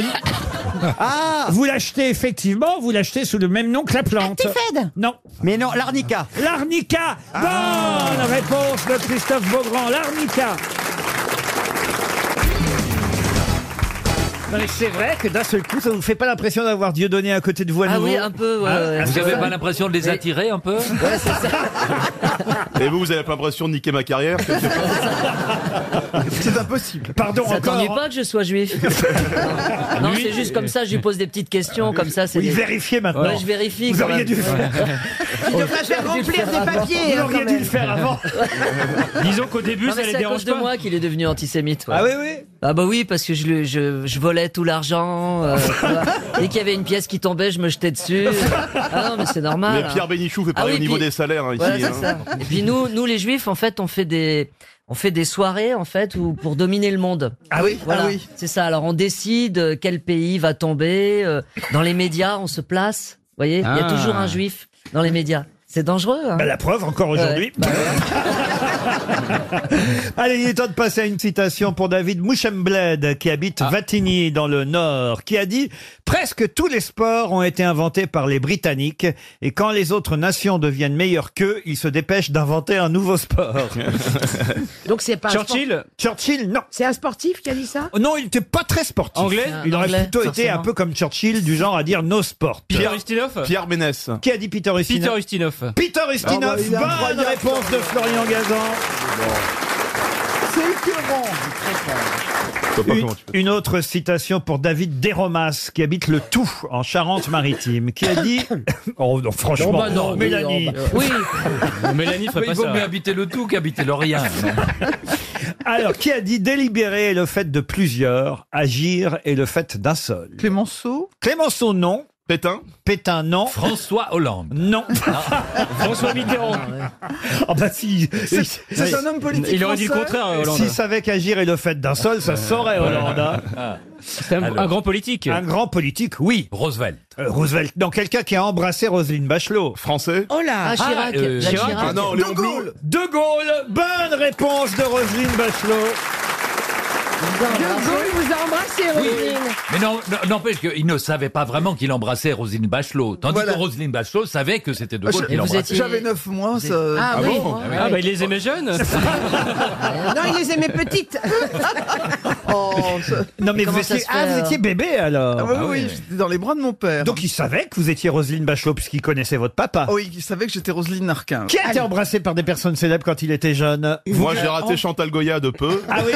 Speaker 2: Ah.
Speaker 1: Vous l'achetez effectivement, vous l'achetez sous le même nom que la plante. Non. Mais non, l'arnica. L'arnica.
Speaker 2: Ah.
Speaker 1: Bonne réponse de Christophe Beaugrand. L'arnica. Non, mais c'est vrai que d'un seul coup, ça vous fait pas l'impression d'avoir Dieu donné à côté de
Speaker 14: Ah
Speaker 1: vous à nouveau Hein
Speaker 14: Vous avez pas l'impression de les attirer un peu
Speaker 21: Et vous, vous avez pas l'impression de niquer ma carrière
Speaker 2: C'est impossible.
Speaker 1: Pardon,
Speaker 14: Ça
Speaker 1: encore.
Speaker 14: t'ennuie pas que je sois juif Non, c'est juste comme ça, je lui pose des petites questions, comme ça, c'est.
Speaker 1: Oui,
Speaker 14: des-
Speaker 1: vérifiez maintenant.
Speaker 14: Ouais, je vérifie.
Speaker 1: Vous
Speaker 14: quand
Speaker 1: auriez
Speaker 14: même.
Speaker 1: dû le faire.
Speaker 14: Il devrait
Speaker 2: faire
Speaker 14: dû le
Speaker 2: remplir
Speaker 14: faire
Speaker 2: des
Speaker 14: avant.
Speaker 2: papiers, Vous hein, auriez quand dû même. le
Speaker 1: faire avant. Disons qu'au début,
Speaker 14: Non,
Speaker 1: ça
Speaker 14: mais
Speaker 1: les
Speaker 14: c'est à
Speaker 1: dérange
Speaker 14: cause de
Speaker 1: pas.
Speaker 14: moi qu'il est devenu antisémite. ouais.
Speaker 1: Ah oui, oui.
Speaker 14: Ah bah oui, parce que je, le- je, je volais tout l'argent. euh, tu vois. Dès qu'il y avait une pièce qui tombait, je me jetais dessus. Ah non, mais c'est normal.
Speaker 21: Mais Pierre
Speaker 14: hein.
Speaker 21: Bénichou fait pareil
Speaker 14: Ah oui,
Speaker 21: au niveau
Speaker 14: puis-
Speaker 21: des salaires hein, ici.
Speaker 14: Voilà, c'est
Speaker 21: hein.
Speaker 14: ça. Et puis nous, nous les Juifs, en fait, on fait des, on fait des soirées en fait où, pour dominer le monde.
Speaker 2: Ah oui,
Speaker 14: voilà.
Speaker 2: ah oui.
Speaker 14: C'est ça. Alors on décide euh, quel pays va tomber. euh, Dans les médias, on se place. Vous voyez, il y
Speaker 1: Ah.
Speaker 14: a toujours un Juif dans les médias. C'est dangereux. hein.
Speaker 1: Bah, la preuve, encore aujourd'hui.
Speaker 14: Ouais. Bah,
Speaker 1: Allez, il est temps de passer à une citation pour David Mouchembled, qui habite
Speaker 21: Ah.
Speaker 1: Vatigny, dans le Nord, qui a dit « Presque tous les sports ont été inventés par les Britanniques, et quand les autres nations deviennent meilleures qu'eux, ils se dépêchent d'inventer un nouveau sport. »
Speaker 3: Donc c'est pas un
Speaker 1: Churchill Churchill, non.
Speaker 3: C'est un sportif qui a dit ça
Speaker 1: Non, il n'était pas très sportif.
Speaker 3: Anglais
Speaker 1: Il aurait
Speaker 3: Anglais,
Speaker 1: plutôt été un
Speaker 3: forcément.
Speaker 1: peu comme Churchill, du genre à dire « no sport ».
Speaker 21: Pierre Ustinov
Speaker 30: Pierre Ménès.
Speaker 1: Qui a dit Peter Ustinov
Speaker 21: Peter Ustinov.
Speaker 1: Peter
Speaker 21: Ah
Speaker 1: Ustinov,
Speaker 21: bah, il est
Speaker 1: bonne
Speaker 21: incroyable,
Speaker 1: réponse de Florian Gazan.
Speaker 2: C'est écœurant.
Speaker 1: Une, une autre citation pour David Desromas, qui habite le Tout, en Charente-Maritime, qui a dit... Oh non, franchement,
Speaker 21: Non, bah non, mais
Speaker 1: Mélanie.
Speaker 21: non, bah- Oui. Mélanie ferait pas
Speaker 4: Il vaut
Speaker 21: ça.
Speaker 4: mieux habiter le tout qu'habiter le rien.
Speaker 1: Alors, qui a dit délibérer est le fait de plusieurs, agir est le fait d'un seul Clémenceau Clémenceau, non. Pétain Pétain, non.
Speaker 4: François Hollande
Speaker 1: Non.
Speaker 21: Ah. François Mitterrand.
Speaker 1: Ah bah si.
Speaker 21: C'est-
Speaker 1: Si-
Speaker 21: c'est
Speaker 1: si-
Speaker 21: un homme politique Il aurait dit le français. contraire, Hollande. Euh,
Speaker 1: S'il savait qu'agir est le fait d'un seul, ça saurait Hollande. hein.
Speaker 21: C'est un, un grand politique.
Speaker 1: Un grand politique, oui.
Speaker 4: Roosevelt.
Speaker 1: Euh, Roosevelt. Non, quelqu'un qui a embrassé Roselyne Bachelot.
Speaker 30: Français
Speaker 1: Oh
Speaker 21: là. Ah, Chirac. euh, Jacques Chirac.
Speaker 30: Ah non, Léon
Speaker 1: Bah, De Gaulle De Gaulle Bonne réponse de Roselyne Bachelot
Speaker 3: De Gaulle vous a embrassé, Roselyne.
Speaker 4: Mais non, non- n'empêche qu'il ne savait pas vraiment qu'il embrassait Roselyne Bachelot. Tandis
Speaker 3: Voilà.
Speaker 4: que Roselyne Bachelot savait que c'était de
Speaker 3: Ah,
Speaker 4: Gaulle
Speaker 3: je-
Speaker 4: qui
Speaker 3: vous
Speaker 4: l'embrassait.
Speaker 3: étiez-
Speaker 2: J'avais euh, 9 mois. Ça...
Speaker 3: Ah Ah oui. bon
Speaker 4: Ah,
Speaker 21: Ah bah il les aimait jeunes
Speaker 3: Non, il les aimait petites.
Speaker 1: Oh, Non mais,
Speaker 2: comment
Speaker 1: vous
Speaker 2: ça
Speaker 1: étiez,
Speaker 2: se fait,
Speaker 1: ah, vous
Speaker 2: alors
Speaker 1: étiez bébé alors
Speaker 2: Ah oui, oui, j'étais dans les bras de mon père.
Speaker 1: Donc il savait que vous étiez Roselyne Bachelot puisqu'il connaissait votre papa.
Speaker 2: Oh, il savait que j'étais Roselyne Narquin.
Speaker 1: Qui a été embrassé par des personnes célèbres quand il était jeune
Speaker 30: Moi, j'ai raté Chantal Goya de peu.
Speaker 1: Ah oui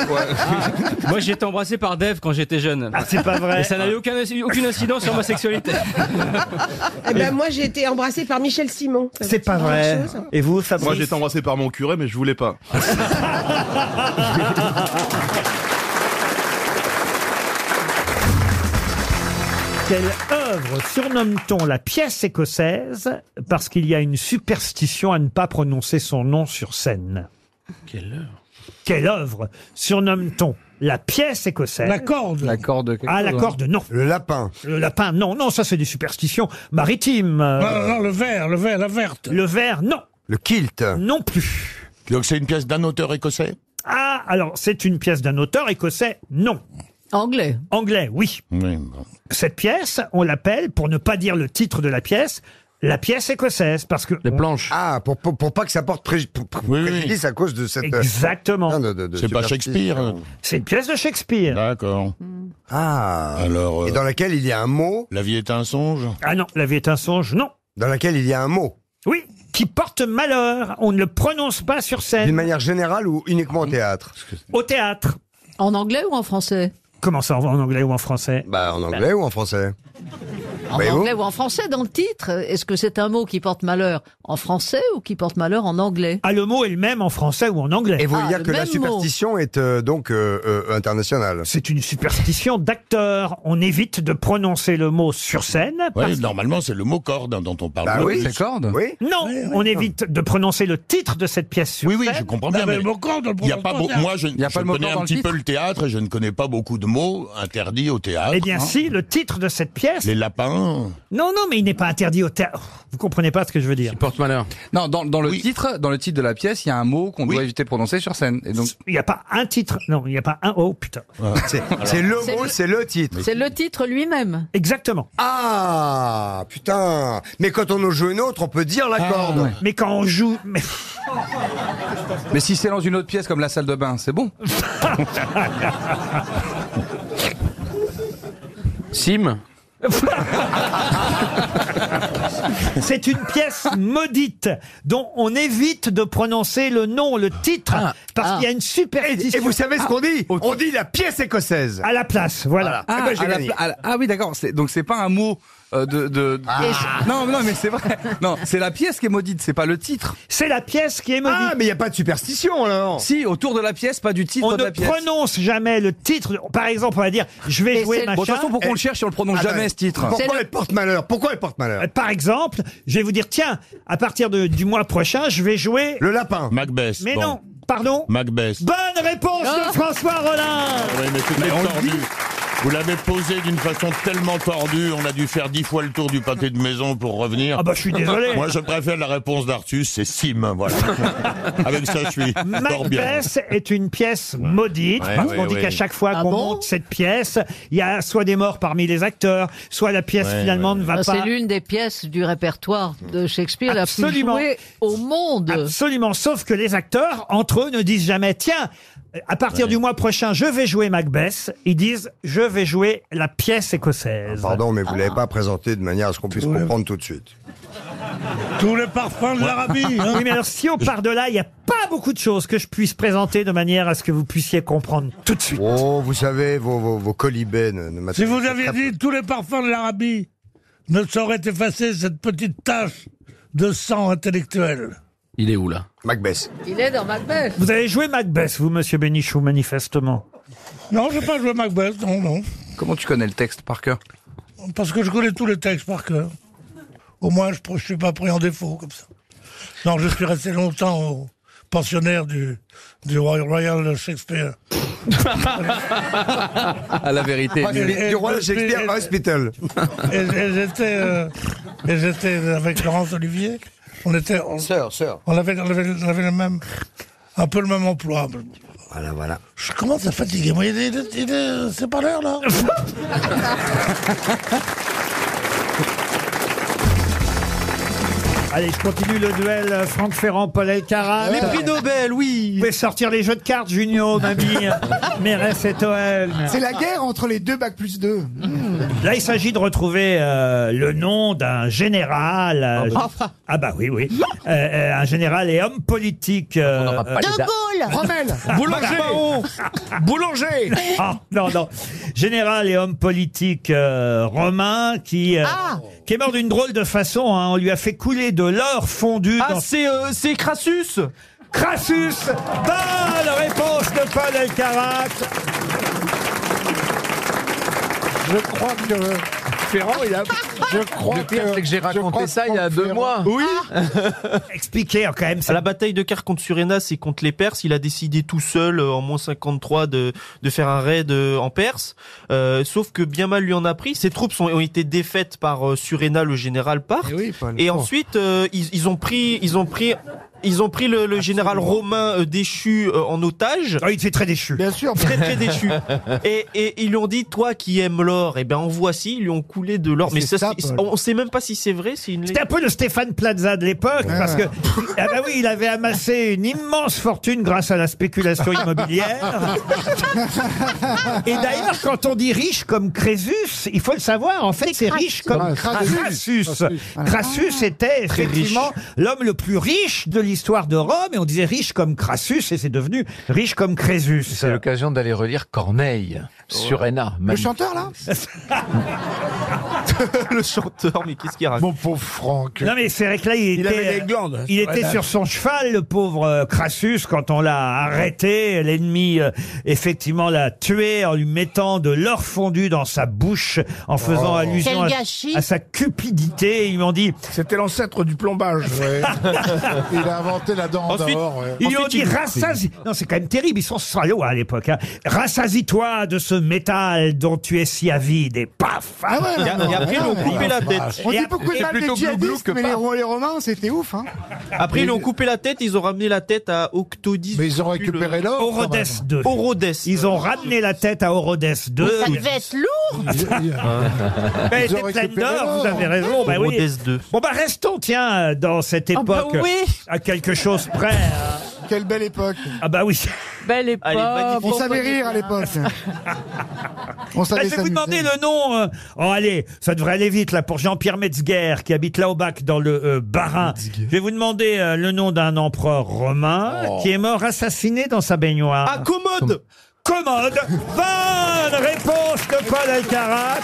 Speaker 21: Moi j'ai été embrassé par Dev quand j'étais jeune.
Speaker 1: Ah c'est pas vrai.
Speaker 21: Et ça n'a eu aucun, aucune incidence sur ma sexualité.
Speaker 3: Eh ben, moi, j'ai été embrassée par Michel Simon. Ça
Speaker 1: C'est
Speaker 3: vous
Speaker 1: pas
Speaker 3: dit
Speaker 1: vrai.
Speaker 3: quelque chose
Speaker 1: Et vous, Fabrice
Speaker 30: Moi, j'ai été embrassé par mon curé, mais je voulais pas.
Speaker 1: Quelle œuvre surnomme-t-on la pièce écossaise parce qu'il y a une superstition à ne pas prononcer son nom sur scène
Speaker 16: Quelle heure
Speaker 1: Quelle œuvre surnomme-t-on la pièce écossaise
Speaker 16: La
Speaker 1: corde.
Speaker 16: La corde.
Speaker 1: Ah, la corde, non. Le lapin. Le lapin, non. Non, ça, c'est des superstitions maritimes.
Speaker 31: Non, non, Ah, le verre, le verre, la verte.
Speaker 1: Le verre, non.
Speaker 31: Le kilt.
Speaker 1: Non plus.
Speaker 31: Donc c'est une pièce d'un auteur écossais
Speaker 1: Ah, alors, c'est une pièce d'un auteur écossais Non.
Speaker 14: Anglais.
Speaker 1: Anglais, oui.
Speaker 31: Oui, bon.
Speaker 1: Cette pièce, on l'appelle, pour ne pas dire le titre de la pièce, la pièce écossaise, parce que... Les planches.
Speaker 24: Ah, pour, pour, pour pas que ça porte pré- pour- pour préjudice à cause de cette.
Speaker 1: Exactement.
Speaker 24: C'est pas Shakespeare.
Speaker 1: C'est une pièce de Shakespeare.
Speaker 24: D'accord. Ah. Alors. Et dans laquelle il y a un mot. La vie est un songe.
Speaker 1: Ah non, la vie est un songe, non.
Speaker 24: Dans laquelle il y a un mot.
Speaker 1: Oui, qui porte malheur. On ne le prononce pas sur scène.
Speaker 24: D'une manière générale ou uniquement au théâtre
Speaker 1: Au théâtre.
Speaker 14: En anglais ou en français
Speaker 1: Comment ça, en anglais ou en français
Speaker 24: Bah, en anglais ou en français
Speaker 14: En
Speaker 24: Voyez-vous
Speaker 14: anglais ou en français dans le titre Est-ce que c'est un mot qui porte malheur en français ou qui porte malheur en anglais
Speaker 1: Ah, le mot est le même en français ou en anglais.
Speaker 24: Et vous voulez
Speaker 14: Ah,
Speaker 24: dire
Speaker 14: le
Speaker 24: que la
Speaker 14: même mot.
Speaker 24: superstition est euh, donc euh, euh, internationale
Speaker 1: C'est une superstition d'acteur. On évite de prononcer le mot sur scène. Ah, parce-
Speaker 31: Oui, normalement, c'est le mot corde hein, dont on parle.
Speaker 24: Bah
Speaker 31: le
Speaker 24: oui.
Speaker 31: plus.
Speaker 24: C'est corde Oui.
Speaker 1: Non, on évite de prononcer le titre de cette pièce sur
Speaker 31: Oui, oui,
Speaker 1: scène.
Speaker 31: je comprends bien. il y a pas beau- moi, je, je connais un petit peu le théâtre et je ne connais pas beaucoup de mots interdits au théâtre.
Speaker 1: Eh bien,
Speaker 31: hein.
Speaker 1: si, le titre de cette pièce.
Speaker 31: Les lapins.
Speaker 1: Non, non, mais il n'est pas interdit au théâtre. Vous comprenez pas ce que je veux dire.
Speaker 4: Porte-malheur. Non, dans, dans le titre, dans le titre de la pièce, il y a un mot qu'on doit éviter de prononcer sur scène. Et donc,
Speaker 1: Il n'y a pas un titre. Non, il n'y a pas un. Oh, putain.
Speaker 24: C'est le
Speaker 14: C'est
Speaker 24: mot,
Speaker 14: le-
Speaker 24: c'est le titre.
Speaker 14: C'est le titre lui-même.
Speaker 1: Exactement.
Speaker 24: Ah, putain Mais quand on en joue une autre, on peut dire
Speaker 4: Ah,
Speaker 24: la corde.
Speaker 1: Mais quand on joue... Mais,
Speaker 4: mais si c'est dans une autre pièce comme la salle de bain, c'est bon.
Speaker 1: Sim C'est une pièce maudite dont on évite de prononcer le nom, le titre,
Speaker 31: Ah,
Speaker 1: parce qu'il y a une superstition. Ah,
Speaker 24: Et vous savez ce qu'on dit On dit la pièce écossaise.
Speaker 1: À la place, voilà.
Speaker 4: Ah,
Speaker 24: ben, j'ai
Speaker 4: à la
Speaker 24: gagné.
Speaker 4: pla- à la- ah oui, d'accord. c'est- Donc c'est pas un mot euh, de. de- de-
Speaker 24: Ah.
Speaker 4: Non, non, mais c'est vrai. Non, c'est la pièce qui est maudite. C'est pas le titre.
Speaker 1: C'est la pièce qui est maudite.
Speaker 24: Ah, mais il n'y a pas de superstition, alors
Speaker 4: Si autour de la pièce, pas du titre
Speaker 1: On
Speaker 4: de
Speaker 1: ne
Speaker 4: la pièce.
Speaker 1: prononce jamais le titre. Par exemple, on va dire je vais jouer
Speaker 4: c'est-
Speaker 1: machin. Ah,
Speaker 4: Bon, de toute façon, pour qu'on le cherche, on le prononce jamais, ce titre. C'est
Speaker 24: Pourquoi
Speaker 4: le-
Speaker 24: elle porte malheur Pourquoi elle porte malheur
Speaker 1: Euh, Par exemple, je vais vous dire tiens, à partir de- du mois prochain, je vais jouer.
Speaker 24: Le lapin.
Speaker 31: Macbeth.
Speaker 1: Mais
Speaker 31: bon.
Speaker 1: non, pardon.
Speaker 31: Macbeth.
Speaker 1: Bonne réponse de François Rollin.
Speaker 31: Oui, mais c'est
Speaker 1: Mais on le
Speaker 31: tordu.
Speaker 1: dit.
Speaker 31: Vous l'avez posé d'une façon tellement tordue, on a dû faire dix fois le tour du pâté de maison pour revenir.
Speaker 1: Ah bah, je suis désolé.
Speaker 31: Moi, je préfère la réponse d'Artus, c'est Sim, voilà. Avec Ah, ça, je suis fort bien.
Speaker 1: Macbeth est une pièce maudite,
Speaker 31: Ouais,
Speaker 1: parce
Speaker 31: ouais,
Speaker 1: qu'on dit
Speaker 31: ouais.
Speaker 1: qu'à chaque fois qu'on monte cette pièce, il y a soit des morts parmi les acteurs, soit la pièce
Speaker 31: Ouais,
Speaker 1: finalement ne va
Speaker 14: Ah,
Speaker 1: pas.
Speaker 14: C'est l'une des pièces du répertoire de Shakespeare
Speaker 1: Absolument.
Speaker 14: la plus jouée au monde.
Speaker 1: Absolument, sauf que les acteurs, entre eux, ne disent jamais, tiens, à partir du mois prochain, je vais jouer Macbeth. Ils disent, je vais jouer la pièce écossaise.
Speaker 24: Pardon, mais vous ne l'avez pas présenté de manière à ce qu'on puisse comprendre tout de suite.
Speaker 1: Tous les parfums
Speaker 24: de l'Arabie, hein.
Speaker 1: Oui, mais alors si on part de là, il n'y a pas beaucoup de choses que je puisse présenter de manière à ce que vous puissiez comprendre tout de suite.
Speaker 24: Oh, vous savez, vos, vos, vos colibets ne, ne
Speaker 12: Si vous aviez dit tous les parfums de l'Arabie ne sauraient effacer cette petite tache de sang intellectuel.
Speaker 1: Il est où là Macbeth.
Speaker 14: Il est dans Macbeth.
Speaker 1: Vous avez joué Macbeth, vous, monsieur Bénichou, manifestement.
Speaker 12: Non, je n'ai pas joué Macbeth, non, non.
Speaker 32: Comment tu connais le texte par cœur
Speaker 12: Parce que je connais tous les textes par cœur. Au moins, je ne suis pas pris en défaut comme ça. Non, je suis resté longtemps au pensionnaire du, du Royal- Royal Shakespeare.
Speaker 4: Ah,
Speaker 32: À la
Speaker 2: Ah,
Speaker 32: vérité.
Speaker 12: Et- et- et- et- Et, et j'étais, euh, et j'étais avec Laurence Olivier. On était. On, sœur, sœur. On avait, on avait- on avait le même, un peu le même emploi. Voilà, voilà. Je commence à fatiguer. Moi, il est- il est- il est- c'est pas l'heure là.
Speaker 1: Allez, je continue le duel euh, Franck Ferrand, Paul Elkarat.
Speaker 33: Les prix
Speaker 1: Nobel, oui Vous pouvez sortir les jeux de cartes, Junio, Mamie, Mérès et Toel.
Speaker 2: C'est la guerre entre les deux bac plus 2.
Speaker 1: Là, il s'agit de retrouver euh, le nom d'un général. euh,
Speaker 2: bah. Ah.
Speaker 1: ah bah oui, oui. Euh, euh, un général et homme politique. euh,
Speaker 4: Ah,
Speaker 1: euh,
Speaker 2: Rommel
Speaker 1: Boulanger Boulanger Ah, non, non. Général et homme politique euh, romain qui, euh, qui est mort d'une drôle de façon. hein. On lui a fait couler de l'or fondu.
Speaker 33: Ah,
Speaker 1: c'est Crassus Crassus Bah, Bonne Ah, réponse de Paul Elkarat
Speaker 34: Je crois que Ferrand, il a. Je crois
Speaker 33: Le pire, c'est que j'ai raconté ça il y a deux mois.
Speaker 34: Oui.
Speaker 1: Expliquez hein, quand même.
Speaker 35: À la bataille de Car contre Surenas et contre les Perses, il a décidé tout seul euh, en moins 53 de, de faire un raid euh, en Perse. Euh, sauf que bien mal lui en a pris. Ses troupes sont- ont été défaites par euh, Surena, le général Parthe.
Speaker 1: Eh
Speaker 35: Et, ensuite, euh, ils, ils ont pris, ils ont pris. Ils ont pris le, le général romain euh, déchu euh, en otage.
Speaker 1: Ah, il était très déchu.
Speaker 35: Bien sûr, très très déchu. Et, et ils lui ont dit, toi qui aimes l'or, eh ben en voici. Ils lui ont coulé de l'or. Mais
Speaker 1: C'est
Speaker 35: ça,
Speaker 1: ça,
Speaker 35: c'est-
Speaker 1: Paul.
Speaker 35: on ne sait même pas si c'est vrai. C'est une
Speaker 1: C'était un peu le Stéphane Plaza de l'époque,
Speaker 35: Ouais.
Speaker 1: parce que ah bah oui, il avait amassé une immense fortune grâce à la spéculation immobilière. Et d'ailleurs, quand on dit riche comme Crésus, il faut le savoir, en fait, c'est riche comme
Speaker 2: Crassus.
Speaker 1: Crassus.
Speaker 2: Crassus. Voilà. Ah.
Speaker 1: Crassus était
Speaker 2: Très riche.
Speaker 1: effectivement l'homme le plus riche de l'histoire de Rome, et on disait riche comme Crassus, et c'est devenu riche comme Crésus. C'est
Speaker 4: l'occasion d'aller relire Corneille, Surena.
Speaker 2: Le chanteur là
Speaker 35: le chanteur, mais qu'est-ce qu'il raconte
Speaker 2: Mon pauvre Franck.
Speaker 1: Non mais c'est vrai que là il,
Speaker 2: euh, Il
Speaker 1: était, euh,
Speaker 2: avait des glandes. hein,
Speaker 1: il était
Speaker 2: Voilà.
Speaker 1: sur son cheval, le pauvre euh, Crassus, quand on l'a arrêté, l'ennemi euh, effectivement l'a tué en lui mettant de l'or fondu dans sa bouche, en faisant
Speaker 2: Oh.
Speaker 1: allusion à,
Speaker 2: Quel gâchis.
Speaker 1: à sa cupidité. Ils m'ont dit.
Speaker 2: C'était l'ancêtre du plombage. Il a inventé la dent
Speaker 1: Ensuite,
Speaker 2: d'or. ouais.
Speaker 1: ils lui ont dit rassasie. Non, c'est quand même terrible. Ils sont salauds à l'époque. hein. Rassasie-toi de ce métal dont tu es si avide. Et paf.
Speaker 2: Ah ouais, non, non,
Speaker 35: après, ils
Speaker 2: non,
Speaker 35: l'ont
Speaker 2: mais-
Speaker 35: coupé la
Speaker 2: Ah,
Speaker 35: tête.
Speaker 1: bah,
Speaker 2: vache.
Speaker 35: Et
Speaker 2: On dit
Speaker 35: après-
Speaker 2: beaucoup de
Speaker 35: c'est
Speaker 2: mal des
Speaker 35: plutôt glouglou
Speaker 2: djihadistes,
Speaker 35: que
Speaker 2: mais
Speaker 35: pas.
Speaker 2: les rois les romains, c'était ouf. Hein.
Speaker 35: Après, ils l'ont coupé la tête, ils ont ramené la tête à Octodis. Mais ils ont récupéré l'or.
Speaker 1: Orodes 2. Ils ont ramené la tête à Orodes 2.
Speaker 2: Ça devait
Speaker 1: être lourd.
Speaker 35: Ils
Speaker 1: Elle
Speaker 35: ont
Speaker 1: était pleine
Speaker 35: récupéré
Speaker 1: d'or, vous
Speaker 35: l'or.
Speaker 1: avez raison. bah oui. Ah, bah
Speaker 35: Orodes 2.
Speaker 1: Bon bah restons, tiens, dans cette époque,
Speaker 2: oui.
Speaker 1: à quelque chose près. hein.
Speaker 2: Quelle belle époque.
Speaker 1: Ah bah oui.
Speaker 2: Belle
Speaker 1: époque. Elle est magnifique.
Speaker 2: On savait rire à l'époque. On
Speaker 1: Bah,
Speaker 2: savait
Speaker 1: je vais vous
Speaker 2: s'amuser.
Speaker 1: demander le nom. euh, Oh allez, ça devrait aller vite là pour Jean-Pierre Metzger qui habite là au bac dans le euh, Bas-Rhin. Je vais vous demander euh, le nom d'un empereur romain qui est mort assassiné dans sa baignoire. Oh. Ah
Speaker 35: Commode.
Speaker 1: Commode. Bonne réponse de Paul Alcarat.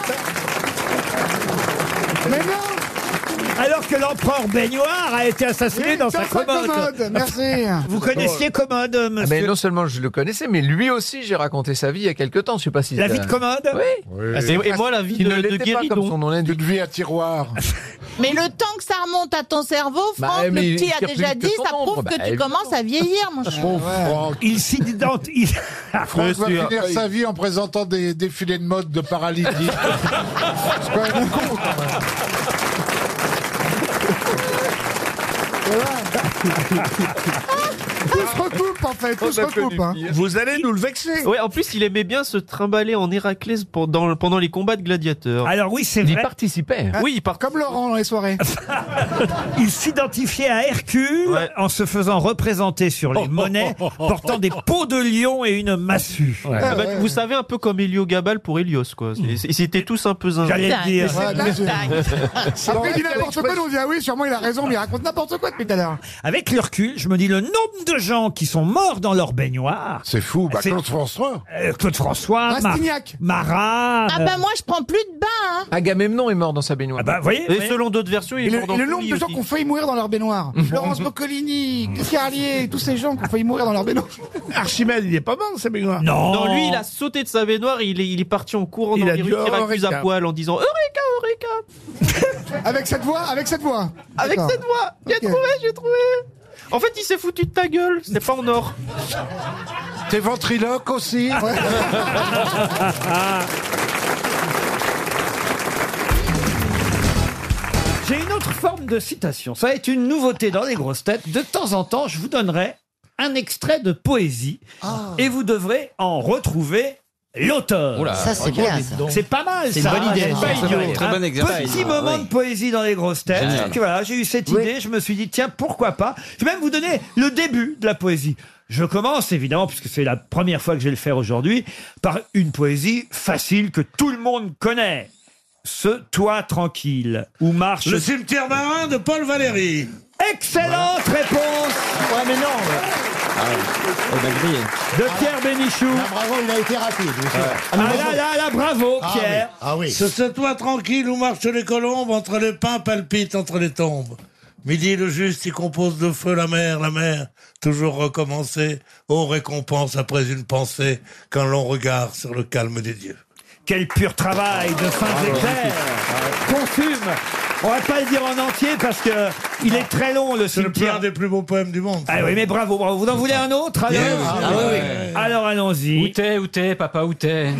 Speaker 1: Mais non. Alors que l'empereur baignoire a été assassiné dans sa commode.
Speaker 2: Merci.
Speaker 1: Vous connaissiez Commode, euh,
Speaker 4: Ah,
Speaker 1: monsieur
Speaker 4: mais non seulement je le connaissais, mais lui aussi, j'ai raconté sa vie il y a quelque temps. Je sais pas si
Speaker 1: La
Speaker 4: t'as-
Speaker 1: vie de Commode
Speaker 4: Oui.
Speaker 35: Ah, Et, et moi, la vie
Speaker 4: Il
Speaker 35: de,
Speaker 4: ne
Speaker 35: de
Speaker 4: l'était pas
Speaker 35: Guéridon.
Speaker 4: comme son nom l'indique.
Speaker 2: vie à tiroir.
Speaker 11: Mais le temps que ça remonte à ton cerveau,
Speaker 1: Bah,
Speaker 11: Franck,
Speaker 1: mais
Speaker 11: le
Speaker 1: il
Speaker 11: petit a
Speaker 1: tire plus
Speaker 11: déjà
Speaker 1: vite que
Speaker 11: dit,
Speaker 1: son
Speaker 11: ça
Speaker 1: ombre.
Speaker 11: prouve
Speaker 1: Bah,
Speaker 11: que tu
Speaker 1: évidemment.
Speaker 11: commences à vieillir, mon cher.
Speaker 1: Il s'identifie.
Speaker 16: Franck va finir sa vie en présentant des défilés de mode de paralysie.
Speaker 28: Ah,
Speaker 16: C'est quand même con, quand même.
Speaker 21: Tout se recoupe en fait, tout se recoupe. hein.
Speaker 35: Vous allez nous le vexer. Ouais, en plus, il aimait bien se trimballer en Héraclès pendant, pendant les combats de gladiateurs.
Speaker 1: Alors oui, c'est vrai.
Speaker 35: Il participait. Oui, il participait.
Speaker 21: Comme Laurent dans les soirées.
Speaker 1: Il s'identifiait à Hercule en se faisant représenter sur les monnaies, portant des peaux de lion et une massue.
Speaker 35: Ah bah, Vous savez, un peu comme Hélio Gabal pour Hélios, quoi. C'est- c'est- Ils étaient tous un peu zinzin.
Speaker 1: Hmm. J'allais
Speaker 21: le dire. Ouais, bien sûr.
Speaker 35: C'est
Speaker 21: Après,
Speaker 35: vrai
Speaker 21: il dit
Speaker 35: que
Speaker 21: n'importe quoi, nous on dit ah oui, sûrement il a raison, mais il raconte n'importe quoi depuis tout à l'heure.
Speaker 1: Avec le recul, je me dis le nombre de gens qui sont morts dans leur baignoire.
Speaker 16: C'est fou.
Speaker 1: Bah, Claude
Speaker 16: François.
Speaker 1: Claude François. Mar-
Speaker 11: Rastignac.
Speaker 1: Marat.
Speaker 11: Ah
Speaker 1: euh,
Speaker 11: bah moi, je prends plus de bain, hein.
Speaker 17: Agamemnon est mort dans sa baignoire.
Speaker 1: bah, voyez,
Speaker 35: Et
Speaker 1: voyez.
Speaker 35: selon d'autres versions, il
Speaker 21: Et
Speaker 35: est
Speaker 21: le,
Speaker 35: mort dans
Speaker 21: et le
Speaker 35: le
Speaker 21: nombre de gens qui ont failli mourir dans leur baignoire. Laurence Boccolini, Carlier, tous ces gens qui ont failli mourir dans leur baignoire.
Speaker 4: Archimède, il est pas mort, c'est baignoire.
Speaker 35: Non, lui, il a sauté de sa baignoire, il est, il est parti en courant
Speaker 4: Il
Speaker 35: dans
Speaker 4: a
Speaker 35: les
Speaker 4: dit
Speaker 35: rues Syracuse à
Speaker 4: Eureka.
Speaker 35: poil en disant Eureka, Eureka
Speaker 21: Avec cette voix, avec cette voix.
Speaker 35: Avec
Speaker 21: D'accord.
Speaker 35: cette voix J'ai
Speaker 21: Ok.
Speaker 35: trouvé, j'ai trouvé En fait, il s'est foutu de ta gueule, c'était pas en or.
Speaker 16: T'es ventriloque aussi
Speaker 1: J'ai une autre forme de citation. Ça va être une nouveauté dans les grosses têtes. De temps en temps, je vous donnerai un extrait de poésie
Speaker 2: Ah.
Speaker 1: et vous devrez en retrouver l'auteur.
Speaker 2: Oula, Ça, c'est ok, bien, dites ça. donc.
Speaker 1: C'est pas mal,
Speaker 2: C'est une
Speaker 1: ça.
Speaker 2: bonne idée,
Speaker 1: pas
Speaker 2: ça.
Speaker 1: idiot.
Speaker 2: C'est un très
Speaker 1: Un
Speaker 2: bon exercice.
Speaker 1: Petit
Speaker 2: Ah,
Speaker 1: moment
Speaker 2: oui.
Speaker 1: de poésie dans les grosses têtes.
Speaker 2: Génial.
Speaker 1: Que Voilà, j'ai eu cette idée. Je me suis dit tiens, pourquoi pas. Je vais même vous donner le début de la poésie. Je commence évidemment, puisque c'est la première fois que je vais le faire aujourd'hui, par une poésie facile que tout le monde connaît. Ce toit tranquille où marche
Speaker 12: Le cimetière marin de Paul Valéry.
Speaker 1: Excellente réponse Ouais, mais non De Pierre Bénichou.
Speaker 12: Ah, bravo, il a été rapide.
Speaker 1: Ah là là là, bravo
Speaker 12: Ah,
Speaker 1: Pierre
Speaker 12: Sur ce toit tranquille où marchent les colombes, entre les pins palpitent entre les tombes. Midi le juste y compose de feu la mer, la mer, toujours recommencer, aux récompense après une pensée, quand l'on regarde sur le calme des dieux.
Speaker 1: Quel pur travail de fin d'éclair Consume On va pas le dire en entier parce que il est très long le
Speaker 12: C'est le plus
Speaker 1: cimetière.
Speaker 12: un des plus beaux poèmes du monde.
Speaker 1: Ah oui, mais bravo, bravo. Vous en voulez un autre alors
Speaker 12: Yes. Ah oui,
Speaker 1: Alors allons-y.
Speaker 2: Où t'es, où t'es, papa, où t'es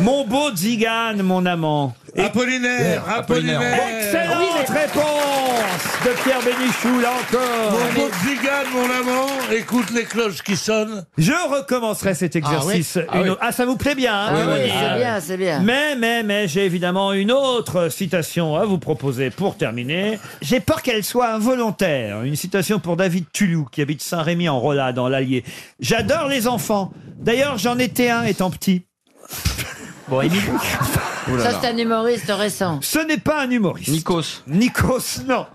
Speaker 1: Mon beau Zigane, mon amant.
Speaker 12: Apollinaire, Apollinaire.
Speaker 1: Excellente réponse de Pierre Bénichou, là encore.
Speaker 12: Mon beau Zigane, mon amant, écoute les cloches qui sonnent.
Speaker 1: Je recommencerai cet exercice.
Speaker 12: Ah oui. Ah
Speaker 1: une
Speaker 12: oui.
Speaker 1: au- Ah, ça vous plaît bien hein,
Speaker 12: Ah oui,
Speaker 1: Véronique
Speaker 12: oui, c'est
Speaker 2: bien, c'est bien.
Speaker 1: Mais, mais, mais, j'ai évidemment une autre citation à vous proposer pour terminer. J'ai peur qu'elle soit involontaire. Une citation pour David Tulou, qui habite Saint-Rémy en Rolla, dans l'Allier. J'adore les enfants. D'ailleurs, j'en étais un étant petit. Bon,
Speaker 2: Ça, c'est un humoriste récent.
Speaker 1: Ce n'est pas un humoriste. Nikos. Nikos, non.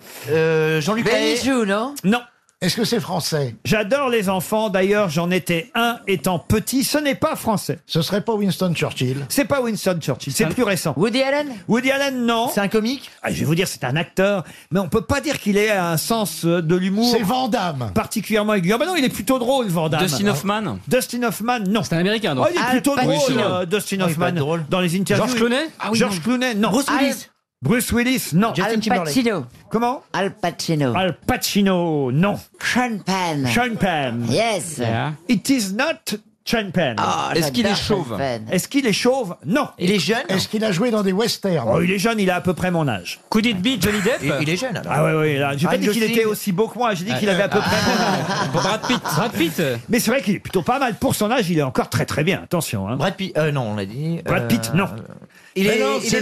Speaker 1: Jean-Luc
Speaker 5: Ben,
Speaker 2: Bénichou,
Speaker 1: non Non. Est-ce que c'est français J'adore les enfants. D'ailleurs, j'en étais un étant petit. Ce n'est pas français. Ce serait pas Winston Churchill C'est pas Winston Churchill. C'est plus récent. Woody Allen Woody Allen, non. C'est un comique Je vais vous dire, c'est un acteur. Mais on peut pas dire qu'il ait un sens euh, de l'humour. C'est Van Damme. Particulièrement aigu. Ah bah non, il est plutôt drôle, Van Damme.
Speaker 2: Dustin Hoffman
Speaker 1: Dustin Hoffman, non. C'est un américain,
Speaker 2: donc.
Speaker 1: il est
Speaker 2: Al
Speaker 1: plutôt drôle,
Speaker 2: Pacino.
Speaker 1: euh, Dustin
Speaker 2: Oh, il est pas
Speaker 1: Hoffman. Dans les interviews.
Speaker 2: George Clooney Ah oui,
Speaker 1: George
Speaker 2: non.
Speaker 1: Clooney, non. Ah,
Speaker 2: Bruce Willis
Speaker 1: Al- Bruce Willis, non.
Speaker 2: Justin Al Timberlake. Pacino.
Speaker 1: Comment Al Pacino. Al Pacino, non. Sean Penn. Sean Penn.
Speaker 2: Yes. Yeah.
Speaker 1: It is not Sean Penn.
Speaker 2: Ah, Est-ce qu'il est j'adore chauve Sean Penn.
Speaker 1: Est-ce qu'il est chauve Non. Il est jeune Est-ce qu'il a joué dans des westerns Oh, il est jeune, il a à peu près mon âge.
Speaker 2: Could it be Johnny Depp
Speaker 1: Il- il est jeune, alors. Ah ouais, ouais, là, j'ai pas dit qu'il était aussi beau que moi, j'ai dit qu'il avait à peu près
Speaker 2: Brad Pitt. Brad Pitt.
Speaker 1: Mais c'est vrai qu'il est plutôt pas mal. Pour son âge, il est encore très très bien. Attention. Brad Pitt, euh, non, on l'a dit. Euh, Brad Pitt, non.
Speaker 12: Mais non, c'est- c'est-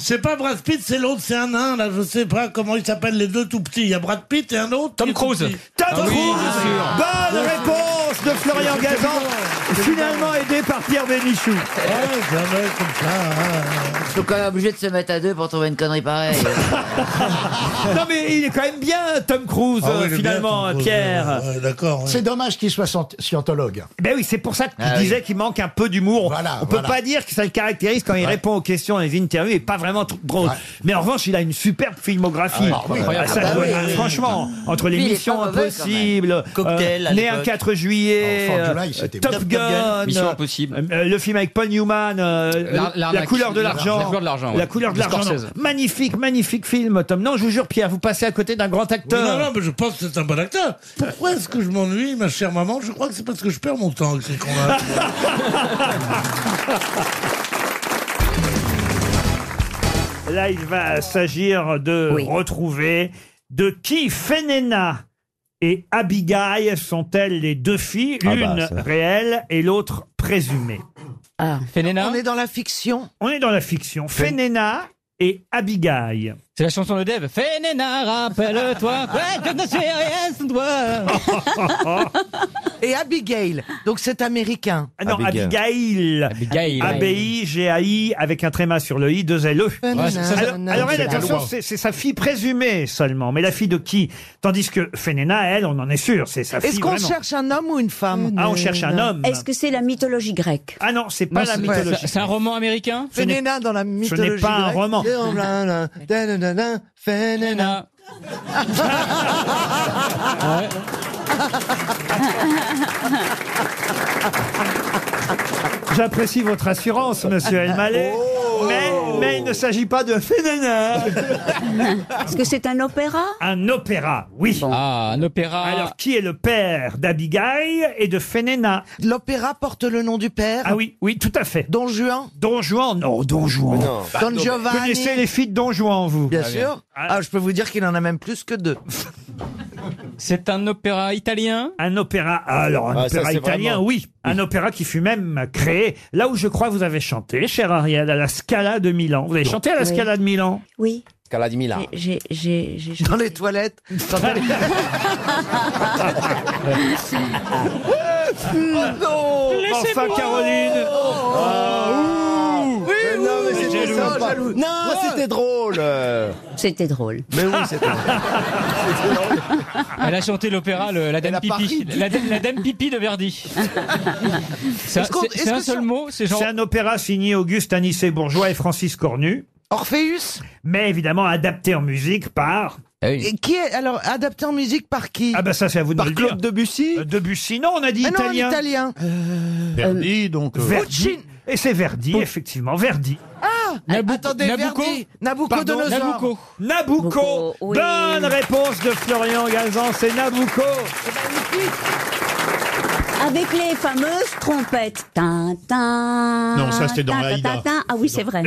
Speaker 12: C'est pas Brad Pitt, c'est l'autre, c'est un nain, là, je sais pas comment ils s'appellent, les deux tout petits. Il y a Brad Pitt et un autre. Tom Cruise.
Speaker 1: Tom
Speaker 5: Ah
Speaker 1: Cruise ah Bonne réponse de Florian
Speaker 12: C'est
Speaker 1: Gazan,
Speaker 12: évident, c'est
Speaker 1: finalement aidé par Pierre Bénichou.
Speaker 12: Ouais, jamais comme ça. hein.
Speaker 5: sont quand même obligés de se mettre à deux pour trouver une connerie pareille.
Speaker 1: non mais il est quand même bien Tom Cruise
Speaker 5: Ah oui,
Speaker 1: euh,
Speaker 5: il est bien,
Speaker 1: finalement
Speaker 5: Tom
Speaker 1: euh,
Speaker 5: Cruise,
Speaker 1: Pierre.
Speaker 5: ouais, ouais,
Speaker 12: D'accord.
Speaker 1: C'est
Speaker 26: dommage qu'il soit scientologue.
Speaker 1: Ben oui, c'est pour ça que tu
Speaker 26: Ah oui.
Speaker 1: disais qu'il manque un peu d'humour. On- on peut
Speaker 26: voilà.
Speaker 1: pas dire que ça le caractérise quand il répond aux questions dans les interviews et pas vraiment trop drôle. Mais en revanche, il a une superbe filmographie.
Speaker 26: Ah ouais,
Speaker 1: Ah, ça,
Speaker 26: incroyable.
Speaker 1: je-
Speaker 26: Ah bah oui.
Speaker 1: Franchement, entre
Speaker 26: Lui, il est pas
Speaker 1: l'émission
Speaker 26: mauvais,
Speaker 1: Impossible, euh,
Speaker 26: quand même. Cocktail, à
Speaker 1: Né un
Speaker 26: l'époque.
Speaker 1: 4 juillet,
Speaker 26: Enfant de
Speaker 1: euh,
Speaker 26: July, c'était
Speaker 1: Top
Speaker 26: Top
Speaker 1: Gun,
Speaker 26: Gun, Mission
Speaker 1: euh,
Speaker 26: Impossible.
Speaker 1: euh, le film avec Paul Newman, euh,
Speaker 26: L'ar-
Speaker 1: la,
Speaker 26: l'arnaque.
Speaker 1: couleur de
Speaker 26: La
Speaker 1: l'argent,
Speaker 26: couleur de l'argent,
Speaker 1: La
Speaker 26: ouais.
Speaker 1: couleur de
Speaker 26: De
Speaker 1: l'argent.
Speaker 26: Scorsese.
Speaker 1: Magnifique, magnifique film, Tom. Non, je vous jure, Pierre, vous passez à côté d'un grand acteur.
Speaker 12: non, non, mais je pense que c'est un bon acteur. Pourquoi est-ce que je m'ennuie, ma chère maman Je crois que c'est parce que je perds mon temps avec ces cons-là.
Speaker 1: Là, il va s'agir de retrouver de qui Fenena et Abigail sont-elles les deux filles,
Speaker 2: Ah bah,
Speaker 1: l'une
Speaker 2: ça.
Speaker 1: réelle et l'autre présumée.
Speaker 2: Fénéna
Speaker 1: Ah. On est dans la fiction. On est dans la fiction. Fenena et Abigail.
Speaker 2: C'est la chanson de Dev. Fénéna, rappelle-toi. Ouais, je ne sais rien sans toi.
Speaker 29: Et Abigail, donc c'est américain.
Speaker 1: Ah non, Abigail.
Speaker 29: Abigail.
Speaker 1: A-B-I-G-A-I, avec un tréma sur le I, deux L-E.
Speaker 29: Ouais, ça, ça,
Speaker 1: alors,
Speaker 29: ça,
Speaker 1: alors
Speaker 29: ça,
Speaker 1: elle,
Speaker 29: ça,
Speaker 1: attention,
Speaker 29: ça.
Speaker 1: c'est c'est sa fille présumée seulement, mais la fille de qui Tandis que Fenena, elle, on en est sûr, c'est sa fille
Speaker 29: Est-ce qu'on
Speaker 1: Ah, vraiment.
Speaker 29: cherche un homme ou une femme
Speaker 1: Ah, on cherche un homme.
Speaker 6: Est-ce que c'est la mythologie grecque
Speaker 1: Ah non, c'est pas
Speaker 6: Non,
Speaker 1: la
Speaker 6: c'est-
Speaker 1: mythologie.
Speaker 6: c'est- c'est un
Speaker 1: roman américain
Speaker 29: Fénéna dans la mythologie.
Speaker 1: Ce n'est pas un
Speaker 29: grecque.
Speaker 1: roman.
Speaker 2: hein.
Speaker 29: Fénéna.
Speaker 1: J'apprécie votre assurance, monsieur Elmaleh. Mais,
Speaker 29: Oh.
Speaker 1: mais il ne s'agit pas de Fénéna.
Speaker 6: Est-ce que c'est un opéra
Speaker 1: Un opéra, oui. Ah, un opéra. Alors, qui est le père d'Abigail et de Fénéna L'opéra porte le nom du père Ah oui, oui, tout à fait. Don Juan Don Juan, non, Don Juan.
Speaker 29: Non. Don Giovanni.
Speaker 1: Vous connaissez les filles de Don Juan, vous
Speaker 29: Bien sûr. Ah, je peux vous dire qu'il en a même plus que deux.
Speaker 1: C'est un opéra italien Un opéra, alors un
Speaker 29: Ah, ça,
Speaker 1: opéra
Speaker 29: c'est
Speaker 1: italien,
Speaker 29: vraiment-
Speaker 1: oui. Un opéra qui fut même créé, là où je crois que vous avez chanté, cher Ariel, à la Scala de Milan. Vous avez chanté à la
Speaker 6: Oui.
Speaker 1: Scala de Milan
Speaker 6: Oui.
Speaker 1: Scala de Milan.
Speaker 6: J'ai, j'ai, j'ai- j'ai-
Speaker 29: Dans les toilettes. Quand elle-
Speaker 1: Oh non Enfin, Caroline
Speaker 29: Oh. Oui, oui, non, Ah, mais c'était ça, jaloux. Non, c'était drôle.
Speaker 6: C'était drôle.
Speaker 29: Mais oui, c'était
Speaker 2: Elle a chanté l'opéra le- La Dame
Speaker 29: pas
Speaker 2: Pipi.
Speaker 29: ri
Speaker 2: La, dame- la Dame Pipi de Verdi. C'est un-
Speaker 1: Est-ce qu'on-
Speaker 2: c'est-
Speaker 1: est-ce
Speaker 2: c'est un
Speaker 1: que
Speaker 2: seul
Speaker 1: sur-
Speaker 2: mot, c'est genre.
Speaker 1: C'est un opéra signé Auguste Anicet Bourgeois et Francis Cornu. Orpheus Mais évidemment adapté en musique par...
Speaker 2: Ah
Speaker 29: Et qui est alors adapté en musique par qui
Speaker 1: Ah bah ça c'est à vous de
Speaker 29: Par
Speaker 1: me le
Speaker 29: Claude
Speaker 1: dire. Debussy Debussy, non, on a dit
Speaker 29: Ah non, en
Speaker 1: italien.
Speaker 29: italien.
Speaker 1: Verdi, donc.
Speaker 29: euh,
Speaker 1: Verdi.
Speaker 29: Puccini.
Speaker 1: Et c'est Verdi, effectivement, Verdi.
Speaker 29: Ah, attendez,
Speaker 1: Nabucco
Speaker 29: Verdi, Nabucodonosor.
Speaker 1: Pardon, Nabucco. Nabucco.
Speaker 29: oui.
Speaker 1: Bonne réponse de Florian Gazan, c'est Nabucco.
Speaker 29: Eh ben,
Speaker 6: Avec les fameuses trompettes. Tin, tin,
Speaker 1: Non, ça, c'était dans
Speaker 6: tin,
Speaker 1: Aïda.
Speaker 6: tin, tin. Ah oui, c'est vrai.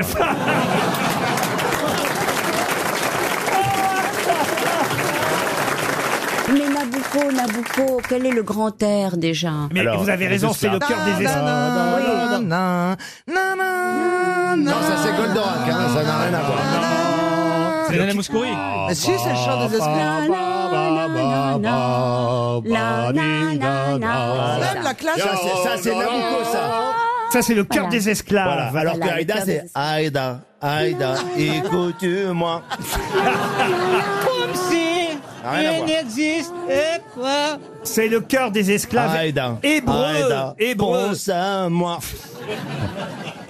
Speaker 6: Mais Nabucco, Nabucco, quel est le grand air déjà
Speaker 1: Mais vous avez raison, c'est le cœur des esprits.
Speaker 29: Non, ça c'est
Speaker 26: Ah,
Speaker 29: Goldorak, hein, ça n'a rien à voir.
Speaker 2: C'est Nana Mouskouri.
Speaker 6: bah,
Speaker 29: Ah, si, c'est le chant des
Speaker 6: bah,
Speaker 29: esclaves. Même la classe,
Speaker 27: Ça, c'est- ça, c'est Nabucco, ça.
Speaker 1: Ça, c'est le cœur des esclaves.
Speaker 27: Voilà. Alors que Aïda, c'est Aïda, Aïda, écoute-moi.
Speaker 2: Comme si
Speaker 27: Rien à voir.
Speaker 2: n'existait pas.
Speaker 1: C'est le cœur des esclaves.
Speaker 27: Aïda.
Speaker 1: Hébreux.
Speaker 27: Aïda.
Speaker 1: Hébreux.
Speaker 27: Pense à moi.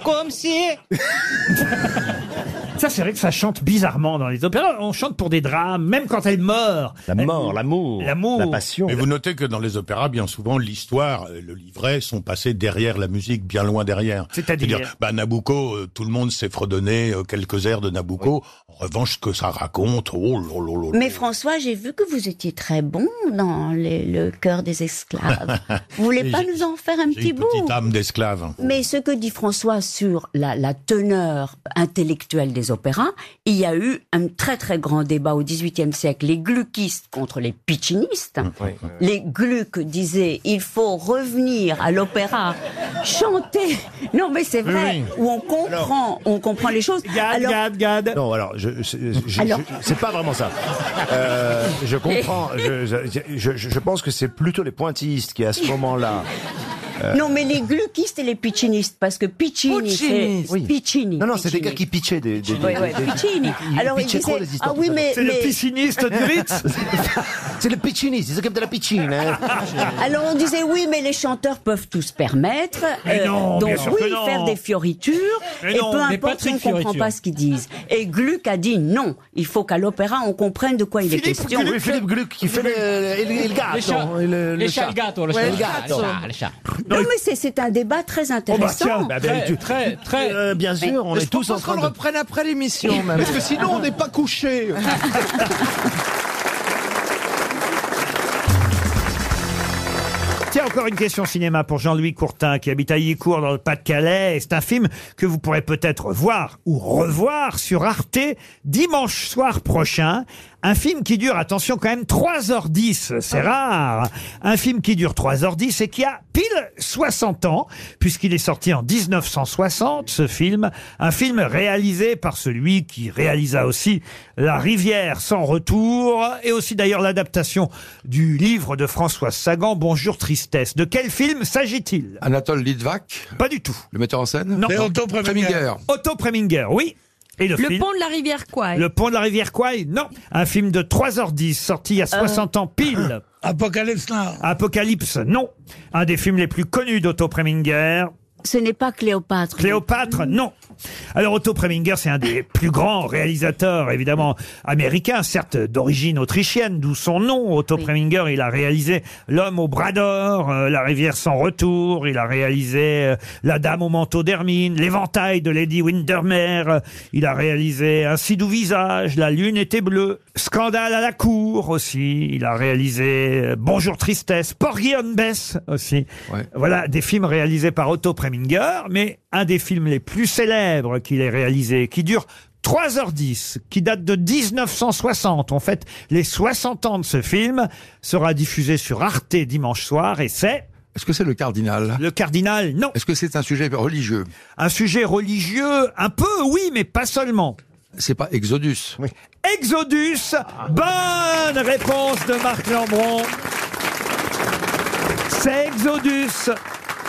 Speaker 2: Comme si.
Speaker 1: Ça, c'est vrai que ça chante bizarrement dans les opéras. On chante pour des drames, même quand elle meurt.
Speaker 31: La
Speaker 1: mort,
Speaker 31: l'amour,
Speaker 1: L'amour. la passion.
Speaker 31: Mais vous notez que dans les opéras, bien souvent, l'histoire, euh, le livret sont passés derrière la musique, bien loin derrière.
Speaker 1: C'est-à-dire
Speaker 31: bah, Nabucco, euh, tout le monde s'est fredonné euh, quelques airs de Nabucco. En revanche, ce que ça raconte, oh là là là là.
Speaker 6: Mais François, j'ai vu que vous étiez très bon dans les- le cœur des esclaves. Ah, vous voulez pas
Speaker 31: J'ai-
Speaker 6: nous en faire un
Speaker 31: J'ai
Speaker 6: petit
Speaker 31: une
Speaker 6: bout
Speaker 31: petite âme d'esclave.
Speaker 6: Mais ce que dit François sur la, la teneur intellectuelle des opéras, il y a eu un très très grand débat au XVIIIe siècle, les gluckistes contre les piccinistes. Les Gluck disaient il faut revenir à l'opéra, chanter. Non mais c'est vrai,
Speaker 27: Oui, oui.
Speaker 6: où on comprend, on comprend les choses. Alors-
Speaker 27: Non, alors, je, je- je-
Speaker 6: Alors-
Speaker 27: je- c'est pas vraiment ça. Euh, je comprends. Je, je- je- je pense que c'est plutôt les pointillistes qui, à ce moment-là,
Speaker 36: euh,
Speaker 6: Non, mais les gluckistes et les pitchinistes, parce que Piccini, c'est Piccini.
Speaker 36: Non, non, c'est des gars qui pitchaient des. des,
Speaker 6: Oui,
Speaker 36: des-
Speaker 6: oui,
Speaker 36: des-
Speaker 6: Piccini.
Speaker 36: ils
Speaker 6: Alors, il
Speaker 36: pitchaient trop,
Speaker 6: disait,
Speaker 36: les histoires
Speaker 6: ah oui,
Speaker 36: comme ça.
Speaker 6: mais- C'est le mais-
Speaker 1: pisciniste du Ritz.
Speaker 36: c'est le pitchiniste, ils s'occupent de la piscine. hein.
Speaker 6: Alors on disait oui, mais les chanteurs peuvent tout se permettre. euh,
Speaker 36: Mais non,
Speaker 6: donc
Speaker 36: bien sûr
Speaker 6: oui,
Speaker 36: que non.
Speaker 6: faire des fioritures.
Speaker 36: Mais
Speaker 6: et
Speaker 36: non,
Speaker 6: peu
Speaker 36: mais
Speaker 6: importe,
Speaker 36: Patrick
Speaker 6: on comprend
Speaker 36: Fioriture.
Speaker 6: pas ce qu'ils disent. Et Gluck a dit non. Il faut qu'à l'opéra on comprenne de quoi il est question.
Speaker 36: Gluck. Oui, Philippe Gluck qui fait le,
Speaker 6: Euh,
Speaker 36: le, le, le gâteau.
Speaker 6: Les chats.
Speaker 36: le- le,
Speaker 6: Les
Speaker 36: le
Speaker 6: chats, le gâteau, le
Speaker 36: Ouais,
Speaker 6: chat.
Speaker 36: le Oh, gâteau.
Speaker 6: Le chat, le Non, mais c'est- c'est un débat très
Speaker 36: bah,
Speaker 6: intéressant.
Speaker 36: très, très. Euh, bien
Speaker 6: Mais-
Speaker 36: sûr, on
Speaker 6: Mais
Speaker 36: est
Speaker 6: je
Speaker 36: tous en
Speaker 6: propose
Speaker 36: train
Speaker 6: qu'on
Speaker 36: de.
Speaker 6: le
Speaker 36: reprenne après
Speaker 6: l'émission, même.
Speaker 36: Parce que sinon, on n'est pas couché.
Speaker 1: Tiens, encore une question cinéma pour Jean-Louis Courtin qui habite à Yicourt dans le Pas-de-Calais. Et C'est un film que vous pourrez peut-être voir ou revoir sur Arte dimanche soir prochain. Un film qui dure, attention quand même, 3h10, c'est rare. Un film qui dure 3h10 et qui a pile 60 ans, puisqu'il est sorti en 1960, ce film. Un film réalisé par celui qui réalisa aussi La rivière sans retour et aussi d'ailleurs l'adaptation du livre de François Sagan, Bonjour Tristesse. De quel film s'agit-il
Speaker 36: Anatole Litvak
Speaker 1: Pas du tout.
Speaker 36: Le metteur en scène
Speaker 1: Non. Otto Preminger, oui. Et le,
Speaker 22: Le
Speaker 1: film
Speaker 22: pont de la rivière Kouai.
Speaker 1: Le pont de la rivière Kwai Non. Un film de 3h10 sorti il y a 60 ans pile.
Speaker 12: Apocalypse Now.
Speaker 1: Apocalypse, non. Un des films les plus connus d'Otto Preminger.
Speaker 6: Ce n'est pas Cléopâtre.
Speaker 1: Cléopâtre, non. Alors Otto Preminger, c'est un des plus grands réalisateurs, évidemment, américains, certes d'origine autrichienne, d'où son nom. Otto Preminger, il a réalisé L'homme au bras d'or, euh, La rivière sans retour, il a réalisé euh, La dame au manteau d'hermine, L'éventail de Lady Windermere, euh, il a réalisé Un si doux visage, La lune était bleue, Scandale à la cour aussi, il a réalisé euh, Bonjour tristesse, Porgy and Bess aussi. Voilà des films réalisés par Otto Preminger, mais un des films les plus célèbres qu'il ait réalisé, qui dure 3h10, qui date de 1960, en fait, les 60 ans de ce film, sera diffusé sur Arte dimanche soir et c'est...
Speaker 36: Est-ce que c'est le cardinal
Speaker 1: Le cardinal, non.
Speaker 36: Est-ce que c'est un sujet religieux
Speaker 1: Un sujet religieux, un peu, oui, mais pas seulement.
Speaker 36: C'est pas Exodus.
Speaker 1: Exodus, bonne réponse de Marc Lambron. C'est Exodus.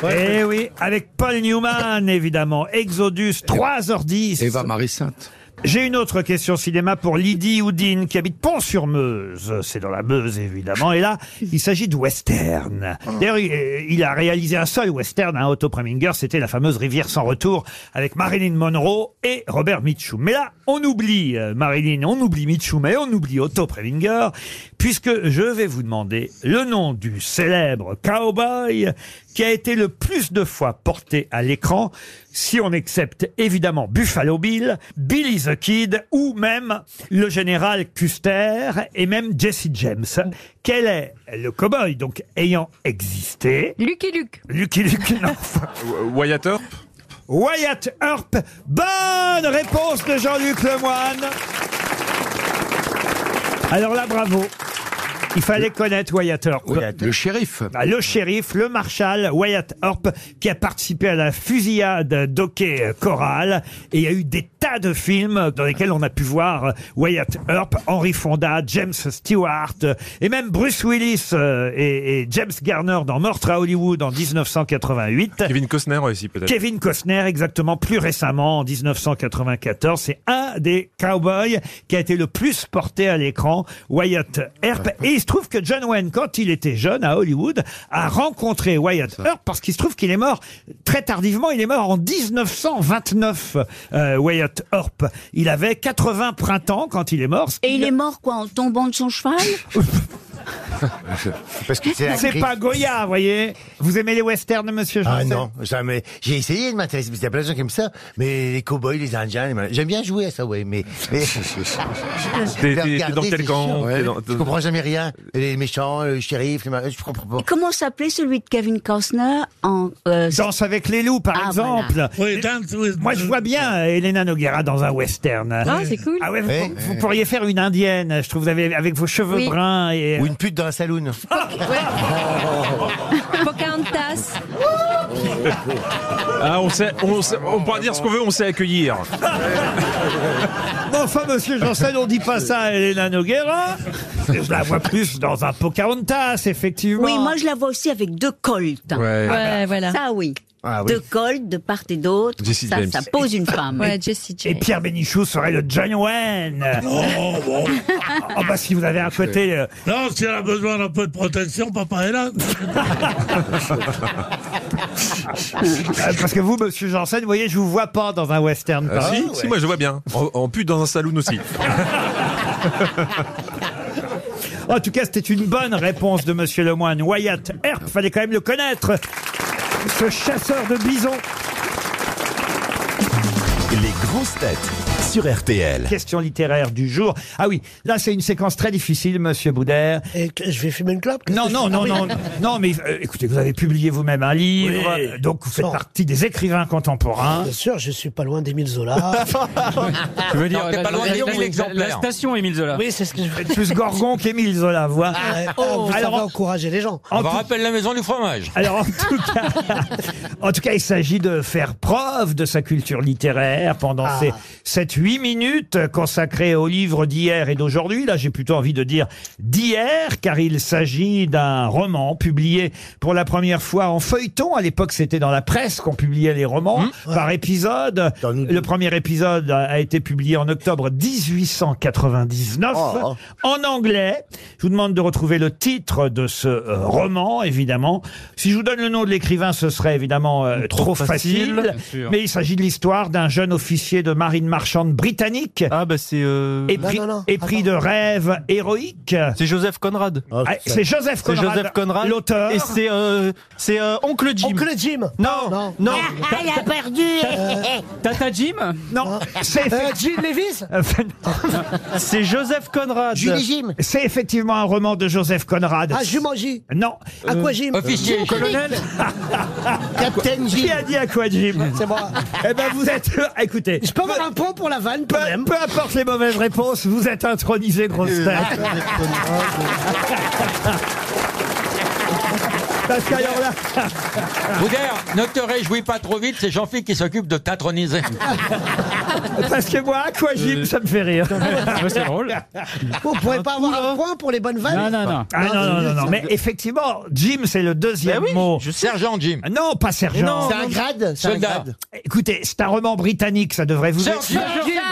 Speaker 1: eh oui, avec Paul Newman, évidemment. Exodus, 3h10.
Speaker 36: Eva Marie Sainte.
Speaker 1: J'ai une autre question cinéma pour Lydie Houdin, qui habite Pont-sur-Meuse. C'est dans la Meuse, évidemment. Et là, il s'agit de western. D'ailleurs, il- euh, il a réalisé un seul western, un Otto Preminger. C'était la fameuse Rivière sans retour avec Marilyn Monroe et Robert Mitchum. Mais là, on oublie euh, Marilyn, on oublie Mitchum et on oublie Otto Preminger, puisque je vais vous demander le nom du célèbre cowboy qui a été le plus de fois porté à l'écran, si on accepte évidemment Buffalo Bill, Billy the Kid ou même le général Custer et même Jesse James. Quel est le cowboy donc ayant existé
Speaker 22: Lucky Luke.
Speaker 1: Lucky Luke, non.
Speaker 25: Wyatt Earp
Speaker 1: Wyatt Earp. Bonne réponse de Jean-Luc Lemoine. Alors là, bravo. Il fallait connaître Wyatt Earp.
Speaker 36: Le shérif.
Speaker 1: Ah, Le shérif, le marshal Wyatt Earp, qui a participé à la fusillade d'Hockey Corral. Et il y a eu des tas de films dans lesquels on a pu voir Wyatt Earp, Henry Fonda, James Stewart, et même Bruce Willis euh, et, et James Garner dans Meurtre à Hollywood en 1988.
Speaker 25: Kevin Costner aussi peut-être.
Speaker 1: Kevin Costner, exactement, plus récemment, en 1994. C'est un des cowboys qui a été le plus porté à l'écran, Wyatt Earp. Et il se trouve que John Wayne, quand il était jeune à Hollywood, a rencontré Wyatt Earp parce qu'il se trouve qu'il est mort très tardivement. Il est mort en 1929, euh, Wyatt Earp. Il avait 80 printemps quand il est mort.
Speaker 6: Et il est mort quoi en tombant de son cheval
Speaker 36: Parce que c'est la
Speaker 1: C'est
Speaker 36: crise.
Speaker 1: pas Goya, vous voyez. Vous aimez les westerns, monsieur
Speaker 36: Ah
Speaker 1: Janssen
Speaker 36: non, jamais. J'ai essayé de m'intéresser, parce qu'il y a plein de gens qui aiment ça, mais les cowboys, les indiens, les malins- j'aime bien jouer à ça, ouais, mais. mais...
Speaker 25: t'es- t'es
Speaker 36: Regarder,
Speaker 25: dans quel
Speaker 36: c'est
Speaker 25: camp
Speaker 36: chiant,
Speaker 25: T'es
Speaker 36: ouais.
Speaker 25: dans-
Speaker 36: Je comprends jamais rien. Les méchants, le shérif, les malins, je comprends pas.
Speaker 6: Comment s'appelait celui de Kevin Costner en euh,
Speaker 1: Danse avec les loups, par
Speaker 6: Ah,
Speaker 1: exemple.
Speaker 6: voilà.
Speaker 1: Moi, je vois bien euh, Elena Noguera dans un western.
Speaker 6: Ah, c'est cool.
Speaker 1: Ah ouais, vous,
Speaker 36: Ouais.
Speaker 1: vous pourriez faire une indienne, je trouve, vous avez, avec vos cheveux
Speaker 36: Oui.
Speaker 1: bruns. Et...
Speaker 36: Ou une pute dans un saloon.
Speaker 22: Pocahontas.
Speaker 25: Ah, on sait, on sait- on pourra dire ce qu'on veut, on sait accueillir.
Speaker 1: Bon, enfin, monsieur Janssen, on dit pas ça à Elena Noguera. Je la vois plus dans un Pocahontas, effectivement. Ah, ben,
Speaker 6: Oui, moi je la vois aussi avec deux colts.
Speaker 1: Ouais. Ouais, voilà.
Speaker 6: Ça oui.
Speaker 1: bah. Ah oui.
Speaker 6: Deux colts de part et d'autre.
Speaker 1: Jessie
Speaker 6: Ça,
Speaker 1: James.
Speaker 6: ça pose une femme.
Speaker 1: Et- Et Pierre Bénichou serait le John Wayne.
Speaker 12: Oh, bon.
Speaker 1: Oh, bah, si vous avez un côté. euh,
Speaker 12: Non, si elle a besoin d'un peu de protection, papa est là.
Speaker 1: euh, parce que vous, monsieur Janssen, vous voyez, je vous vois pas dans un western.
Speaker 25: Ah,
Speaker 1: pareil.
Speaker 25: si, si, moi je vois bien. En, en plus, dans un saloon aussi.
Speaker 1: En tout cas, c'était une bonne réponse de Monsieur Lemoine. Wyatt Earp, fallait quand même le connaître. Ce chasseur de bisons.
Speaker 14: Les grosses têtes sur RTL.
Speaker 1: Question littéraire du jour. Ah oui, là c'est une séquence très difficile, Monsieur Boudère.
Speaker 3: Je vais fumer une clope
Speaker 1: Non, non, non,
Speaker 3: Ah oui.
Speaker 1: non, non, mais euh, écoutez, vous avez publié vous-même un livre,
Speaker 3: Oui.
Speaker 1: donc vous faites
Speaker 3: Sans.
Speaker 1: partie des écrivains contemporains.
Speaker 3: Bien sûr, je suis pas loin d'Émile Zola.
Speaker 1: Ah. Tu veux dire, t'es pas loin de Léon
Speaker 3: l'exemplaire.
Speaker 1: l'exemplaire. La station
Speaker 3: Émile
Speaker 1: Zola.
Speaker 3: Oui, c'est ce que je
Speaker 1: Vous êtes plus Gorgon qu'Émile Zola, vous voyez.
Speaker 3: Ah Ouais.
Speaker 1: Oh,
Speaker 3: ça
Speaker 1: alors,
Speaker 3: va
Speaker 1: en-
Speaker 3: encourager les gens.
Speaker 1: En tout-
Speaker 24: rappelle la maison du fromage.
Speaker 1: Alors en tout cas, en tout cas, il s'agit de faire preuve de sa culture littéraire pendant ces 7-8 minutes consacrées aux livres d'hier et d'aujourd'hui. Là, j'ai plutôt envie de dire d'hier, car il s'agit d'un roman publié pour la première fois en feuilleton. À l'époque, c'était dans la presse qu'on publiait les romans par épisode. Le premier épisode a a été publié en octobre 1899 en anglais. Je vous demande de retrouver le titre de ce euh, roman, évidemment. Si je vous donne le nom de l'écrivain, ce serait évidemment euh, trop,
Speaker 35: facile.
Speaker 1: facile.
Speaker 35: Bien sûr.
Speaker 1: Mais il s'agit de l'histoire d'un jeune officier de marine marchande britannique. Ah bah c'est épris,
Speaker 35: Non, non, non.
Speaker 1: épris de rêves héroïques.
Speaker 3: euh,
Speaker 35: C'est Joseph Conrad.
Speaker 1: Ah, c'est Joseph
Speaker 35: C'est
Speaker 1: Conrad,
Speaker 35: Joseph Conrad.
Speaker 1: l'auteur.
Speaker 35: Et c'est euh, c'est euh, oncle Jim.
Speaker 3: Oncle Jim.
Speaker 35: Non, non.
Speaker 3: Ah, il a perdu.
Speaker 1: Euh,
Speaker 35: Tata Jim.
Speaker 1: Non. Euh, C'est
Speaker 3: Jim Levis.
Speaker 1: C'est Joseph Conrad.
Speaker 3: Julie Jim.
Speaker 1: C'est effectivement un roman de Joseph Conrad.
Speaker 3: Ah, Jumanji.
Speaker 1: Non.
Speaker 3: À quoi
Speaker 1: Euh,
Speaker 3: Jim Officier. Colonel.
Speaker 1: Captain Jim. Qui a dit à quoi Jim
Speaker 3: C'est moi.
Speaker 1: Eh ben vous êtes. Écoutez.
Speaker 3: Je peux avoir un point pour la vanne,
Speaker 1: Peu, peu importe les mauvaises réponses, vous êtes intronisé, grosse tête. Parce qu'alors là.
Speaker 24: Boudère, ne te réjouis pas trop vite, c'est Jean-Philippe qui s'occupe de t'introniser.
Speaker 1: Parce que moi, Aquagym, ça me fait rire.
Speaker 24: Ouais, c'est drôle.
Speaker 3: Vous pouvez pas avoir un point pour les bonnes vannes
Speaker 1: Ah non, non, non, non. Mais effectivement, Jim, c'est le deuxième mot. Ah,
Speaker 24: Sergent Jim.
Speaker 1: Non, pas sergent.
Speaker 3: Non, C'est un non. grade, c'est un
Speaker 1: Soldat.
Speaker 3: grade.
Speaker 1: Écoutez, c'est un roman britannique, ça devrait vous
Speaker 3: Sir Jim.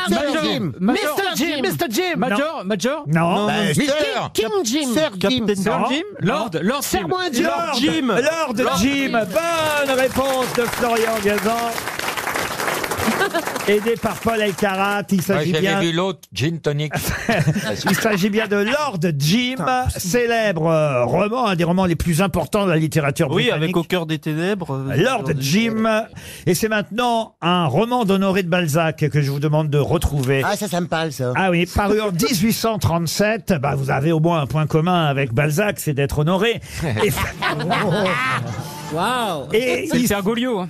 Speaker 3: Sir Major. Jim. Major. Mr. Jim. Mr. Jim. Major,
Speaker 1: Non. Non.
Speaker 3: Non, Bah, Mr. Mister. King Jim. Sir Jim.
Speaker 1: Captain
Speaker 3: Sir
Speaker 1: Non.
Speaker 3: Jim. Lord.
Speaker 1: Non.
Speaker 3: Lord Serre-moi un Jim.
Speaker 1: Lord
Speaker 3: Jim.
Speaker 1: Lord
Speaker 3: Lord
Speaker 1: Jim.
Speaker 3: Jim.
Speaker 1: Bonne réponse de Florian Gazan. Aidé par Paul Elkarat, il
Speaker 24: Ouais,
Speaker 1: s'agit bien.
Speaker 24: J'avais vu l'autre, Gin Tonic.
Speaker 1: Il s'agit bien de Lord Jim, célèbre euh, roman, un des romans les plus importants de la littérature
Speaker 35: Oui,
Speaker 1: britannique.
Speaker 35: avec Au cœur des ténèbres. euh,
Speaker 1: Lord Jim. Et c'est maintenant un roman d'Honoré de Balzac que je vous demande de retrouver.
Speaker 3: Ah, ça, ça me parle, ça.
Speaker 1: Ah oui, paru en 1837. Bah, vous avez au moins un point commun avec Balzac, c'est d'être honoré. Et,
Speaker 3: Waouh.
Speaker 1: et il,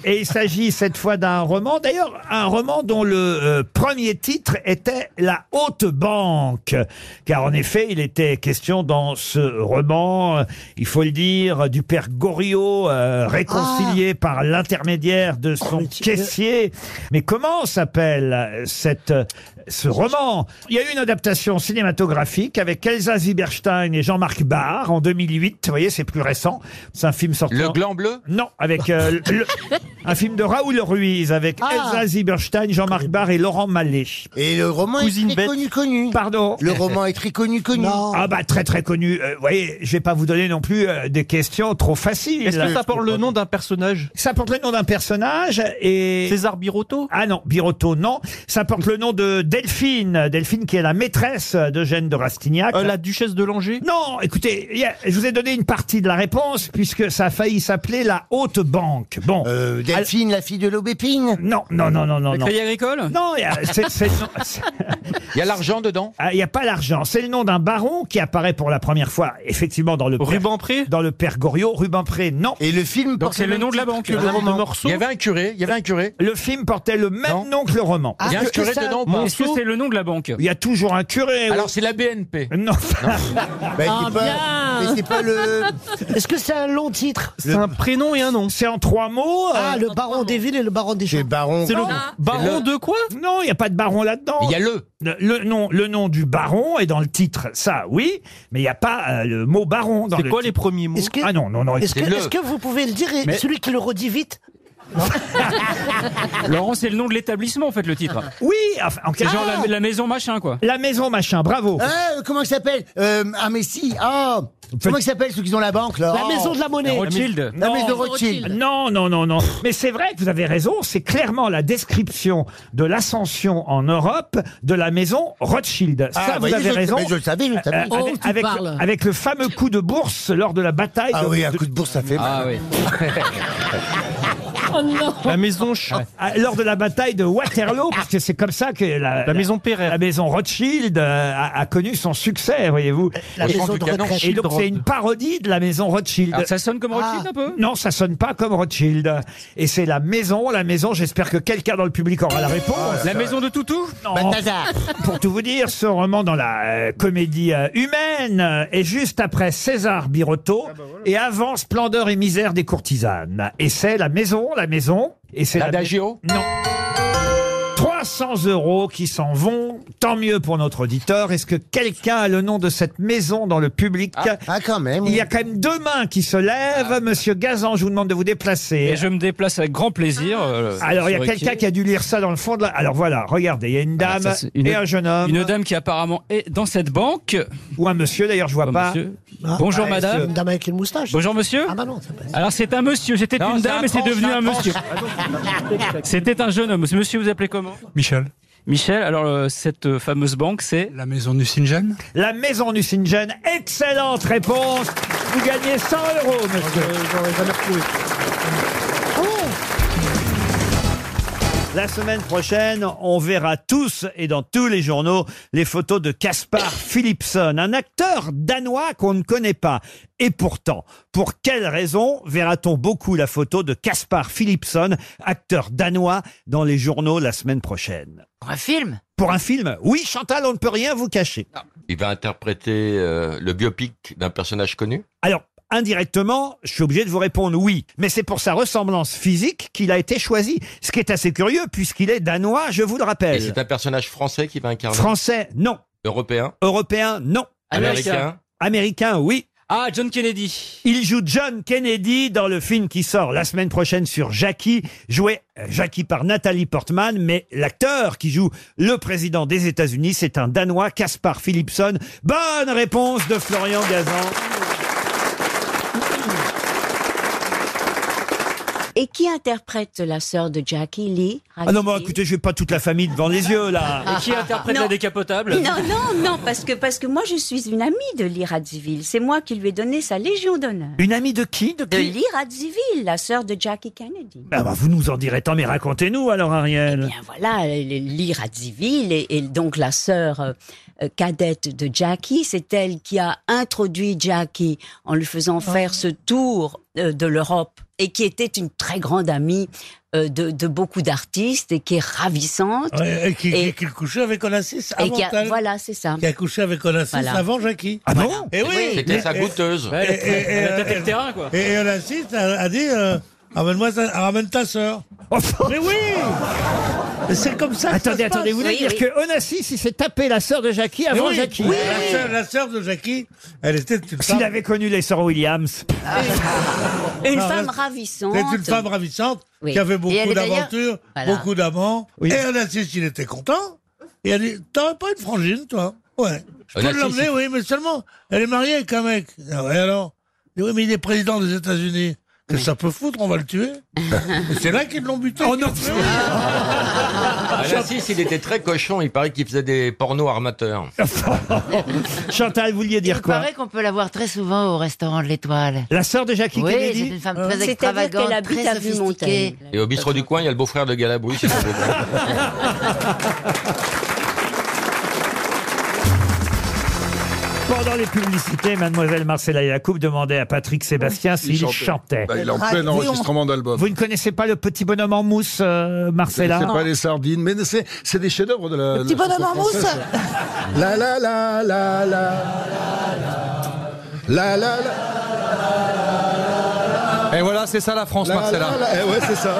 Speaker 1: et il s'agit cette fois d'un roman, d'ailleurs un roman dont le euh, premier titre était La Haute Banque, car en effet il était question dans ce roman, euh, il faut le dire, du père Goriot euh, réconcilié par l'intermédiaire de son caissier. Mais comment s'appelle euh, cette euh, ce roman Il y a eu une adaptation cinématographique avec Elsa Zieberstein et Jean-Marc Barr en 2008. Vous voyez, c'est plus récent. C'est un film sorti. Le
Speaker 24: gland bleu
Speaker 1: Non, avec euh, le- le- un film de Raoul Ruiz avec Elsa Zieberstein, Jean-Marc Barr et Laurent Mallet.
Speaker 36: Ah. Et le roman est très connu, connu.
Speaker 1: Pardon.
Speaker 36: Le roman est très connu, connu.
Speaker 1: Ah bah très très connu. Euh, vous voyez, je vais pas vous donner non plus euh, des questions trop faciles.
Speaker 35: Est-ce que ça porte le nom d'un personnage
Speaker 1: Ça porte le nom d'un personnage et...
Speaker 35: César Birotteau
Speaker 1: Ah non, Birotteau, non. Ça porte le nom de Delphine. Delphine qui est la maîtresse d'Eugène de Rastignac.
Speaker 35: Euh, La duchesse de Langeais
Speaker 1: Non, écoutez, il y a- je vous ai donné une partie de la réponse puisque ça a failli s'appeler la haute banque. Bon.
Speaker 36: Euh, Delphine, la fille de l'aubépine
Speaker 1: Non, non, non, non, non. non.
Speaker 24: agricole
Speaker 1: Non, il y a- c'est- c'est- non,
Speaker 24: Il y a l'argent dedans
Speaker 1: Ah, Il n'y a pas l'argent. C'est le nom d'un baron qui apparaît pour la première fois, effectivement, dans le Rubempré Dans le Père Goriot. Rubempré, non.
Speaker 36: Et le film
Speaker 24: porte le même titre que le roman. Il y avait un curé, il y avait un curé.
Speaker 1: Le film portait le même nom que le roman.
Speaker 24: Il y a un curé dedans ou pas
Speaker 1: le nom de la banque Il y a toujours un curé.
Speaker 24: Alors c'est la BNP.
Speaker 1: Non.
Speaker 24: Ah,
Speaker 1: tu peux-
Speaker 24: bien.
Speaker 3: Mais c'est pas le-
Speaker 22: Est-ce que c'est un long titre
Speaker 35: C'est un prénom et un nom.
Speaker 1: C'est en trois mots. euh.
Speaker 22: Ah, le baron des villes et le baron des champs. C'est
Speaker 36: baron.
Speaker 35: C'est le baron de quoi
Speaker 1: Non, il n'y a pas de baron là-dedans.
Speaker 35: Il y a le.
Speaker 1: le. nom, le nom du baron est dans le titre, ça, oui, mais il n'y a pas euh, le mot baron dans
Speaker 35: C'est
Speaker 1: le
Speaker 35: quoi
Speaker 1: titre.
Speaker 35: les premiers mots
Speaker 1: Est-ce que- Ah non, non, non.
Speaker 22: Est-ce que,
Speaker 1: c'est le.
Speaker 22: est-ce que vous pouvez le dire et
Speaker 1: Mais-
Speaker 22: celui qui le redit vite
Speaker 3: Laurent, c'est le nom de l'établissement en fait le titre.
Speaker 1: Oui, enfin, en
Speaker 3: C'est
Speaker 1: quelque-
Speaker 3: genre
Speaker 1: Ah
Speaker 3: la, la maison machin quoi.
Speaker 1: La maison machin, bravo.
Speaker 36: Ah, comment il s'appelle Euh, Ah, mais si. Ah, comment il s'appelle ceux qui ont la banque là Oh. La maison de Rothschild.
Speaker 1: Non, non, non, non. Mais c'est vrai que vous avez raison, c'est clairement la description de l'ascension en Europe de la maison Rothschild.
Speaker 36: Ah,
Speaker 1: Ça,
Speaker 36: voyez,
Speaker 1: vous avez
Speaker 36: je-
Speaker 1: raison. Euh,
Speaker 36: mais je le savais, je le savais. Oh,
Speaker 1: avec,
Speaker 36: tu
Speaker 1: avec-
Speaker 36: parles.
Speaker 1: avec le fameux coup de bourse lors de la bataille.
Speaker 36: Ah
Speaker 1: de-
Speaker 36: oui, un
Speaker 1: de-
Speaker 36: coup de bourse, ça fait
Speaker 35: Ah
Speaker 36: mal.
Speaker 35: La maison Ch-
Speaker 1: Ah, Lors de la bataille de Waterloo, parce que c'est comme ça que la, maison La maison Rothschild euh, a, a connu son succès, voyez-vous.
Speaker 22: La
Speaker 1: Et-
Speaker 22: maison de retraite.
Speaker 1: Et donc c'est une parodie de la maison Rothschild.
Speaker 3: Alors, ça sonne comme
Speaker 22: Ah.
Speaker 3: Rothschild, un peu
Speaker 1: Non, ça sonne pas comme Rothschild. Et c'est la maison, la maison. J'espère que quelqu'un dans le public aura la réponse.
Speaker 3: la maison de Toutou
Speaker 1: Ah, Non. Pour tout vous dire, ce roman dans la euh, comédie euh, humaine euh, est juste après César Birotteau et avant Splendeur et misère des courtisanes. Et c'est la maison, la maison. Et c'est la-
Speaker 24: L'adagio
Speaker 1: Non. 300 euros qui s'en vont, tant mieux pour notre auditeur. Est-ce que quelqu'un a le nom de cette maison dans le public
Speaker 36: Ah, ah, quand même. Ah.
Speaker 1: Il y a quand même deux mains qui se lèvent. Monsieur Gazan, je vous demande de vous déplacer.
Speaker 3: Et je me déplace avec grand plaisir. euh,
Speaker 1: Alors, il y a
Speaker 3: sur
Speaker 1: quelqu'un
Speaker 3: qui-
Speaker 1: qui a dû lire ça dans le fond de la... Alors voilà, regardez, il y a une dame
Speaker 3: Ça, c'est une-
Speaker 1: et un jeune homme.
Speaker 3: Une dame qui apparemment est dans cette banque.
Speaker 1: Ou un monsieur d'ailleurs, je vois pas.
Speaker 22: Ah,
Speaker 3: Bonjour
Speaker 22: ah, c'est Une
Speaker 3: madame.
Speaker 22: dame avec une moustache.
Speaker 3: Bonjour monsieur.
Speaker 22: Ah bah non, ça passe.
Speaker 3: Alors c'est un monsieur, c'était
Speaker 24: Non,
Speaker 3: une
Speaker 24: c'est
Speaker 3: dame
Speaker 24: un
Speaker 3: et c'est
Speaker 24: tranche,
Speaker 3: devenu
Speaker 24: c'est un
Speaker 3: un monsieur.
Speaker 24: tranche.
Speaker 3: C'était un jeune homme. Monsieur, vous appelez comment
Speaker 24: Michel.
Speaker 3: Michel, alors euh, cette euh, fameuse banque, c'est La maison Nucingen
Speaker 1: La maison Nucingen, excellente réponse. Vous gagnez 100 euros, monsieur. Oh La semaine prochaine, on verra tous et dans tous les journaux les photos de Caspar Philipson, un acteur danois qu'on ne connaît pas. Et pourtant, pour quelle raison verra-t-on beaucoup la photo de Caspar Philipson, acteur danois, dans les journaux la semaine prochaine Pour un film Pour un film Oui, Chantal, on ne peut rien vous cacher.
Speaker 13: Il va interpréter euh, le biopic d'un personnage connu
Speaker 1: Alors, indirectement, je suis obligé de vous répondre oui. Mais c'est pour sa ressemblance physique qu'il a été choisi. Ce qui est assez curieux, puisqu'il est danois, je vous le
Speaker 13: Et
Speaker 1: rappelle.
Speaker 13: c'est un personnage français qui va incarner
Speaker 1: Français, non.
Speaker 13: Européen
Speaker 1: Européen, non.
Speaker 13: Américain
Speaker 1: Américain, oui.
Speaker 3: Ah, John Kennedy.
Speaker 1: Il joue John Kennedy dans le film qui sort la semaine prochaine sur Jackie, joué euh, Jackie par Nathalie Portman, mais l'acteur qui joue le président des États-Unis, c'est un Danois, Caspar Philipson. Bonne réponse de Florian Gazan.
Speaker 6: Et qui interprète la sœur de Jackie Lee
Speaker 1: Ah non, mais écoutez, je vais pas toute la famille devant les yeux, là.
Speaker 3: Et qui interprète
Speaker 6: Ah. Non.
Speaker 3: la décapotable
Speaker 6: Non, non, non, parce que, parce que moi je suis une amie de Lee Radzivill. C'est moi qui lui ai donné sa Légion d'honneur.
Speaker 1: Une amie de qui
Speaker 6: De Lee Radzivill, la sœur de Jackie Kennedy.
Speaker 1: Ah bah, vous nous en direz tant, mais racontez-nous alors, Ariel.
Speaker 6: Voilà, euh, Lee Radzivill et, et donc la sœur euh, euh, cadette de Jackie, c'est elle qui a introduit Jackie en lui faisant faire ce tour euh, de l'Europe et qui était une très grande amie euh, de, de beaucoup d'artistes et qui est ravissante.
Speaker 12: Ouais, et qui,
Speaker 6: Et-
Speaker 12: qui- qui couchait avec Onassis
Speaker 6: et
Speaker 12: avant
Speaker 6: qui a-
Speaker 12: elle.
Speaker 6: voilà, c'est ça.
Speaker 12: Qui a couché avec Onassis
Speaker 6: Voilà.
Speaker 12: avant Jackie.
Speaker 1: Ah bon
Speaker 12: Et oui
Speaker 13: C'était
Speaker 12: Et-
Speaker 13: sa
Speaker 12: et-
Speaker 13: goûteuse.
Speaker 12: et- et- et-
Speaker 3: Elle a tâté
Speaker 12: et-
Speaker 3: le terrain, quoi.
Speaker 12: Et Onassis a, a dit euh, Ramène-moi ta- ramène ta sœur. Mais oui C'est comme ça que ça
Speaker 1: Oh, Attendez,
Speaker 12: se
Speaker 1: attendez,
Speaker 12: passe.
Speaker 1: vous voulez dire que Onassis, il s'est tapé la sœur de Jackie
Speaker 12: Mais
Speaker 1: avant
Speaker 12: oui,
Speaker 1: Jackie
Speaker 12: La, sœur, la sœur de Jackie, elle était une femme.
Speaker 1: S'il avait connu les sœurs Williams.
Speaker 6: Une
Speaker 12: Non,
Speaker 6: femme
Speaker 12: là,
Speaker 6: ravissante.
Speaker 12: C'est une femme ravissante
Speaker 6: Oui.
Speaker 12: qui avait
Speaker 6: Et elle
Speaker 12: beaucoup
Speaker 6: est d'ailleurs-
Speaker 12: d'aventures,
Speaker 6: Voilà.
Speaker 12: beaucoup d'amants. Et Onassis, il était content. Et elle dit T'aurais pas une frangine, toi Ouais. Je peux
Speaker 13: Onassis,
Speaker 12: l'emmener,
Speaker 13: il-
Speaker 12: oui, mais seulement, elle est mariée avec un mec. Ah ouais, alors Il dit, Oui, mais il est président des États-Unis. Que ça peut foutre, on va le tuer. Et c'est là qu'ils l'ont buté. Oh non
Speaker 13: Onassis, il était très cochon. Il paraît qu'il faisait des pornos armateurs.
Speaker 1: Chantal, vous vouliez dire
Speaker 5: Il
Speaker 1: quoi
Speaker 5: paraît qu'on peut la voir très souvent au restaurant de l'Étoile.
Speaker 1: La sœur de Jackie
Speaker 5: Oui, c'est
Speaker 1: Kennedy Euh.
Speaker 5: une
Speaker 12: Euh.
Speaker 5: femme
Speaker 6: C'est-à-dire
Speaker 5: très extravagante,
Speaker 6: qu'elle habite
Speaker 5: très
Speaker 6: avenue
Speaker 5: sophistiquée.
Speaker 13: Et au bistrot du coin, il y a le beau-frère de Galabru. c'est le beau-frère.
Speaker 1: Pendant les publicités, mademoiselle Marcella Yacoub demandait à Patrick Sébastien s'il chantait.
Speaker 28: Bah, il est en
Speaker 6: Ah,
Speaker 28: plein enregistrement d'album.
Speaker 1: Vous ne connaissez pas le petit bonhomme en mousse, euh,
Speaker 28: C'est
Speaker 1: Marcella
Speaker 28: pas les sardines, mais c'est c'est des chefs-d'œuvre de Euh, la.
Speaker 1: Le petit
Speaker 28: la chanson
Speaker 1: bonhomme en mousse
Speaker 28: française. La la la la la.
Speaker 4: La la la.
Speaker 11: Et voilà, c'est ça la France,
Speaker 4: La,
Speaker 11: Marcella.
Speaker 4: la, la. Eh ouais, c'est ça.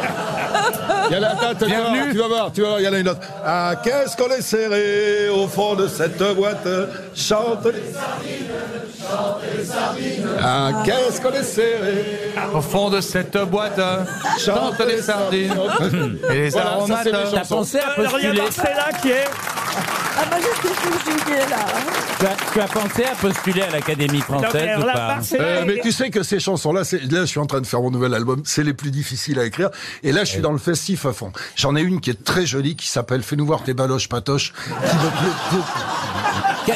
Speaker 4: Il y a la- attends, attends, tu vas voir,
Speaker 11: Bienvenue.
Speaker 4: Tu vas voir, tu vas voir, il y en a une autre. Ah, qu'est-ce qu'on est serré au fond de cette boîte Chante. Ah, qu'est-ce qu'on est serré
Speaker 11: Au fond de cette boîte, chante les sardines et les
Speaker 4: Voilà, ça,
Speaker 11: aromates.
Speaker 4: c'est mes chansons.
Speaker 1: Alors il y a Marcella qui est.
Speaker 17: Ah bah je sais ce que j'ai là.
Speaker 23: Tu as, tu as pensé à postuler à l'Académie française ou pas
Speaker 28: Euh, mais tu sais que ces chansons-là, c'est- là, je suis en train de faire mon nouvel album, c'est les plus difficiles à écrire. Et là, je suis dans le festif à fond. J'en ai une qui est très jolie, qui s'appelle Fais-nous voir tes baloches patoches. qui me plaît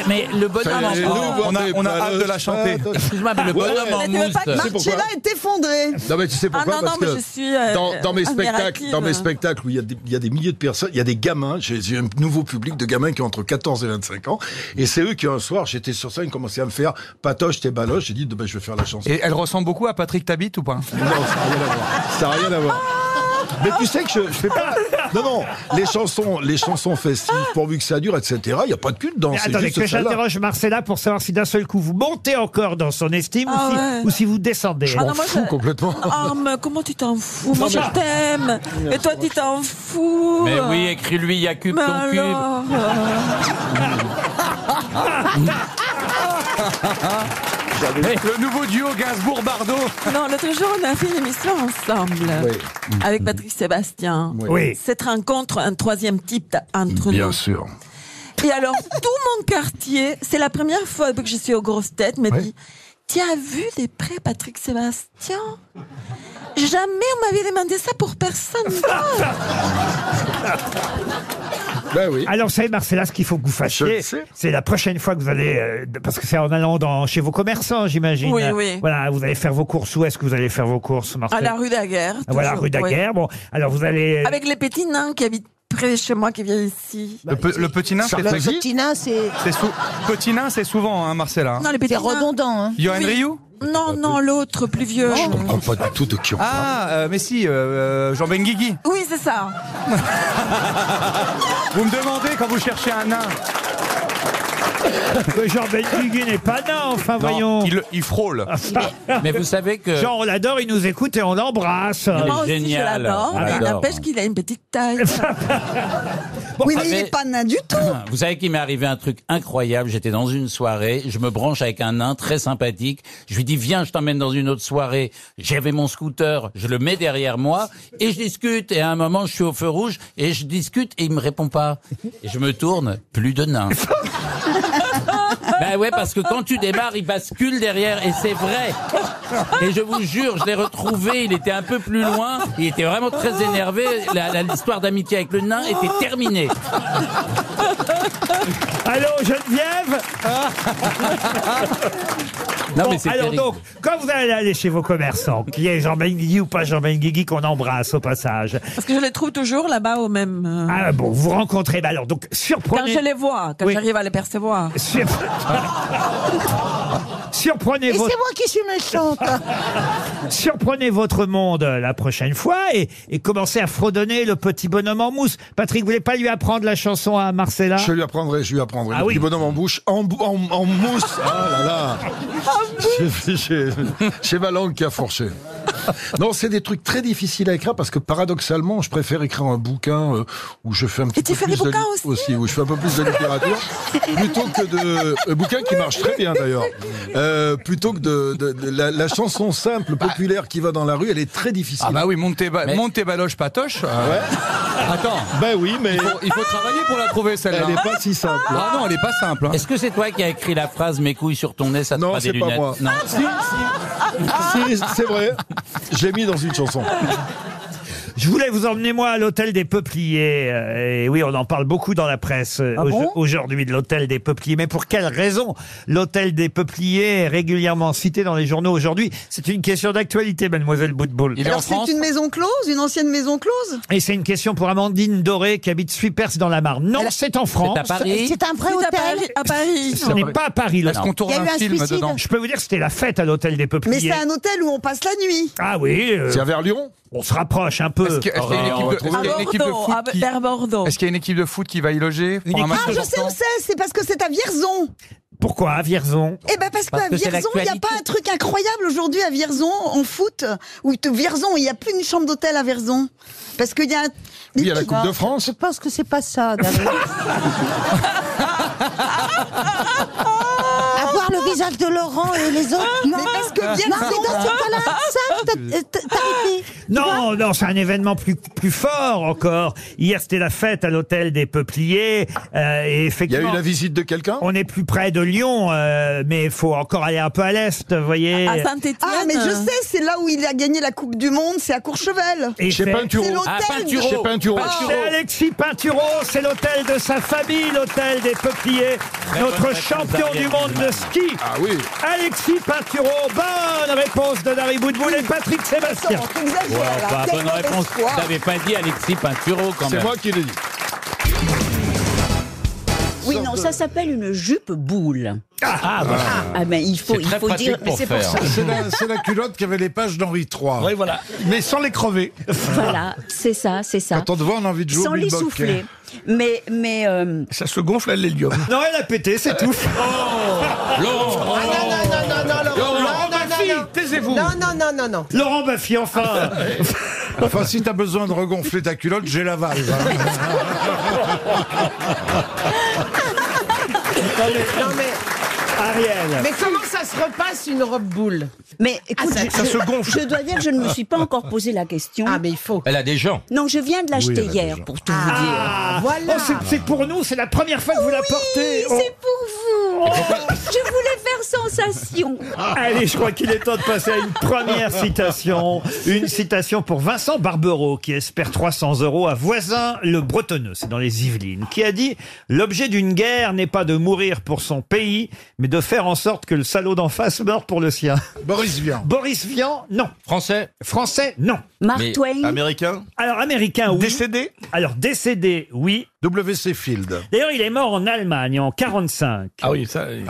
Speaker 23: Mais le bonhomme en
Speaker 28: Fais-nous
Speaker 23: mousse.
Speaker 28: voir tes baloches patoches.
Speaker 23: Excuse-moi, mais le bonhomme en mousse.
Speaker 4: C'est pourquoi
Speaker 17: Marcella est effondrée.
Speaker 4: Non mais tu sais pourquoi
Speaker 17: Ah non, non,
Speaker 4: Parce
Speaker 17: mais
Speaker 4: que
Speaker 17: je suis. euh,
Speaker 4: dans, dans mes spectacles,
Speaker 17: admirative.
Speaker 4: dans mes spectacles où il y, a des- il y a des milliers de personnes, il y a des gamins, j'ai j'ai un nouveau public de gamins qui ont entre 14 et 25 ans, et c'est eux qui un soir j'étais sur scène, commençaient à me faire patoche tes baloches, j'ai dit ben, je vais faire la chanson.
Speaker 11: Et elle ressemble beaucoup à Patrick Tabit ou pas
Speaker 4: Non, ça n'a rien à voir. Ça n'a rien à voir. Mais tu sais que je, je fais pas. Non, non, les chansons, les chansons festives, pourvu que ça dure, etc. Il n'y a pas de cul dedans.
Speaker 1: Mais
Speaker 4: c'est
Speaker 1: attendez,
Speaker 4: juste
Speaker 1: que
Speaker 4: celle-là.
Speaker 1: j'interroge Marcella pour savoir si d'un seul coup vous montez encore dans son estime
Speaker 17: Ah
Speaker 1: ou, si,
Speaker 17: ouais.
Speaker 1: ou si vous descendez.
Speaker 17: Ah non, moi, je-
Speaker 4: complètement.
Speaker 17: Arme, comment tu t'en fous Moi
Speaker 1: Non,
Speaker 17: je
Speaker 1: mais-
Speaker 17: t'aime. Et toi tu t'en fous.
Speaker 23: Mais oui, écris-lui Yacoub
Speaker 17: Mais
Speaker 23: ton cube.
Speaker 17: alors,
Speaker 11: Le nouveau duo Gainsbourg-Bardot.
Speaker 17: euh, Non, l'autre jour on a fait une émission ensemble avec Patrick Sébastien.
Speaker 4: Oui. Oui.
Speaker 17: Cette rencontre, un troisième type t- entre
Speaker 4: Bien
Speaker 17: nous.
Speaker 4: sûr.
Speaker 17: Et alors, tout mon quartier, c'est la première fois que je suis aux grosses têtes, me dit Tu as vu des prêts, Patrick Sébastien Jamais on m'avait demandé ça pour personne.
Speaker 1: Alors, vous savez, Marcella, ce qu'il faut que vous fassiez, c'est la prochaine fois que vous allez, euh, de- parce que c'est en allant dans, chez vos commerçants, j'imagine.
Speaker 17: Oui, oui.
Speaker 1: Voilà, vous allez faire vos courses. Où est-ce que vous allez faire vos courses,
Speaker 17: à
Speaker 1: Marcella
Speaker 17: la rue Daguerre.
Speaker 1: Ah, Voilà,
Speaker 17: toujours,
Speaker 1: rue
Speaker 17: oui.
Speaker 1: Daguerre. Bon, alors vous allez.
Speaker 17: Avec les petits nains qui habitent près de chez moi, qui viennent ici.
Speaker 11: Le, pe- le petit nain, c'est
Speaker 17: Sarkozy
Speaker 11: Sarkozy
Speaker 17: nain, c'est.
Speaker 11: C'est sou- Petit nain, c'est souvent, hein, Marcella.
Speaker 17: Non, les petits nains. C'est redondant, hein.
Speaker 11: Johan Rioux
Speaker 17: Non, non, l'autre, plus vieux.
Speaker 11: comprends pas du tout de qui on Ah, euh, mais si, euh, euh, Jean Benguigui.
Speaker 17: Oui, c'est ça.
Speaker 11: Vous me demandez quand vous cherchez un nain.
Speaker 1: Que Jean Benguigui n'est pas nain, enfin, voyons. Ah,
Speaker 11: Il, il frôle.
Speaker 23: Mais vous savez que.
Speaker 1: Jean, on l'adore, il nous écoute et on l'embrasse.
Speaker 17: Moi aussi, je l'adore.
Speaker 23: on
Speaker 17: mais
Speaker 23: l'adore.
Speaker 17: N'empêche qu'il a une petite taille.
Speaker 23: Oui, mais il est
Speaker 17: pas nain du tout.
Speaker 23: Vous savez qu'il m'est arrivé un truc incroyable. J'étais dans une soirée, je me branche avec un nain très sympathique. Je lui dis viens, je t'emmène dans une autre soirée. J'avais mon scooter, je le mets derrière moi et je discute. Et à un moment, je suis au feu rouge et je discute et il me répond pas. Et je me tourne, plus de nain. Ben ouais, parce que quand tu démarres, il bascule derrière, et c'est vrai. Et je vous jure, je l'ai retrouvé, il était un peu plus loin, il était vraiment très énervé, La- la- l'histoire d'amitié avec le nain était terminée.
Speaker 1: Allô, Geneviève
Speaker 23: Non,
Speaker 1: Bon,
Speaker 23: mais c'est
Speaker 1: alors
Speaker 23: terrible.
Speaker 1: donc, quand vous allez aller chez vos commerçants, qu'il y ait Jean Benguigui ou pas Jean Benguigui, qu'on embrasse au passage.
Speaker 17: Parce que je les trouve toujours là-bas au même. euh,
Speaker 1: Ah bon, vous rencontrez, bah alors donc,
Speaker 17: Quand
Speaker 1: surprenez...
Speaker 17: je les vois, quand
Speaker 1: Oui.
Speaker 17: j'arrive à les percevoir.
Speaker 1: Sur- Surprenez votre...
Speaker 17: qui suis méchante.
Speaker 22: hein
Speaker 1: Surprenez votre monde euh, la prochaine fois et, et commencez à fredonner le petit bonhomme en mousse. Patrick, vous voulez pas lui apprendre la chanson à Marcella
Speaker 28: Je lui apprendrai, je lui apprendrai.
Speaker 1: Ah
Speaker 28: le
Speaker 1: oui.
Speaker 28: petit bonhomme en bouche, en, bou- en, en mousse. Ah là là. J'ai- J'ai j'ai ma langue qui a fourché. Non, c'est des trucs très difficiles à écrire parce que paradoxalement, je préfère écrire un bouquin euh, où je fais un petit peu
Speaker 17: fais
Speaker 28: plus
Speaker 17: des
Speaker 28: de
Speaker 17: bouquins
Speaker 28: li- où je fais un peu plus de littérature, plutôt que de un bouquin qui marche très bien d'ailleurs, Euh, plutôt que de, de- de- la, la chanson simple populaire qui va dans la rue, elle est très difficile.
Speaker 11: Bah. Ah bah oui, monte tes, ba- monte tes baloches patoches. euh, Attends.
Speaker 28: Ben oui, mais
Speaker 11: il faut, il faut travailler pour la trouver celle-là.
Speaker 28: Elle est pas si simple.
Speaker 11: Ah non, elle est pas simple. hein.
Speaker 23: Est-ce que c'est toi qui as écrit la phrase Mes couilles sur ton nez, ça te
Speaker 28: Non,
Speaker 23: fera des
Speaker 28: c'est pas
Speaker 23: lunettes
Speaker 28: moi.
Speaker 17: Ah,
Speaker 23: Non.
Speaker 28: Si, si. Si, c'est vrai. J'ai mis dans une chanson.
Speaker 1: Je voulais vous emmener moi à l'hôtel des Peupliers. euh, Et oui, on en parle beaucoup dans la presse euh,
Speaker 4: Ah
Speaker 1: au-
Speaker 4: bon
Speaker 1: aujourd'hui de l'hôtel des Peupliers. Mais pour quelle raison l'hôtel des Peupliers est régulièrement cité dans les journaux aujourd'hui C'est une question d'actualité, mademoiselle Boutboul.
Speaker 20: Alors c'est une maison close, une ancienne maison close
Speaker 1: Et c'est une question pour Amandine Doré qui habite Suipers dans la Marne. Non, c'est en France.
Speaker 20: C'est un vrai
Speaker 17: C'est à
Speaker 20: hôtel.
Speaker 17: Paris. À Paris.
Speaker 1: Ce n'est pas à Paris. là.
Speaker 20: bah Est-ce qu'on tourne Il y a un eu un film suicide dedans
Speaker 1: Je peux vous dire que c'était la fête à l'hôtel des Peupliers.
Speaker 20: Mais c'est un hôtel où on passe la nuit.
Speaker 1: Ah oui.
Speaker 28: C'est vers Lyon
Speaker 1: On se rapproche un peu.
Speaker 11: Est-ce que- est-ce qu'il y a une équipe de- est-ce qu'il y a une équipe de foot qui- est-ce qu'il y a une équipe de foot qui va y loger pour un match
Speaker 20: Ah, je sais
Speaker 11: important
Speaker 20: où c'est, c'est parce que c'est à Vierzon.
Speaker 1: Pourquoi à Vierzon
Speaker 20: Eh ben parce,
Speaker 1: Parce
Speaker 20: qu'à
Speaker 1: que c'est
Speaker 20: Vierzon, il n'y a
Speaker 1: l'actualité.
Speaker 20: pas un truc incroyable aujourd'hui à Vierzon en foot ou t- Vierzon, il n'y a plus une chambre d'hôtel à Vierzon parce qu'il y a.
Speaker 28: Oui, il y a la Coupe de France.
Speaker 20: Je pense que c'est pas ça. Avoir le visage de Laurent et les autres. Non, mais parce que Vierzon,
Speaker 1: Non, mais dans ce
Speaker 20: là
Speaker 28: Ah,
Speaker 1: Ah, Non, non, c'est un événement plus, plus fort encore. Hier, c'était la fête à l'hôtel des Peupliers. euh, et effectivement,
Speaker 28: eu la visite de
Speaker 1: quelqu'un On est plus près de Lyon, euh, mais il faut encore aller un peu à l'est, vous voyez.
Speaker 20: Ah, mais je sais, c'est là où il a gagné la Coupe du Monde, c'est à Courchevel.
Speaker 1: Et c'est- Ah,
Speaker 20: C'est l'hôtel de-
Speaker 1: C'est Alexis Pinturo, c'est l'hôtel de sa famille, l'hôtel des Peupliers, notre champion du monde de ski. Ah oui. Alexis Pinturo, bonne réponse de Dari Boudboul et Patrick Sébastien.
Speaker 23: Ouais, enfin, bonne réponse. Vous n'avez pas dit Alexis Pinturo quand même.
Speaker 28: C'est moi
Speaker 23: qui l'ai dit.
Speaker 6: Oui, non, ça s'appelle une jupe boule. Ah,
Speaker 28: voilà.
Speaker 6: Ah, mais il faut,
Speaker 28: C'est
Speaker 6: il
Speaker 28: très
Speaker 6: faut
Speaker 28: pratique
Speaker 6: dire.
Speaker 28: pour
Speaker 6: mais c'est pour
Speaker 28: faire.
Speaker 6: ça.
Speaker 28: C'est la- c'est la culotte qui avait les pages d'Henri III. Oui, voilà. Mais sans les crever.
Speaker 6: Voilà, c'est ça, c'est ça.
Speaker 28: Quand on te voit, on a envie de jouer au hein.
Speaker 6: Sans les
Speaker 28: Bilbock.
Speaker 6: souffler. Mais, mais. euh,
Speaker 28: Ça se gonfle à l'hélium.
Speaker 1: Non, elle a pété, c'est tout.
Speaker 6: Oh.
Speaker 23: Laurent
Speaker 1: Ah,
Speaker 22: non, non, non,
Speaker 28: Laurent
Speaker 22: non, non,
Speaker 28: Baffy,
Speaker 22: non.
Speaker 28: taisez-vous.
Speaker 22: Non, non, non, non, non.
Speaker 1: Laurent Baffy, enfin
Speaker 28: Enfin, si t'as besoin de regonfler ta culotte, j'ai la valve.
Speaker 16: hein.
Speaker 22: Non, mais, non, mais-
Speaker 1: Ariel.
Speaker 22: Mais comment ça se repasse une robe boule
Speaker 6: Mais écoute,
Speaker 22: Ah, ça-
Speaker 6: je,
Speaker 22: ça
Speaker 6: je-
Speaker 22: se gonfle.
Speaker 6: je dois dire que je ne me suis pas encore posé la question. Ah,
Speaker 22: mais il faut.
Speaker 24: Elle a des gens.
Speaker 6: Non, je viens de l'acheter
Speaker 24: elle a
Speaker 6: hier, pour tout vous dire.
Speaker 1: Ah, oh, c'est- c'est pour nous, c'est la Oh. première fois que vous la portez. On-
Speaker 6: C'est pour vous. je voulais faire sensation.
Speaker 1: Ah, Allez, je crois qu'il est temps de passer à une première citation. Une citation pour Vincent Barbereau, qui espère 300 euros à Voisin le Bretonneux, c'est dans les Yvelines, qui a dit « L'objet d'une guerre n'est pas de mourir pour son pays, mais de faire en sorte que le salaud d'en face meure pour le sien. » Boris Vian. Boris Vian, non. Français Français, non.
Speaker 6: Mark Twain.
Speaker 1: Américain Alors, américain, oui. Décédé Alors, décédé, oui. W.C. Field. D'ailleurs, il est mort en Allemagne en 45.
Speaker 28: Ah oui, ça.
Speaker 1: Euh,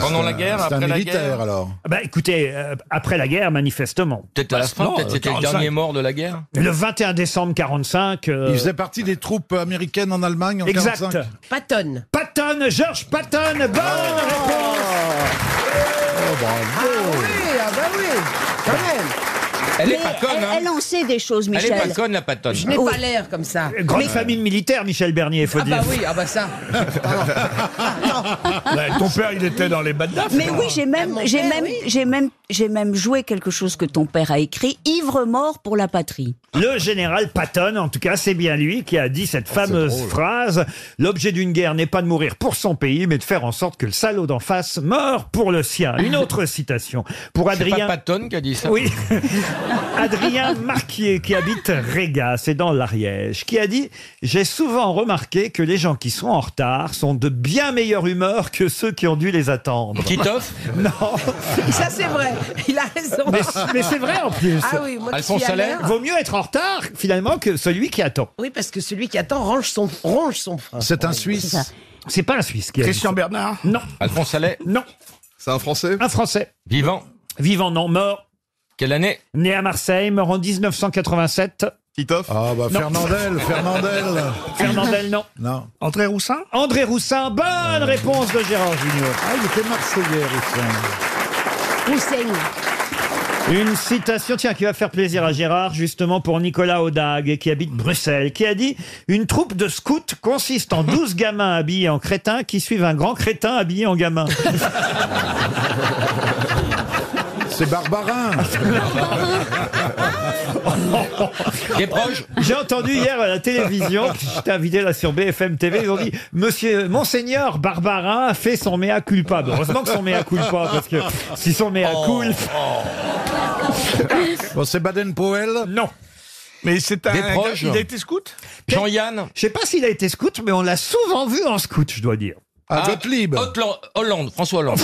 Speaker 24: Pendant la guerre,
Speaker 28: c'est un
Speaker 24: après la
Speaker 28: militaire,
Speaker 24: guerre
Speaker 28: alors.
Speaker 1: Ah Bah écoutez, euh, après la guerre, manifestement.
Speaker 24: Peut-être à la fin,
Speaker 1: Non,
Speaker 24: peut-être
Speaker 1: euh,
Speaker 24: c'était le
Speaker 1: 45.
Speaker 24: dernier mort de la guerre.
Speaker 1: Le 21 décembre 45. euh,
Speaker 28: Il faisait partie des troupes américaines en Allemagne en
Speaker 1: Exact.
Speaker 28: 45.
Speaker 22: Patton.
Speaker 1: Patton, George Patton, bonne réponse
Speaker 28: Oh,
Speaker 22: Oui, ah bah oui, quand même.
Speaker 24: Elle
Speaker 6: Mais
Speaker 24: est pas conne,
Speaker 6: elle,
Speaker 24: hein.
Speaker 6: elle en sait des choses,
Speaker 24: Elle est
Speaker 6: Michel. Oh.
Speaker 24: pas conne, la patonne.
Speaker 22: Je n'ai pas l'air comme ça.
Speaker 1: Euh, Grande
Speaker 22: Mais-
Speaker 1: famille militaire, Michel Bernier, faut
Speaker 22: Ah
Speaker 1: dire.
Speaker 22: bah oui, ah bah ça.
Speaker 28: ton père, il était dans les badafs.
Speaker 6: Mais oui, j'ai
Speaker 16: Ah,
Speaker 6: même, j'ai
Speaker 22: père,
Speaker 6: même, j'ai même, j'ai même joué quelque chose que ton père a écrit, ivre mort pour la patrie.
Speaker 1: Le général Patton, en tout cas, c'est bien lui qui a dit
Speaker 28: Ah,
Speaker 1: cette fameuse phrase L'objet d'une guerre n'est pas de mourir pour son pays, mais de faire en sorte que le salaud d'en face meure pour le sien. Une autre citation pour
Speaker 24: C'est pas
Speaker 1: Adrien.
Speaker 24: Patton qui a dit ça.
Speaker 1: Oui. Adrien Marquier, qui habite Réga, c'est dans l'Ariège, qui a dit J'ai souvent remarqué que les gens qui sont en retard sont de bien meilleure humeur que ceux qui ont dû les attendre.
Speaker 24: Titoff
Speaker 1: Non.
Speaker 22: Ça, c'est vrai. Il a raison.
Speaker 1: Mais, mais c'est vrai en plus.
Speaker 22: Ah oui, moi qui suis à l'heure.
Speaker 1: Vaut mieux être en retard finalement que celui qui attend.
Speaker 22: Oui, parce que celui qui attend range son, range son
Speaker 28: Ah,
Speaker 22: frein.
Speaker 1: C'est un
Speaker 22: Suisse.
Speaker 1: C'est pas un Suisse qui a dit
Speaker 28: Christian
Speaker 1: ça.
Speaker 28: Bernard
Speaker 1: Non.
Speaker 24: Alphonse Allais
Speaker 1: Non.
Speaker 24: C'est un Français
Speaker 1: Un Français.
Speaker 24: Vivant.
Speaker 1: Vivant, non, mort.
Speaker 24: Quelle année
Speaker 1: Né à Marseille, mort en 1987.
Speaker 28: Titoff Ah bah
Speaker 1: Non.
Speaker 28: Fernandel, Fernandel.
Speaker 1: Fernandel, non.
Speaker 28: Non.
Speaker 1: André Roussin André Roussin, bonne réponse de Gérard Junior.
Speaker 28: Ah, il était marseillais, Roussin.
Speaker 6: Hussein.
Speaker 1: Une citation, tiens, qui va faire plaisir à Gérard, justement pour Nicolas Audag, qui habite Bruxelles, qui a dit « Une troupe de scouts consiste en 12 gamins habillés en crétins qui suivent un grand crétin habillé en gamin.
Speaker 28: C'est Barbarin.
Speaker 24: Des proches »
Speaker 1: J'ai entendu hier à la télévision, j'étais invité là sur BFM TV, ils ont dit « Monsieur, Monseigneur Barbarin a fait son mea culpa ». Bon, Heureusement que son mea culpa, parce que si son mea
Speaker 12: Oh.
Speaker 1: culpa...
Speaker 28: Oh. Bon, c'est Baden-Powell
Speaker 1: Non.
Speaker 28: Mais c'est
Speaker 24: Des proches.
Speaker 28: scout
Speaker 24: Jean-Yann
Speaker 1: Je sais pas s'il a été scout, mais on l'a souvent vu en scout, je dois dire.
Speaker 28: Ah, Gottlieb.
Speaker 24: Hollande, Hollande, François Hollande.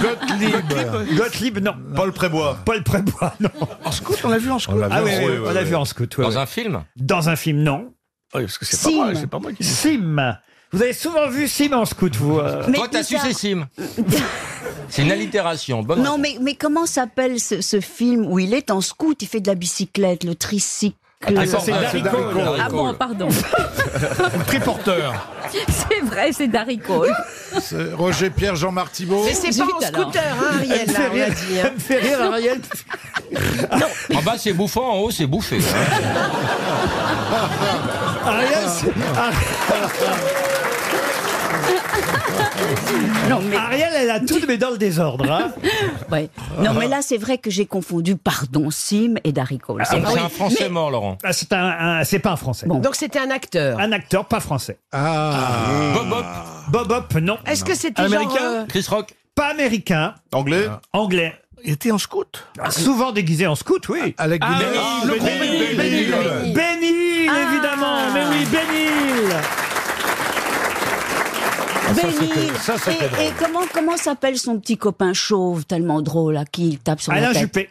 Speaker 28: Gottlieb.
Speaker 1: Gottlieb, non.
Speaker 28: Paul Prébois.
Speaker 1: Paul Prébois, non.
Speaker 28: En scout, on l'a vu en scout.
Speaker 1: Ah oui, oui, on l'a vu en scout. ouais,
Speaker 24: Dans
Speaker 1: ouais.
Speaker 24: un film
Speaker 1: Dans un film, non.
Speaker 28: Oui, parce que c'est
Speaker 6: pas Sim. moi, c'est
Speaker 28: pas moi
Speaker 1: Sim. Vous avez souvent vu Sim en scout, vous euh
Speaker 6: Mais
Speaker 24: Toi, t'as su
Speaker 6: bizarre.
Speaker 24: c'est Sim. C'est une allitération. Bonne
Speaker 6: Non, mais, mais comment s'appelle ce, ce film où il est en scout, il fait de la bicyclette, le tricycle
Speaker 24: Ah, ça, c'est Darry euh, Cole.
Speaker 6: Ah bon, pardon.
Speaker 28: Triporteur.
Speaker 29: C'est vrai, c'est Darry Cole.
Speaker 5: C'est Roger Pierre Jean-Marc Thibault.
Speaker 16: Mais c'est pas en scooter, hein, Ariel, là, on a dit. hein.
Speaker 13: En bas, c'est bouffant, en haut, c'est bouffé. hein.
Speaker 1: Ariel, c'est- Ariel, elle a tout, mais dans le désordre. hein.
Speaker 6: Ouais. Non, mais là, c'est vrai que j'ai confondu, pardon, Sim et Darry Cole.
Speaker 1: Ah,
Speaker 6: vrai.
Speaker 1: c'est un Français
Speaker 13: mort, Laurent.
Speaker 1: Ah, c'est un, un- c'est pas un Français.
Speaker 16: Donc c'était un acteur.
Speaker 1: Un acteur, pas français.
Speaker 5: Ah.
Speaker 1: Bob Hop. Bob Hop, non.
Speaker 16: Est-ce que c'était genre, euh,
Speaker 13: Chris Rock.
Speaker 1: Pas américain. Ah.
Speaker 5: Anglais.
Speaker 1: Anglais. Ah,
Speaker 5: Il était en scout.
Speaker 1: souvent déguisé en scout, oui.
Speaker 5: Avec
Speaker 1: Ah
Speaker 5: Guinée.
Speaker 1: oui,
Speaker 5: Ah,
Speaker 1: le
Speaker 5: Bénil,
Speaker 1: gros Bénil,
Speaker 5: Bénil.
Speaker 1: Bénil. Bénil,
Speaker 22: Ah.
Speaker 1: évidemment. Mais oui, Bénil. Ah,
Speaker 6: Bénil. Et- et, comment comment s'appelle son petit copain chauve tellement drôle à qui il tape sur
Speaker 1: Alain
Speaker 6: la tête
Speaker 1: Juppé.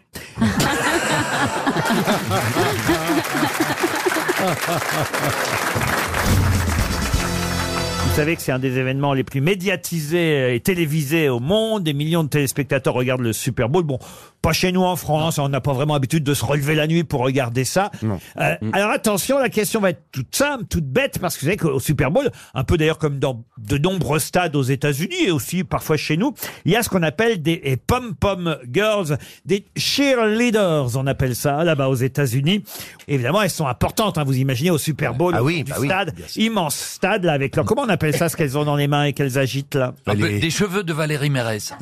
Speaker 1: Vous savez que c'est un des événements les plus médiatisés euh, et télévisés au monde. Des millions de téléspectateurs regardent le Super Bowl. Bon, pas chez nous en France, on n'a pas vraiment l'habitude de se relever la nuit pour regarder ça. Euh, Alors attention, la question va être toute simple, toute bête, parce que vous savez qu'au Super Bowl, un peu d'ailleurs comme dans de nombreux stades aux États-Unis et aussi parfois chez nous, il y a ce qu'on appelle des des pom-pom girls, des cheerleaders, on appelle ça là-bas aux États-Unis. Évidemment, elles sont importantes. hein. vous imaginez au Super Bowl,
Speaker 26: Ah oui,
Speaker 1: du
Speaker 26: bah oui,
Speaker 1: stade, immense stade là avec leur. Comment on appelle ça ce qu'elles ont dans les mains et qu'elles agitent là
Speaker 21: Ah, Des cheveux de Valérie Mérès.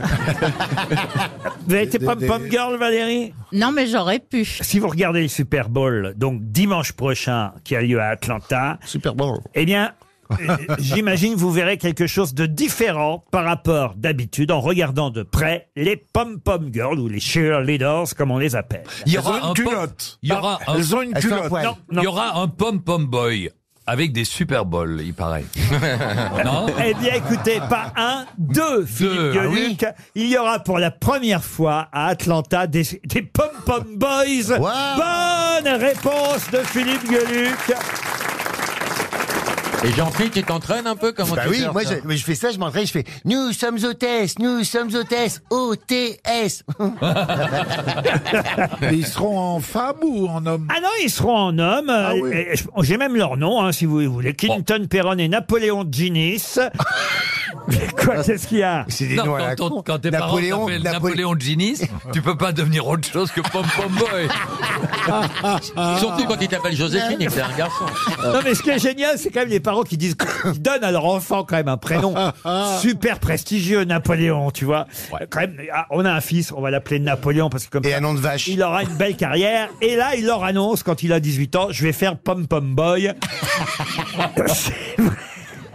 Speaker 1: Vous avez été
Speaker 21: des-
Speaker 1: pom-pom
Speaker 21: des-
Speaker 1: girl, Valérie
Speaker 29: Non, mais j'aurais pu.
Speaker 1: Si vous regardez le Super Bowl, donc dimanche prochain, qui a lieu à Atlanta. Super Bowl. Eh bien. euh, J'imagine vous verrez quelque chose de différent par rapport d'habitude en regardant de près les pom-pom girls ou les cheerleaders comme on les appelle.
Speaker 21: Il y aura un pom- Il y aura un...
Speaker 1: Non,
Speaker 21: Il y aura un pom-pom boy avec des Super Bowls, il paraît. Ah non
Speaker 1: Eh bien, écoutez, pas un, deux, Philippe
Speaker 21: Deux, ah oui.
Speaker 1: Gueluc. Il y aura pour la première fois à Atlanta des, des pom-pom boys. Bonne réponse de Philippe Gueluc.
Speaker 13: Et Jean-Philippe, tu t'entraînes un peu comment
Speaker 26: Bah
Speaker 13: tu
Speaker 26: oui,
Speaker 13: surfes,
Speaker 26: moi
Speaker 13: hein
Speaker 26: je, mais je fais ça, je m'entraîne, je fais Nous sommes hôtesses, nous sommes hôtesses, O-T-S.
Speaker 1: Mais ils seront en femme ou en homme Ah non, ils seront en homme. Euh, et je- J'ai même leur nom, hein, si vous voulez. Clinton Perron et Napoléon Ginis. Quoi, qu'est-ce qu'il y a
Speaker 21: Non, quand, ton- quand tes parents
Speaker 1: Napoléon-
Speaker 21: t'appellent
Speaker 1: Napolé-
Speaker 21: Napoléon Ginis, tu peux pas devenir autre chose que Pom Pom Boy.
Speaker 13: Surtout quand il t'appelle Joséphine et que t'es un garçon.
Speaker 1: Non mais ce qui est génial, c'est quand même les parents qui disent, qui donnent à leur enfant quand même un prénom super prestigieux, Napoléon, tu vois. Quand même, ah, on a un fils, on va l'appeler Napoléon parce que comme et un nom de vache. Il aura une belle carrière. Et là, il leur annonce quand il a 18 ans, je vais faire pom pom boy.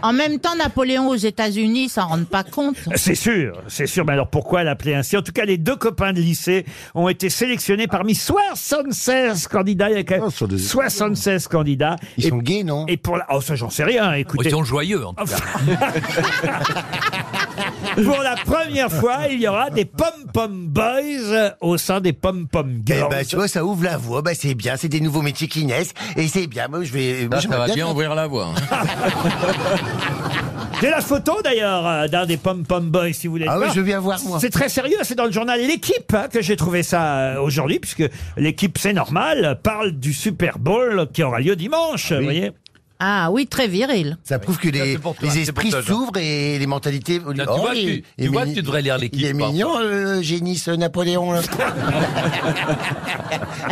Speaker 29: En même temps, Napoléon aux États-Unis, ils s'en rendent pas compte.
Speaker 1: C'est sûr, c'est sûr. Mais alors pourquoi l'appeler ainsi En tout cas, les deux copains de lycée ont été sélectionnés parmi 76 candidats. Il y a quand même 76 candidats. Ils sont gays, non Et pour la... Oh, ça, j'en sais rien. Écoutez.
Speaker 21: Ils sont joyeux, en tout cas.
Speaker 1: Pour la première fois, il y aura des pom-pom boys au sein des pom-pom
Speaker 26: Eh
Speaker 1: girls.
Speaker 26: ben, tu vois, ça ouvre la voie, bah, c'est bien, c'est des nouveaux métiers qui naissent, et c'est bien, moi je vais.
Speaker 21: Là,
Speaker 26: moi,
Speaker 21: Ah, ça
Speaker 26: j'aimerais
Speaker 21: va bien ouvrir la voie. hein.
Speaker 1: J'ai la photo d'ailleurs euh, d'un des pom-pom boys, si vous voulez.
Speaker 26: Ah oui,
Speaker 1: voir.
Speaker 26: je viens voir, moi.
Speaker 1: C'est très sérieux, c'est dans le journal L'équipe hein, que j'ai trouvé ça euh, aujourd'hui, puisque l'équipe, c'est normal, parle du Super Bowl qui aura lieu dimanche, vous voyez.
Speaker 29: Ah oui, très viril.
Speaker 26: Ça prouve que les,
Speaker 29: pour toi,
Speaker 26: les
Speaker 29: c'est
Speaker 26: esprits
Speaker 29: pour toi,
Speaker 26: s'ouvrent et les mentalités. Oh,
Speaker 21: Là, tu vois, tu- tu vois, tu devrais lire l'équipe, hein.
Speaker 26: Il est
Speaker 21: par
Speaker 26: mignon, le génie, ce Napoléon. là.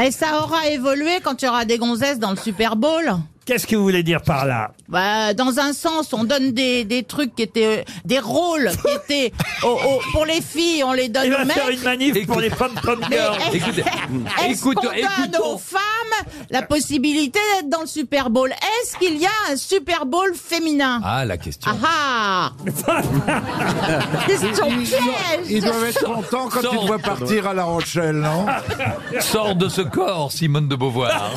Speaker 29: Et ça aura évolué quand il y aura des gonzesses dans le Super Bowl
Speaker 1: Qu'est-ce que vous voulez dire par là
Speaker 29: Bah, dans un sens, on donne des, des trucs qui étaient euh, des rôles qui étaient au- au- pour les filles, on les donne
Speaker 1: Il
Speaker 29: aux
Speaker 1: va
Speaker 29: mecs.
Speaker 1: faire une manif pour les pom-pom
Speaker 29: Mais
Speaker 1: girls.
Speaker 29: est-ce-
Speaker 1: mm.
Speaker 29: Est-ce qu'on donne aux femmes la possibilité d'être dans le Super Bowl Est-ce qu'il y a un Super Bowl féminin
Speaker 21: Ah, la question.
Speaker 29: Ah ah Question piège
Speaker 5: Ils doivent être contents quand tu te vois partir à La Rochelle, non
Speaker 21: Sors de ce corps, Simone de Beauvoir.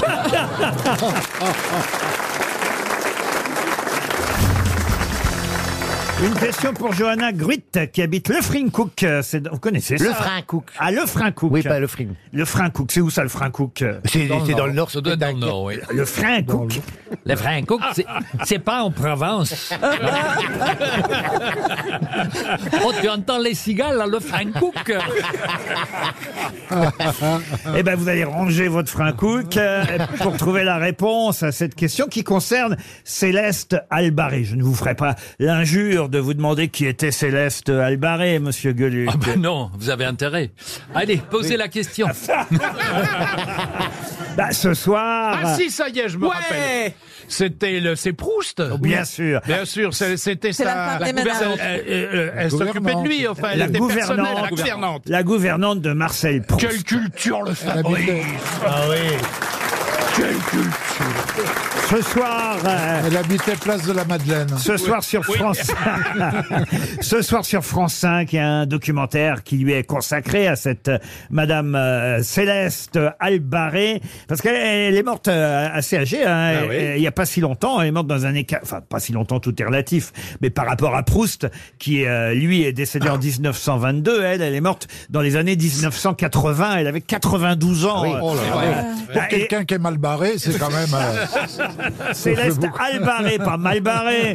Speaker 1: Une question pour Johanna Gruit qui habite Le Frincook. Euh, C'est- Vous connaissez ça
Speaker 12: Le Frincook.
Speaker 1: Ah, Le Frincook.
Speaker 12: Oui, pas Le
Speaker 1: Frincook. Le Frincook, c'est où ça, Le Frincook euh,
Speaker 12: C'est c'est dans le nord, ça doit
Speaker 1: c'est
Speaker 12: être dans le nord, oui.
Speaker 1: Le Frincook.
Speaker 21: Le Frincook, c'est- c'est pas en Provence. oh, tu entends les cigales, à le Frincook.
Speaker 1: Eh ben, vous allez ranger votre Frincook euh, pour trouver la réponse à cette question qui concerne Céleste Albaré. Je ne vous ferai pas l'injure de vous demander qui était Céleste Albaré, monsieur Gueuluc.
Speaker 21: Ah ben non, vous avez intérêt. Allez, posez la question.
Speaker 1: Bah, ce soir.
Speaker 12: Ah si, ça y est, je me rappelle. C'était le, c'est Proust.
Speaker 1: bien sûr.
Speaker 12: Bien sûr, c'est- c'était
Speaker 1: C'est la
Speaker 12: ça.
Speaker 1: femme des ménages.
Speaker 12: Elle, elle- euh, elle s'occupait de lui, enfin, elle
Speaker 1: la
Speaker 12: était personnelle, la
Speaker 1: gouvernante,
Speaker 12: gouvernante.
Speaker 1: la gouvernante de Marcel Proust.
Speaker 12: Quelle culture le Fabrice
Speaker 1: Ah oui. Ce soir. euh,
Speaker 16: Elle habitait place de la Madeleine.
Speaker 1: Ce soir sur France. ce soir sur France 5, il y a un documentaire qui lui est consacré à cette euh, Madame euh, Céleste Albaré, parce qu'elle elle est morte euh, assez âgée. hein,
Speaker 2: Ah
Speaker 1: et-
Speaker 2: oui.
Speaker 1: et il y a pas si longtemps, elle est morte dans un écart, enfin pas si longtemps, tout est relatif, mais par rapport à Proust, qui euh, lui est décédé en 1922, elle, elle est morte dans les années 1980. Elle avait 92 ans.
Speaker 16: Oh là là. Pour
Speaker 1: Ah, et-
Speaker 16: quelqu'un qui est mal barré, c'est quand même. euh,
Speaker 1: Céleste
Speaker 16: beaucoup.
Speaker 1: Albaré, pas Malbaré.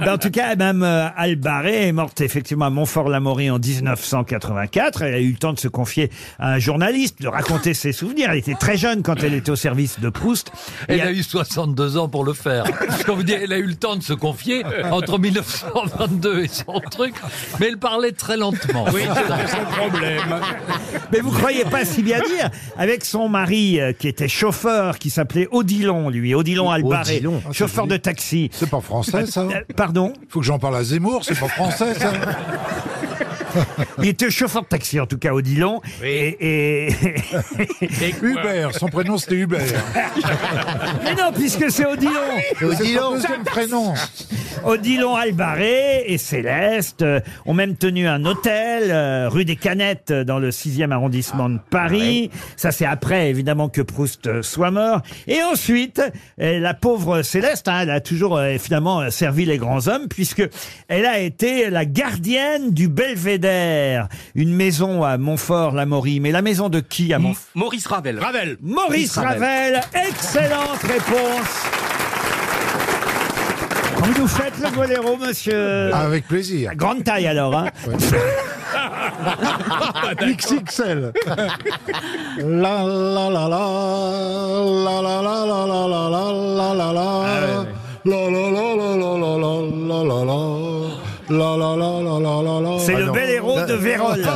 Speaker 1: Mais en tout cas, Mme euh, Albaré est morte effectivement à Montfort-l'Amaury en 1984. Elle a eu le temps de se confier à un journaliste, de raconter ses souvenirs. Elle était très jeune quand elle était au service de Proust. Et
Speaker 21: Elle a eu 62 ans pour le faire. Quand vous dites, elle a eu le temps de se confier entre 1922 et son truc, mais elle parlait très lentement.
Speaker 1: Oui, c'était son problème. Mais vous croyez pas si bien dire Avec son mari euh, qui était chauffeur, qui s'appelait Odilon, lui, Odilon Albaré,
Speaker 16: Odilon. Ah, c'est
Speaker 1: chauffeur de
Speaker 16: joli.
Speaker 1: taxi.
Speaker 16: C'est pas français, ça
Speaker 1: Euh, Pardon
Speaker 16: Faut que j'en parle à Zemmour, c'est pas français, ça
Speaker 1: Il était chauffeur de taxi, en tout cas, Odilon. Et, et...
Speaker 16: Hubert, son prénom c'était Hubert.
Speaker 1: Mais non, puisque c'est Odilon.
Speaker 16: Odilon. Ah C'est son deuxième prénom.
Speaker 1: Odilon Albaré et Céleste euh, ont même tenu un hôtel euh, rue des Canettes euh, dans le 6e arrondissement de Paris.
Speaker 16: Ah
Speaker 1: Ça, c'est après, évidemment, que Proust euh, soit mort. Et ensuite, euh, la pauvre Céleste, hein, elle a toujours euh, finalement euh, servi les grands hommes puisque elle a été la gardienne du Belvédère, une maison à Montfort-l'Amaury. Mais la maison de qui
Speaker 16: Hum.
Speaker 1: à Montfort
Speaker 4: Maurice Ravel. Ravel.
Speaker 1: Maurice Ravel, excellente réponse. Vous nous faites le boléro, monsieur.
Speaker 16: Avec plaisir.
Speaker 1: Grande taille alors, hein.
Speaker 16: XXL. La la la la la la la la la la la la la
Speaker 1: Ah
Speaker 16: la la la la la la la la la la la la la la la la la
Speaker 1: C'est le bel héros de Vérole.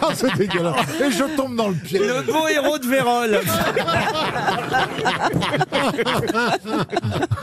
Speaker 16: Ah, c'est dégueulasse. Et je tombe dans le pied.
Speaker 1: Le beau héros de Vérole.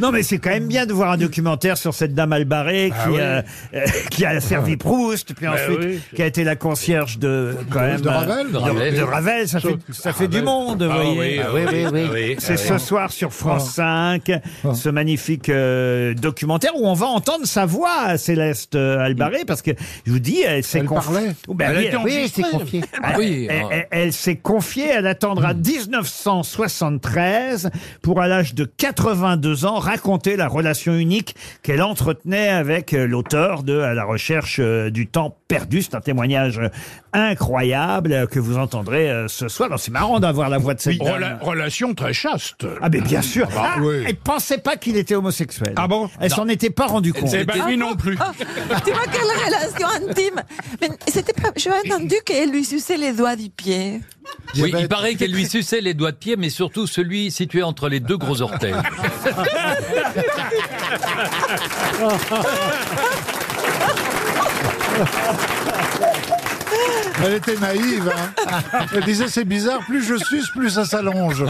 Speaker 1: Non, mais c'est quand même bien de voir un documentaire sur cette dame albarée qui,
Speaker 16: Ah oui.
Speaker 1: euh, euh, qui a servi Proust, puis
Speaker 16: Bah
Speaker 1: ensuite
Speaker 16: oui.
Speaker 1: qui a été la concierge de quand même
Speaker 16: de
Speaker 1: euh,
Speaker 16: Ravel.
Speaker 1: de,
Speaker 16: Ravel.
Speaker 1: de Ravel. Ça fait, ça fait du monde, vous
Speaker 16: Ah oui,
Speaker 1: voyez.
Speaker 16: ah oui, oui, oui. Ah oui,
Speaker 1: C'est
Speaker 16: ah
Speaker 1: ce
Speaker 16: oui.
Speaker 1: soir sur
Speaker 5: Oh.
Speaker 1: France 5, ce magnifique euh, documentaire où on va entendre sa voix, Céleste euh, Albaré, parce que je vous dis, elle s'est
Speaker 5: Elle
Speaker 1: conf-
Speaker 5: parlait.
Speaker 1: Oh, ben
Speaker 5: Elle
Speaker 1: oui,
Speaker 5: était enregistrée.
Speaker 1: oui, elle s'est confiée.
Speaker 5: Ah oui,
Speaker 1: Elle-
Speaker 5: ah.
Speaker 1: elle- elle s'est confiée, elle attendra 1973 pour, à l'âge de 82 ans, raconter la relation unique qu'elle entretenait avec euh, l'auteur de À la recherche euh, du temps perdu. C'est un témoignage euh, incroyable euh, que vous entendrez euh, ce soir. Alors, C'est marrant d'avoir la voix de cette dame.
Speaker 12: Rela- relation très chaste.
Speaker 1: Ah mais bien sûr.
Speaker 12: bah,
Speaker 1: Ah,
Speaker 12: oui.
Speaker 1: Elle pensait pas qu'il était homosexuel.
Speaker 12: Ah bon
Speaker 1: Elle
Speaker 12: Non.
Speaker 1: s'en était pas rendue compte.
Speaker 12: Eh ben, lui non plus.
Speaker 17: Oh, Tu vois quelle relation intime. Mais c'était pas. J'ai entendu qu'elle lui suçait les doigts du pied.
Speaker 21: Oui, il paraît qu'elle lui suçait les doigts de pied, mais surtout celui situé entre les deux gros orteils.
Speaker 16: Elle était naïve. hein. Elle disait c'est bizarre, plus je suce, plus ça s'allonge.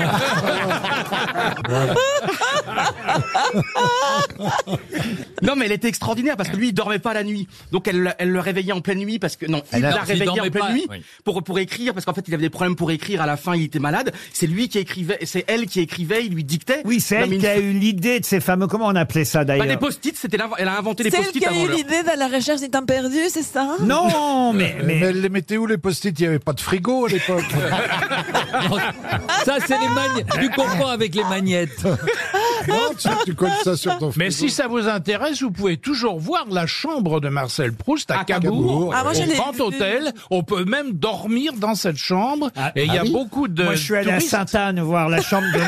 Speaker 4: Non, mais elle était extraordinaire parce que lui, il dormait pas la nuit. Donc elle, elle le réveillait en pleine nuit parce que non, il
Speaker 21: Elle a-
Speaker 4: la
Speaker 21: il
Speaker 4: réveillait en
Speaker 21: dormait
Speaker 4: pleine
Speaker 21: pas,
Speaker 4: nuit
Speaker 21: oui.
Speaker 4: pour pour écrire parce qu'en fait, il avait des problèmes pour écrire. À la fin, il était malade. C'est lui qui écrivait, c'est elle qui écrivait. Il lui dictait.
Speaker 1: Oui, c'est elle qui a eu l'idée de ces fameux. Comment on appelait ça
Speaker 4: Bah,
Speaker 1: d'ailleurs
Speaker 4: les post-it, c'était l'inv- elle a inventé
Speaker 17: C'est
Speaker 4: les
Speaker 17: elle
Speaker 4: post-it
Speaker 17: qui a
Speaker 4: avant
Speaker 17: eu
Speaker 4: l'heure.
Speaker 17: l'idée de la recherche du temps perdu, c'est ça
Speaker 1: Non, mais,
Speaker 16: mais... elle les mettait où les post-it Il n'y avait pas de frigo à l'époque.
Speaker 21: Ça, c'est les magnettes. Tu comprends avec les magnettes.
Speaker 28: tu colles ça sur ton
Speaker 14: Mais si ça vous intéresse, vous pouvez toujours voir la chambre de Marcel Proust à,
Speaker 28: À
Speaker 14: Cabourg,
Speaker 28: Cabourg, Ah, moi,
Speaker 14: au
Speaker 28: je l'ai
Speaker 14: grand
Speaker 28: vu.
Speaker 14: hôtel. On peut même dormir dans cette chambre. et il
Speaker 1: ah
Speaker 14: y a
Speaker 1: oui
Speaker 14: beaucoup de.
Speaker 1: Moi, je suis allé à
Speaker 14: touristes.
Speaker 1: Sainte-Anne voir la chambre de,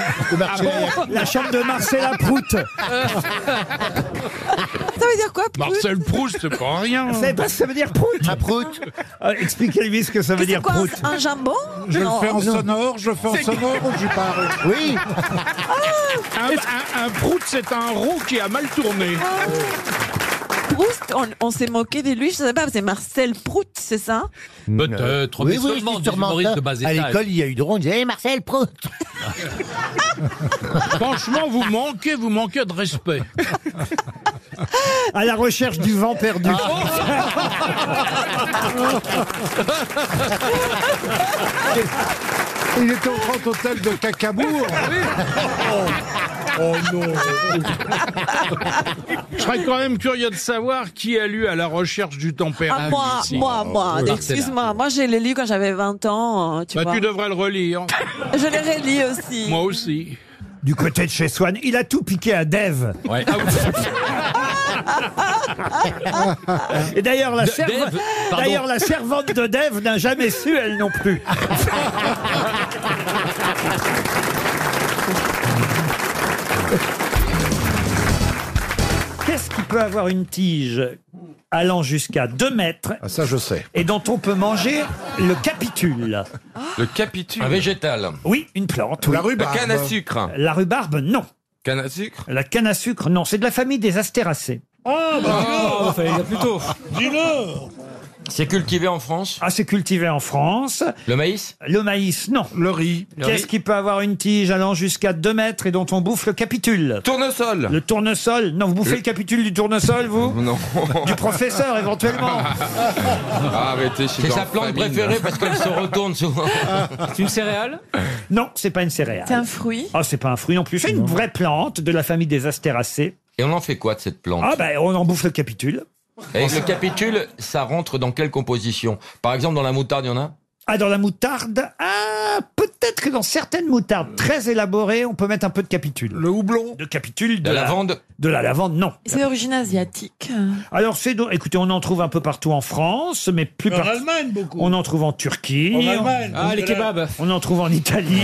Speaker 14: Ah bon
Speaker 1: la chambre de Marcella Prout.
Speaker 17: Ça veut dire quoi
Speaker 14: Marcel Proust, c'est pas rien.
Speaker 1: Vous savez pas ce que ça veut dire Prout Prout. Expliquez-lui ce que ça veut dire
Speaker 17: quoi,
Speaker 1: Prout.
Speaker 17: un jambon
Speaker 14: Je le fais en sonore,
Speaker 28: je le fais
Speaker 14: en sonore
Speaker 28: ou je parle
Speaker 14: Oui.
Speaker 1: Ah
Speaker 14: un, un- un prout, c'est un roux qui a mal tourné.
Speaker 17: Ah. Proust, on, on s'est moqué de lui, je sais pas, c'est Marcel Prout, c'est ça
Speaker 36: euh,
Speaker 16: Peut-être, mais seulement des humoristes de bas
Speaker 36: À
Speaker 16: étage.
Speaker 36: l'école, il y a eu de ronde. Il y avait Marcel Prout.
Speaker 14: Franchement, vous manquez, vous manquez de respect.
Speaker 1: À la recherche du vent perdu.
Speaker 5: Ah.
Speaker 28: Il était au grand hôtel de Cacabourg.
Speaker 14: Oh non Je serais quand même curieux de savoir qui a lu à la recherche du tempérament.
Speaker 17: Ah, moi,
Speaker 14: ici.
Speaker 17: moi,
Speaker 16: Oh,
Speaker 17: moi,
Speaker 14: Marcella.
Speaker 17: excuse-moi, moi j'ai les lu quand j'avais 20 ans, euh, tu
Speaker 14: Bah,
Speaker 17: vois.
Speaker 14: tu devrais le relire.
Speaker 17: Je les relis aussi.
Speaker 14: Moi aussi.
Speaker 1: Du côté de chez Swan, il a tout piqué à Dev. Ah Et d'ailleurs, la,
Speaker 14: De-
Speaker 1: serva-
Speaker 14: Dev, pardon.
Speaker 1: d'ailleurs, la servante de Dev n'a jamais su, elle non plus. Qu'est-ce qui peut avoir une tige allant jusqu'à 2 mètres
Speaker 28: Ah, Ça, je sais.
Speaker 1: et dont on peut manger le capitule
Speaker 13: Le capitule. Un végétal.
Speaker 1: Oui, une plante. oui.
Speaker 13: La rhubarbe. La canne à sucre.
Speaker 1: La rhubarbe, non.
Speaker 13: Canne à sucre.
Speaker 1: La canne à sucre, non. C'est de la famille des astéracées.
Speaker 12: Oh,
Speaker 1: Ah,
Speaker 12: bah
Speaker 13: il y a plutôt.
Speaker 12: dis-le
Speaker 13: C'est cultivé en France
Speaker 1: Ah, c'est cultivé en France.
Speaker 13: Le maïs
Speaker 1: Le maïs, non.
Speaker 28: Le riz.
Speaker 13: Le
Speaker 1: Qu'est-ce
Speaker 13: riz.
Speaker 1: qui peut avoir une tige allant jusqu'à 2 mètres et dont on bouffe le capitule
Speaker 13: Tournesol.
Speaker 1: Le tournesol Non, vous bouffez le, capitule du tournesol, vous
Speaker 13: Non.
Speaker 1: Du professeur, éventuellement.
Speaker 13: Ah, arrêtez, C'est sa plante préférée parce qu'elle se retourne souvent.
Speaker 1: C'est une céréale Non, c'est pas une céréale.
Speaker 17: C'est un fruit
Speaker 1: Ah, c'est pas un fruit non plus. C'est une vraie plante de la famille des astéracées.
Speaker 13: Et on en fait quoi de cette plante
Speaker 1: Ah, ben, on en bouffe le capitule.
Speaker 13: Et le capitule, ça rentre dans quelle composition Par exemple, dans la moutarde, il y en a
Speaker 1: Ah, dans la moutarde Ah, peut-être que dans certaines moutardes très élaborées, on peut mettre un peu de capitule. Le
Speaker 28: houblon
Speaker 1: De capitule.
Speaker 13: De la lavande
Speaker 1: De la lavande, non.
Speaker 17: C'est d'origine asiatique.
Speaker 1: Alors, c'est donc- écoutez, on en trouve un peu partout en France, mais plus
Speaker 12: En
Speaker 1: par-
Speaker 12: Allemagne, beaucoup.
Speaker 1: On en trouve en Turquie.
Speaker 12: En Allemagne.
Speaker 1: on-
Speaker 12: Ah, les kebabs.
Speaker 1: On en trouve en Italie.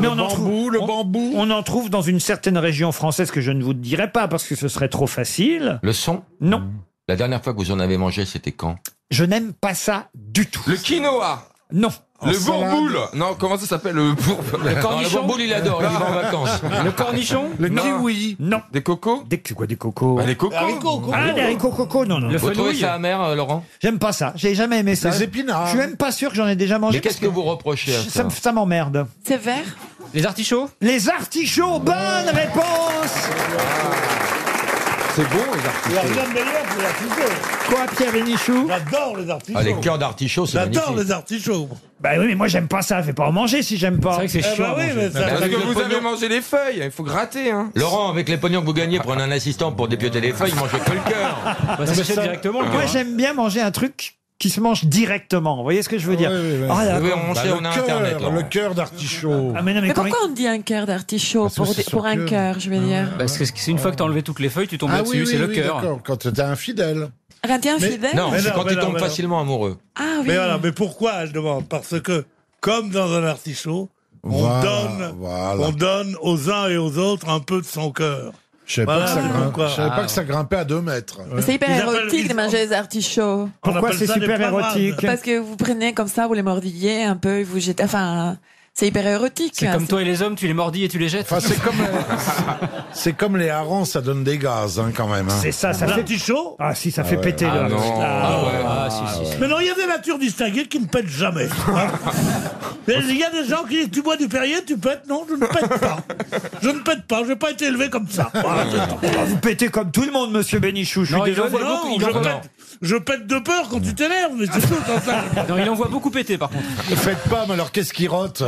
Speaker 1: mais on en trouve, le
Speaker 28: bambou.
Speaker 1: On en trouve dans une certaine région française que je ne vous dirai pas parce que ce serait trop facile.
Speaker 13: Le son
Speaker 1: Non.
Speaker 13: La dernière fois que vous en avez mangé, c'était quand
Speaker 1: Je n'aime pas ça du tout.
Speaker 21: Le quinoa.
Speaker 1: Non.
Speaker 21: le bourboule. Non, comment ça s'appelle le bourboule
Speaker 13: Le cornichon. Non, le bourboule, il adore, il y va en vacances.
Speaker 21: Le cornichon
Speaker 1: Le
Speaker 21: Non.
Speaker 1: kiwi. Non.
Speaker 21: Des cocos
Speaker 1: Des, quoi, des cocos
Speaker 21: Bah, Des cocos.
Speaker 1: Ah, les haricots coco, non, non.
Speaker 13: vous trouvez ça amer, euh, Laurent
Speaker 1: J'aime pas ça. J'ai jamais aimé ça.
Speaker 13: Les épinards.
Speaker 1: Je suis même pas sûr que j'en ai déjà mangé.
Speaker 13: Mais qu'est-ce
Speaker 1: parce
Speaker 13: que vous reprochez à
Speaker 1: ça
Speaker 13: ça
Speaker 1: me- ça m'emmerde.
Speaker 17: C'est vert
Speaker 21: Les artichauts
Speaker 1: Les artichauts, bonne réponse
Speaker 21: C'est bon, les artichauts.
Speaker 12: Il y a rien de meilleur que les artichauts.
Speaker 1: Quoi, Pierre Bénichou
Speaker 12: J'adore les artichauts.
Speaker 13: Ah, les cœurs d'artichaut, c'est
Speaker 12: J'adore
Speaker 13: magnifique.
Speaker 12: les artichauts.
Speaker 1: Bah oui, mais moi j'aime pas ça, fais pas en manger si j'aime pas.
Speaker 21: C'est
Speaker 12: Eh ben oui, mais ça-
Speaker 21: Parce
Speaker 12: avec
Speaker 21: que
Speaker 12: le
Speaker 21: vous avez
Speaker 12: pognon.
Speaker 21: mangé les feuilles, il faut gratter. Hein.
Speaker 13: Laurent, avec les pognons que vous gagnez, prenez un assistant pour dépioter les feuilles, mangez que le cœur.
Speaker 1: euh,
Speaker 13: hein.
Speaker 1: Moi j'aime bien manger un truc qui se mange directement. Vous voyez ce que je veux dire Ah, là,
Speaker 13: Oui,
Speaker 1: quand-
Speaker 13: on sait, on a Internet. Laurent.
Speaker 28: Bah, Le cœur d'artichaut.
Speaker 1: Ah, mais non, mais
Speaker 17: Mais
Speaker 1: quand-
Speaker 17: pourquoi on dit un cœur d'artichaut pour, des- pour un cœur, je veux dire
Speaker 25: Parce que c'est une fois que t'as enlevé toutes les feuilles, tu tombes
Speaker 28: Ah
Speaker 25: là-dessus,
Speaker 28: oui, oui,
Speaker 25: c'est le
Speaker 28: oui,
Speaker 25: cœur.
Speaker 28: d'accord, quand t'es infidèle.
Speaker 17: Un indien fidèle
Speaker 13: Non, c'est
Speaker 12: non,
Speaker 13: quand
Speaker 12: mais
Speaker 13: tu
Speaker 12: non,
Speaker 13: tombes
Speaker 12: mais non.
Speaker 13: facilement amoureux.
Speaker 17: Ah oui.
Speaker 12: Mais voilà, mais pourquoi je demande Parce que, comme dans un artichaut, on,
Speaker 28: Voilà,
Speaker 12: donne,
Speaker 28: voilà.
Speaker 12: on donne aux uns et aux autres un peu de son cœur.
Speaker 28: Je savais
Speaker 12: Voilà,
Speaker 28: pas, que ça
Speaker 12: c'est
Speaker 28: grimpe-
Speaker 12: pourquoi.
Speaker 28: je savais pas
Speaker 12: Ah,
Speaker 28: que ça grimpait à 2 mètres.
Speaker 17: C'est hyper
Speaker 12: Ils appellent-
Speaker 17: érotique de
Speaker 12: ils-
Speaker 17: manger des artichauts.
Speaker 12: Pourquoi appelle c'est ça des super parades. érotique
Speaker 17: Parce que vous prenez comme ça, vous les mordillez un peu, et vous jetez. Enfin, c'est hyper érotique. hein,
Speaker 25: C'est comme toi et les hommes, tu les mordis et tu les jettes.
Speaker 28: Enfin, c'est comme, c'est comme les harengs, ça donne des gaz hein, quand même. hein.
Speaker 1: C'est ça, ça fait.
Speaker 12: L'artichaut
Speaker 1: Ah si, ça
Speaker 28: Ah
Speaker 1: fait
Speaker 28: ouais.
Speaker 1: péter
Speaker 28: Ah
Speaker 1: le.
Speaker 28: non.
Speaker 1: Ah, ouais.
Speaker 25: Ah, si, si, si.
Speaker 12: Mais non, il y a des natures distinguées qui ne pètent jamais. hein. Mais Il y a des gens qui disent Tu bois du Perrier, tu pètes Non, je ne pète pas. Je ne pète pas, je n'ai pas été élevé comme ça. Voilà, c'est tout.
Speaker 1: Ah, vous pétez comme tout le monde, monsieur Bénichou. Je suis
Speaker 25: Non, il
Speaker 1: désolé.
Speaker 25: envoie
Speaker 12: Non,
Speaker 25: beaucoup.
Speaker 12: je
Speaker 25: Il envoie,
Speaker 12: pète, je pète de peur quand tu t'énerves, mais c'est tout.
Speaker 4: hein,
Speaker 12: comme ça.
Speaker 25: non, il envoie beaucoup péter par contre.
Speaker 28: Faites pas, mais alors qu'est-ce qui rote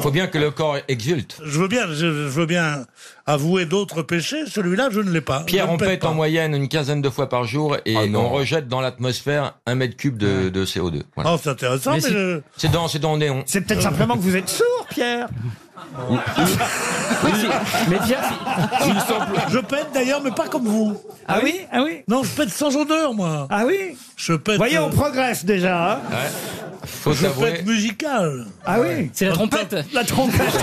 Speaker 13: Faut bien que le corps exulte.
Speaker 12: Je veux bien, je, je veux bien avouer d'autres péchés. Celui-là, je ne l'ai pas.
Speaker 13: Pierre,
Speaker 12: Je ne
Speaker 13: on
Speaker 12: pète
Speaker 13: pète
Speaker 12: pas. Ah,
Speaker 13: en moyenne une quinzaine de fois par jour et on rejette dans l'atmosphère un mètre cube de, de CO2. Voilà.
Speaker 12: Oh, c'est intéressant,
Speaker 13: Mais
Speaker 12: mais,
Speaker 13: si-
Speaker 12: je-
Speaker 13: C'est dans, c'est dans le néon. Euh,
Speaker 1: C'est peut-être simplement que vous êtes sourd, Pierre.
Speaker 2: Mais tiens, si- s'il semble-
Speaker 12: Je pète d'ailleurs, mais pas comme vous.
Speaker 5: Ah oui Ah oui
Speaker 12: Non, je pète sans odeur, moi.
Speaker 5: Ah oui
Speaker 12: Je pète.
Speaker 5: Voyez,
Speaker 12: euh,
Speaker 5: on progresse déjà. hein.
Speaker 12: je pète musicale.
Speaker 5: Ah oui
Speaker 2: C'est la trompette
Speaker 12: La trompette.